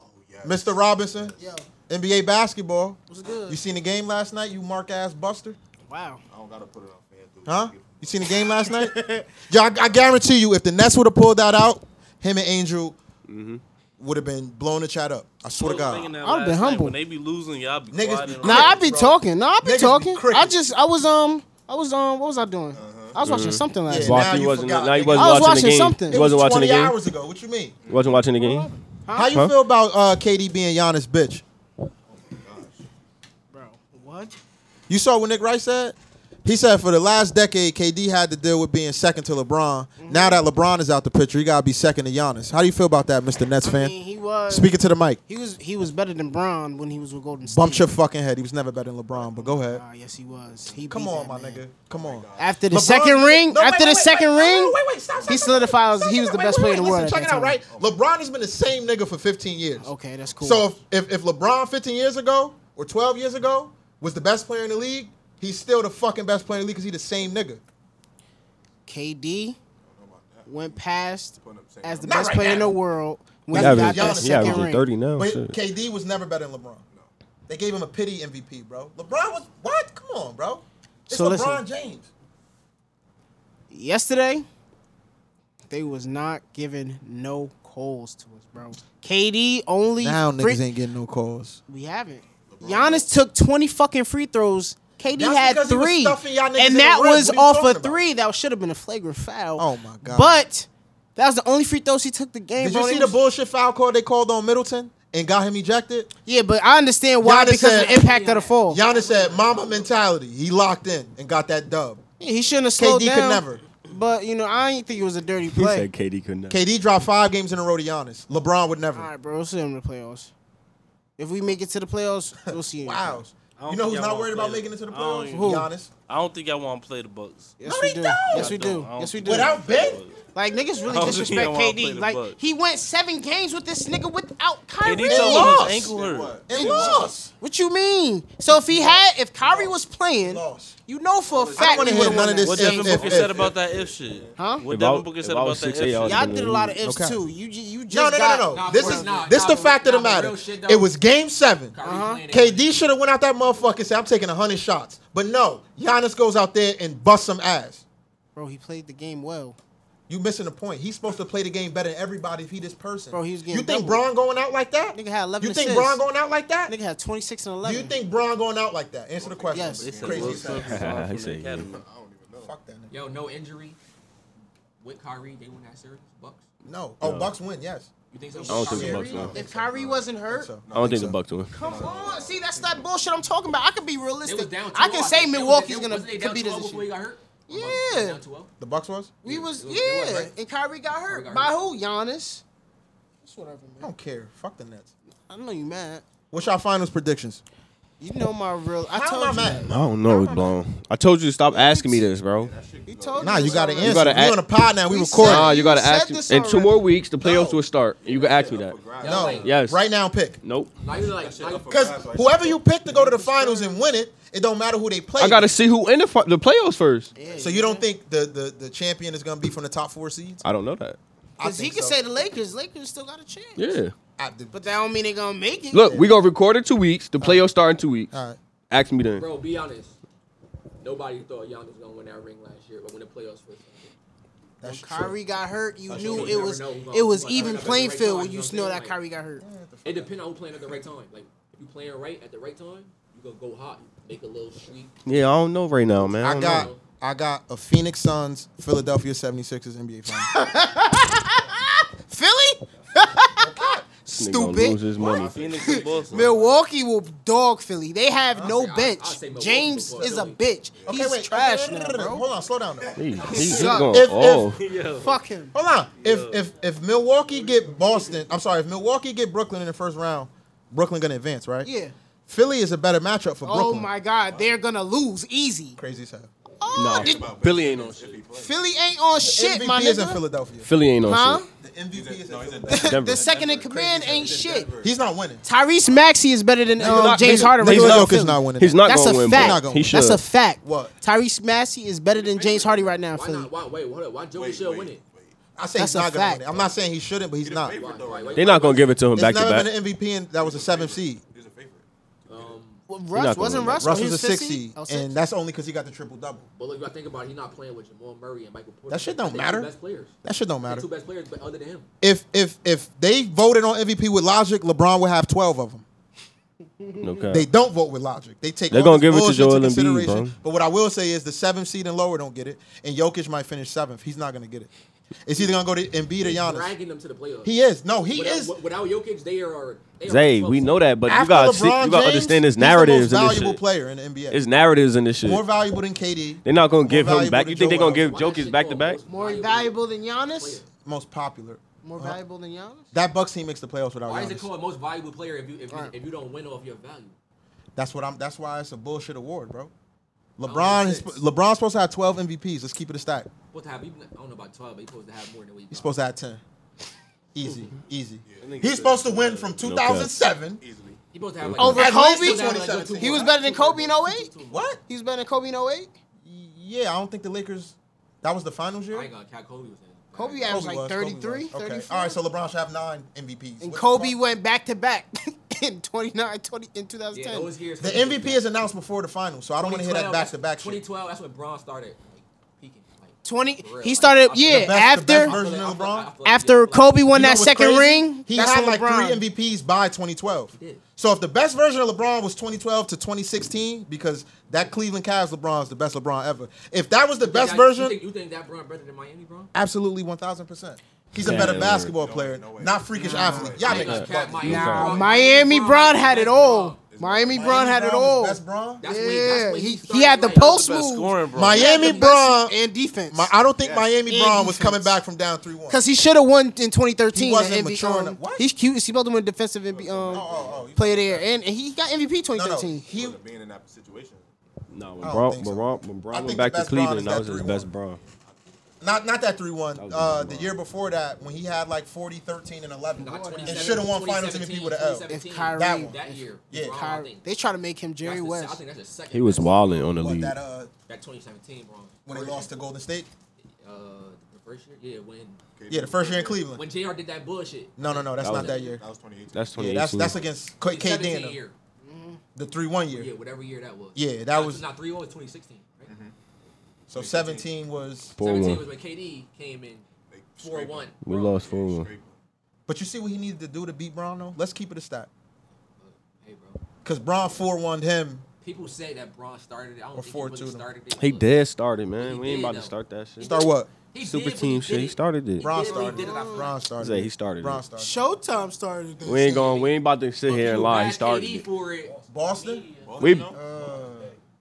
Oh yeah. Mr. Robinson. Yo, NBA basketball. what's You good? seen the game last night, you mark ass buster? Wow. I don't gotta put it on FanDuel. Huh? You seen the game last night? Yeah, I, I guarantee you, if the Nets would have pulled that out, him and Angel Mm-hmm. would have been blowing the chat up. I swear to I was thinking God. that I'd last be night, humble. When they be losing, y'all be Niggas quiet be and crazy. Nah, I be bro. talking. Nah, I be Niggas be talking. I crickets. just, I was um, I was um, what was I doing? I was watching something last Uh-huh. Yeah. night. Now Watch, you he wasn't. forgot. Now I he was wasn't watching watching the game. something. It He was wasn't watching 20 the game. hours ago. What you mean? He wasn't watching the game. How you Huh? feel about uh, KD being Giannis' bitch? Bro, what? You saw what Nick Rice said? He said for the last decade, KD had to deal with being second to LeBron. Mm-hmm. Now that LeBron is out the picture, he gotta be second to Giannis. How do you feel about that, Mr. Nets I fan? mean, he was. Speaking to the mic, He was he was better than Brown when he was with Golden State. bumped your fucking head. He was never better than LeBron, but go ahead. Ah, yes, he was. He Come beat on, that my man. nigga. Come on. After the LeBron- second ring, No, wait, after wait, the wait, second wait, ring, wait, wait, wait, stop, stop, he stop, solidifies. stop, He was stop, the wait, best wait, player in the wait, world. Listen, at check it that out, right? time. LeBron has been the same nigga for 15 years. Okay, that's cool. So if, if, if LeBron 15 years ago or 12 years ago was the best player in the league, he's still the fucking best player in the league because he's the same nigga. KD went past Putting up the same as the numbers. best player in the world when That's he got averaging- that Giannis second yeah, averaging ring. thirty now. But Oh, shit. KD was never better than LeBron. They gave him a pity MVP, bro. LeBron was what? Come on, bro. It's So listen. LeBron James. Yesterday, they was not giving no calls to us, bro. KD only Now free- niggas ain't getting no calls. we haven't. Giannis took twenty fucking free throws. KD That's had because he was three, stuffing y'all niggas in and the that rim. was What are you off talking a about? three. That should have been a flagrant foul. Oh my God. But that was the only free throws he took the game. Did bro. you They see was- the bullshit foul call they called on Middleton and got him ejected? Yeah, but I understand why Giannis because of said- the impact of the fall. Giannis said, "Mama mentality." He locked in and got that dub. Yeah, he shouldn't have slowed KD down. could never. But you know, I ain't think it was a dirty He play. said KD couldn't. have- KD dropped five games in a row to Giannis. LeBron would never. All right, bro. We'll see him in the playoffs. If we make it to the playoffs, we'll see him. Wow. I don't You know think who's y'all not worried wanna about play making it to the I don't playoffs? even- Who? Giannis. I don't think y'all want to play the Bucks. Yes, No, we they do. don't. Yes, we I don't- do. I don't Yes, we think do. y'all wanna Without play Ben? the Bucks. like niggas really I don't think disrespect y'all wanna play KD. the Like Bucks. he went seven games with this nigga without Kyrie. KD told lost. him his ankle hurt. And lost. What you mean? So if he had, if Kyrie was playing, Lost. you know for a fact wanna we hear would none have won of that. this What If- Devin if- Booker if- said about that if shit. Huh? What If I- Devin Booker if said I about was that if six, eight, I shit. was- Y'all did a lot of ifs too. You ju- you No, just no, no, got no, no. Nah, This for is real. this the Nah, fact of the for real matter. shit, though. It was Game Seven. Uh-huh. KD should have went out that motherfucker and said, "I'm taking hundred shots," but no, Giannis goes out there and busts some ass. bro. He played the game well. You missing the point. He's supposed to play the game better than everybody if he this person. Bro, he was getting You think doubled. Braun going out like that? Nigga had 11 You think assists. Braun going out like that? Nigga had twenty six and Do eleven. you think Braun going out like that? Answer the question. Yes. They said Crazy Will stuff. Smith resigned He from the said, yeah. academy. Fuck that. Nigga. Yo, no injury. With Kyrie, they win that series. Bucks. No. Oh, Bucks win. Yes. You think so? I don't think the Kyrie? Bucks won. If Kyrie wasn't hurt, So. I don't think the Bucks won. come on. See, that's that bullshit I'm talking about. I can be They was realistic. down 2-0. I can say think they was- Milwaukee's they- gonna wasn't they down could beat us 2-0 this before he year. got hurt. Yeah. Down oh? 2-0? The Bucks was. We was It was- it was, yeah, right? and Kyrie got hurt got by hurt. who? Giannis. That's whatever, I man. don't care. Fuck the Nets. I know you mad. What's your finals predictions? You know my real. I How told am I you. mad? I don't know. It's blown. I told you to stop asking me this, bro. He told you. Nah, you this got to already. answer. gotta we act- on a pod now. We, We recording. said- Nah, you gotta You said ask. this In two already. more weeks, the playoffs No. will start. You can ask me that. That no. like- Yes. Right now, pick. Nope. Now you like, shit now you- up for Because grabs like whoever you pick to go to the finals and win it, it don't matter who they play. I gotta see who in the fi- the playoffs first. Yeah, So you don't think the, the, the champion is gonna be from the top four seeds? I don't know that. I Because he think could so. say the Lakers. Lakers still got a chance. Yeah. I, the, But that don't mean they gonna make it. Look, we gonna record in two weeks. The playoffs start in two weeks. all right. Ask me then. Bro, be honest. Nobody thought Giannis was gonna win that ring last year, but when the playoffs first. When That's true. Kyrie got hurt, you knew true. it You was never know who it was gonna- who even gonna- playing who field gonna- when you who know gonna- that Kyrie got hurt. It depends on who playing at the right time. Like if you playing right at the right time, you gonna go hot, make a little sweep. Yeah, I don't know right now, man. I don't got know. I got a Phoenix Suns, Philadelphia 76ers NBA finals. Philly, This nigga gonna Lose stupid. his money. Phoenix and Boston. Milwaukee will dog Philly. They have no say- I- bench. I'll say Milwaukee James before is a Philly. bitch. Okay, He's wait. trash no, no, now, no, no, no. bro. Hold on, slow down. Though. He, he, he's Suck. going If- if- off. Yo. Fuck him. Hold on. If if if Milwaukee get Boston, I'm sorry. If Milwaukee get Brooklyn in the first round, Brooklyn gonna advance, right? Yeah. Philly is a better matchup for Oh Brooklyn. my God, they're gonna lose easy. Crazy as hell. Oh, did- nah, Philly ain't on shit. Philly ain't on shit, MVP my is in nigga. Philadelphia. Philly ain't on Huh? shit. The MVP is in Philadelphia. The- Denver. The second in command ain't shit. He's not winning. Tyrese Maxey is better than um, Nigga, James nigga, Harden. right Nigga, now in Jokic Philly. not winning. He's not That's gonna a win. fact. bro. Not gonna he win. should. That's a fact. What? Tyrese Maxey is better than James Harden right now in Why Philly. not? Why wait? Hold up. Why Joe Wait, Michelle wait, win wait. it? I say That's he's not a gonna fact. win it. I'm not saying he shouldn't, but he's not. favorite. It's Why, why, why, They're not gonna give it to him back to never back. been an MVP in- that was a seventh seed. Oh, He's a favorite. Well, not Russ gonna wasn't win that. Russ. Russ he was a fifth six seed, Oh, six. and that's only because he got the triple double. But look, if I think about it, he's not playing with Jamal Murray and Michael Porter. That shit They're don't two matter. Best players. That shit don't They're matter. Two best players, but other than him, If if if they voted on MVP with logic, LeBron would have twelve of them. No cap. They don't vote with logic. They take They're all gonna this give it to bullshit Joel into Embiid, consideration. bro. But what I will say is the seventh seed and lower don't get it, and Jokic might finish seventh. He's not gonna get it. It's either gonna go to Embiid or Giannis. dragging them to the playoffs. He is. No, he without, is. Without Jokic, they are. They are Zay, fucked we up. know that, but you After gotta LeBron see, you gotta James, understand his he's the most narratives in this valuable shit. player in the NBA. His narratives in this shit. more valuable than KD. They're not gonna give him valuable back. than You think they're Joel gonna give Why that Jokic shit back to called back? most More valuable valuable than player? Giannis. Most popular. More Uh, valuable than Giannis. That Bucks team makes the playoffs without Why is it Giannis. called most valuable player if you if you, Right. if you don't win off your value? That's what I'm. That's why it's a bullshit award, bro. LeBron, is, LeBron's supposed to have 12 MVPs. Let's keep it a stack. What have even I don't know about twelve, but he's supposed to have more than what he He's supposed to have 10. Easy, easy. Yeah. He's supposed to win from 2007. Easily. He's supposed to have like Over a- At least Kobe? till He's supposed to have, like, 2017. a He was better than Kobe in 08? What? He was better than Kobe in 08? Yeah, I don't think the Lakers. That was the finals year. I ain't gonna count Kobe was in. it. Kobe averaged like was, 33, was. Okay. 34. All right, so LeBron should have nine MVPs. and What the Kobe fuck? went back to back in 29, 20, in Yeah, 2010. those years. The MVP is announced before the finals, so I don't want to hear that back to back shit. 2012. That's when Braun started like, peaking. Like, 20. for real, He like, started, I feel yeah. The best- the best after version I of feel like- I LeBron. feel like- after like, Kobe won You know that what's second crazy? ring, He that's had like when LeBron. three MVPs by 2012. He did. So if the best version of LeBron was 2012 to 2016, because that Cleveland Cavs LeBron is the best LeBron ever. If that was the you best think- version, You think, you think that Braun better than Miami Braun? absolutely 1,000. percent He's a Yeah, better no basketball way. player, No way. not freakish athlete. Y'all I ain't gonna niggas. count Miami Nah, Braun. Miami Brown had it That's all. Braun. Miami Miami Brown had it Brown was all. Best Bron. That's when, that's Yeah, when he, he, he had the started, like, post Best move scoring, bro. Miami Braun. and defense. My, I don't think Miami And Braun was coming defense. back from down 3 1. Because he should have won in 2013. He wasn't the MVP, mature um, enough. What? He's cute. He's supposed to win defensive MVP um, oh, oh, you- player of the year. And, and he got MVP No, no. 2013. He, being in that situation. No, I when don't Braun, think when so. Braun, when I Braun think went back the to best Braun Cleveland, is that that was his 3-1. best Braun. Not not that three one. was Uh, LeBron. the year before that, when he had like 40, 13, and eleven, Not and 27, should have won Finals MVP with an L. 2017, If Kyrie- That one. that year, Yeah. Braun, I Kyrie, think they try to make him Jerry that's the- I West. think that's the second. He was best- wilding on the What, league. that uh, That 2017 Braun. when they Or- lost to Golden State. Uh, the first year, yeah, when Yeah, the first year in Cleveland. when Jr. did that bullshit. No, no, no, that's That not was- that year. That was 2018. That's Yeah, 2018. that's that's against K- The K. 17 Dana. year. The three one Yeah, year. whatever year that was. Yeah, that Not- was- Mm-hmm. not three. What was 2016? Right? So seventeen was. Four 17 one. was when KD came in. They Four scraped one. them. We lost Yeah, four one. scraped them. But you see what he needed to do to beat Braun though. Let's keep it a stat. Hey, bro. Cause Braun four one him. People say that Braun started it. I don't Or think he four really to them. started it. He Look, did start it, man. He we ain't did, about though. to start that shit. Start what? He did, Super but he team did shit. He it. started it. Braun did it, but he started. did it after- Braun started. Say he started Braun it. started. Showtime started that We ain't shit. going. We ain't about to sit But here and people lie. He mad started KD it. for it. Boston. Well, We- you know,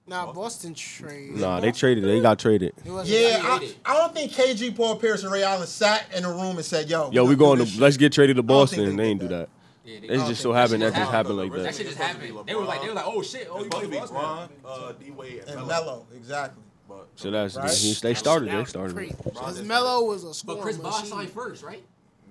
Nah, Boston trade. Nah, they traded. it. They got traded. It wasn't- Yeah, I, I don't think KG, Paul Pierce, and Ray Allen sat in a room and said, "Yo, Yo, gonna we do going this to shit. let's get traded to don't think Boston. they They ain't do did that. Yeah, they- It's don't just so think that happened shit that Uh, just happened happened. like That that. shit just happened. They were like, they were like, oh shit, oh It's you supposed played to be Boston. Bron, uh, D Wade, And and Melo, Melo. exactly. But So that's Right? he- they started. They started. it. Because Melo was a But scorer. Chris Bosh machine. signed first, right?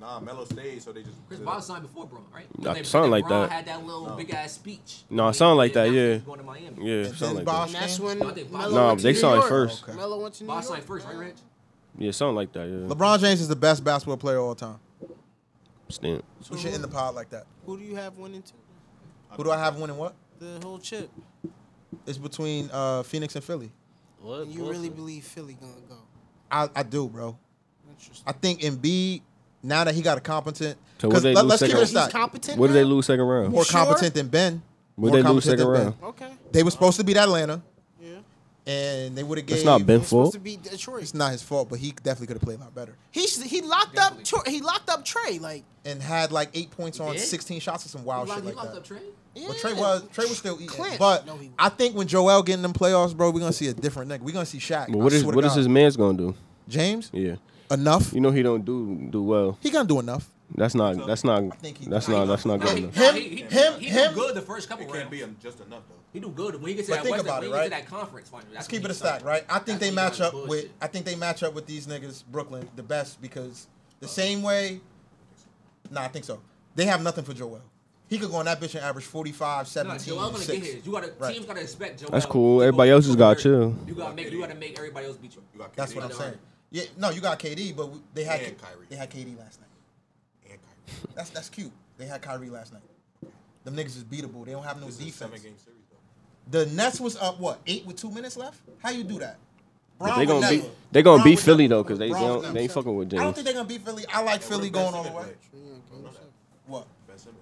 nah, Melo stayed, so they just Chris Bosh signed before Braun, right? Nah, But they- something but like Braun that. Had that little big ass speech. Nah, When he something like did that, announced yeah. he was Going to Miami. Yeah, And something then like that. Bosh And that's came? when No, I think Bosh- Melo Nah, went to they New signed York. first. Okay. Melo went to New Bosh York. signed first, right, Rich? Yeah, something like that. Yeah. LeBron James is the best basketball player of all time. Stamp. We should end the pod like that. Who do you have winning two? Who do I have winning what? The whole chip. It's between uh, Phoenix and Philly. What? And you really Boston? believe Philly gonna go? I, I do, bro. Interesting. I think Embiid, now that he got a competent, So what because they let, lose let's keep second it a He's round? shot. competent. What did they now? lose second round? More sure? competent than Ben. What More they competent lose second than Ben. round? Okay. They were supposed to beat Atlanta, Yeah. and they would have gave. That's not Ben It's supposed fault. to be Detroit. It's not his fault, but he definitely could have played a lot better He sh- he locked up Tor- he locked up Trey like and had like eight points on did? sixteen shots or some He wild locked- shit he like locked that. up Trey. yeah. But Trey was Trey was still eating. Clint. But No, he wasn't. I think when Joel get in them playoffs, bro, we're gonna see a different nigga. We're gonna see Shaq. But what I is swear to what is God. his man's gonna do? James? Yeah. Enough. You know he don't do do well. He gonna do enough. That's not. That's not. think he- That's not. That's not Nah, good he- enough. Him- nah, he- he- him- He him- did good the first couple It can't rounds. be um, just enough though. He do good when he gets to But that think Western, about when it, he gets to right? that conference final. Let's keep it a stack, right? I think they match up with I think they match up with these niggas Brooklyn the best because the same way Nah, I think so. They have nothing for Joel. He could go on that bitch and average 45, No, 17, Joel gonna get six. his. You gotta Right. teams gotta expect Joel. That's cool. to go- Everybody else has got there. chill. You gotta make you gotta make everybody else beat you. You got That's KD what I'm and saying. Yeah, no, you got KD, but we, they had And Kyrie. they had KD last night. Kyrie. That's that's cute. They had Kyrie last night. Them niggas is beatable. They don't have no This is a defense. seven-game series though. The Nets was up what eight with two minutes left. How you do that? Brown they would gonna never. beat- they gonna Brown beat would Philly, never. though, 'cause they- Brown they don't- would never. they ain't fucking with I don't James. think they're gonna beat Philly. I like Philly going all the way. What? Ben Simmons.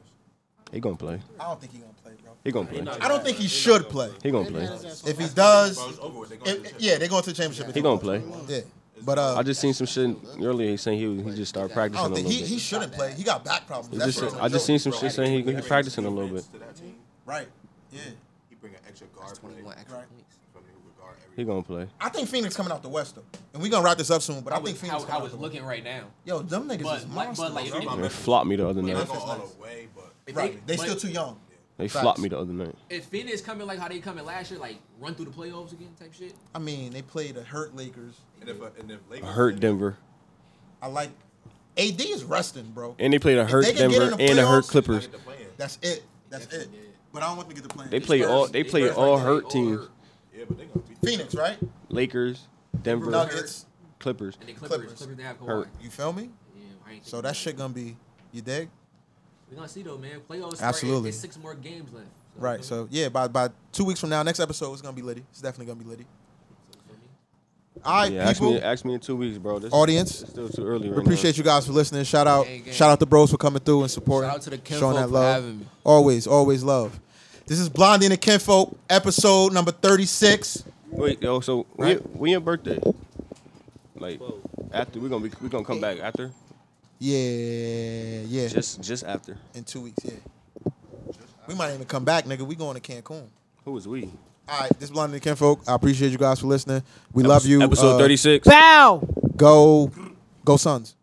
He gonna play. I don't think he gonna play, bro. He gonna play. I don't think he should play. He gonna play. If he does, Bro, it's over with. They if- if- going to the championship. yeah, they're going to the championship. He gonna play. Yeah, but uh, I just seen some shit earlier. He saying he was- he just started I practicing a don't think little Oh, he, bit. he shouldn't play. He got back problems. It's That's just- what I'm I just joking. seen some shit saying he, he practicing a little bit. To that team. right. Yeah, He bring an extra guard play. Twenty-one extra Right. points. From the regard every He gonna play. I think Phoenix coming out the West though, and we are gonna wrap this up soon. But I I think was Phoenix. how coming I out was the West. looking right now. Yo, them niggas is But like, monsters. but like, if bro. they- They flopped me the other They're night. not going all the way, but if Right, they but still too young. They Facts. flopped me the other night. If Phoenix coming like how they coming last year, like run through the playoffs again type shit. I mean, they played a hurt Lakers. and if and if Lakers Hurt Denver, I like AD is resting, bro. and they played a hurt they can get Denver in the and a hurt playoffs, Clippers. Get the plan. That's it. That's it. But I don't want them to get the plan. They play all they play all hurt teams. Yeah, but they gonna beat Phoenix, right? Lakers, Denver, Nuggets. Clippers. And the Clippers, Clippers. Clippers, they have Kawhi. Hurt. You feel me? Yeah, I ain't So thinking that about shit gonna be you dig? We're gonna see though, man. Playoffs. start- Absolutely. It's six more games left. So, Right. feel So me? yeah, by by two weeks from now, next episode is gonna be litty. It's definitely gonna be litty. So, feel me? All right, Yeah, ask people. me, ask me in two weeks, bro. This Audience, it's still too early. Right We appreciate you guys for listening. Shout out, Gang, gang. shout out the bros for coming through and supporting. Shout out to the kinfolk showing that for love. having me. Always, always love. This is Blondie and the Kinfolk, episode number thirty-six. you. Wait, yo, so we Right. we your birthday? Like Whoa. after we gonna be we gonna come back after Yeah, yeah. just just after. In two weeks, yeah. We might even come back, nigga. We going to Cancun. Who is we? All right, this is Blondie and the Kinfolk. I appreciate you uh, guys for listening. We love you. Episode Uh, thirty six. Bow. Go, go, sons.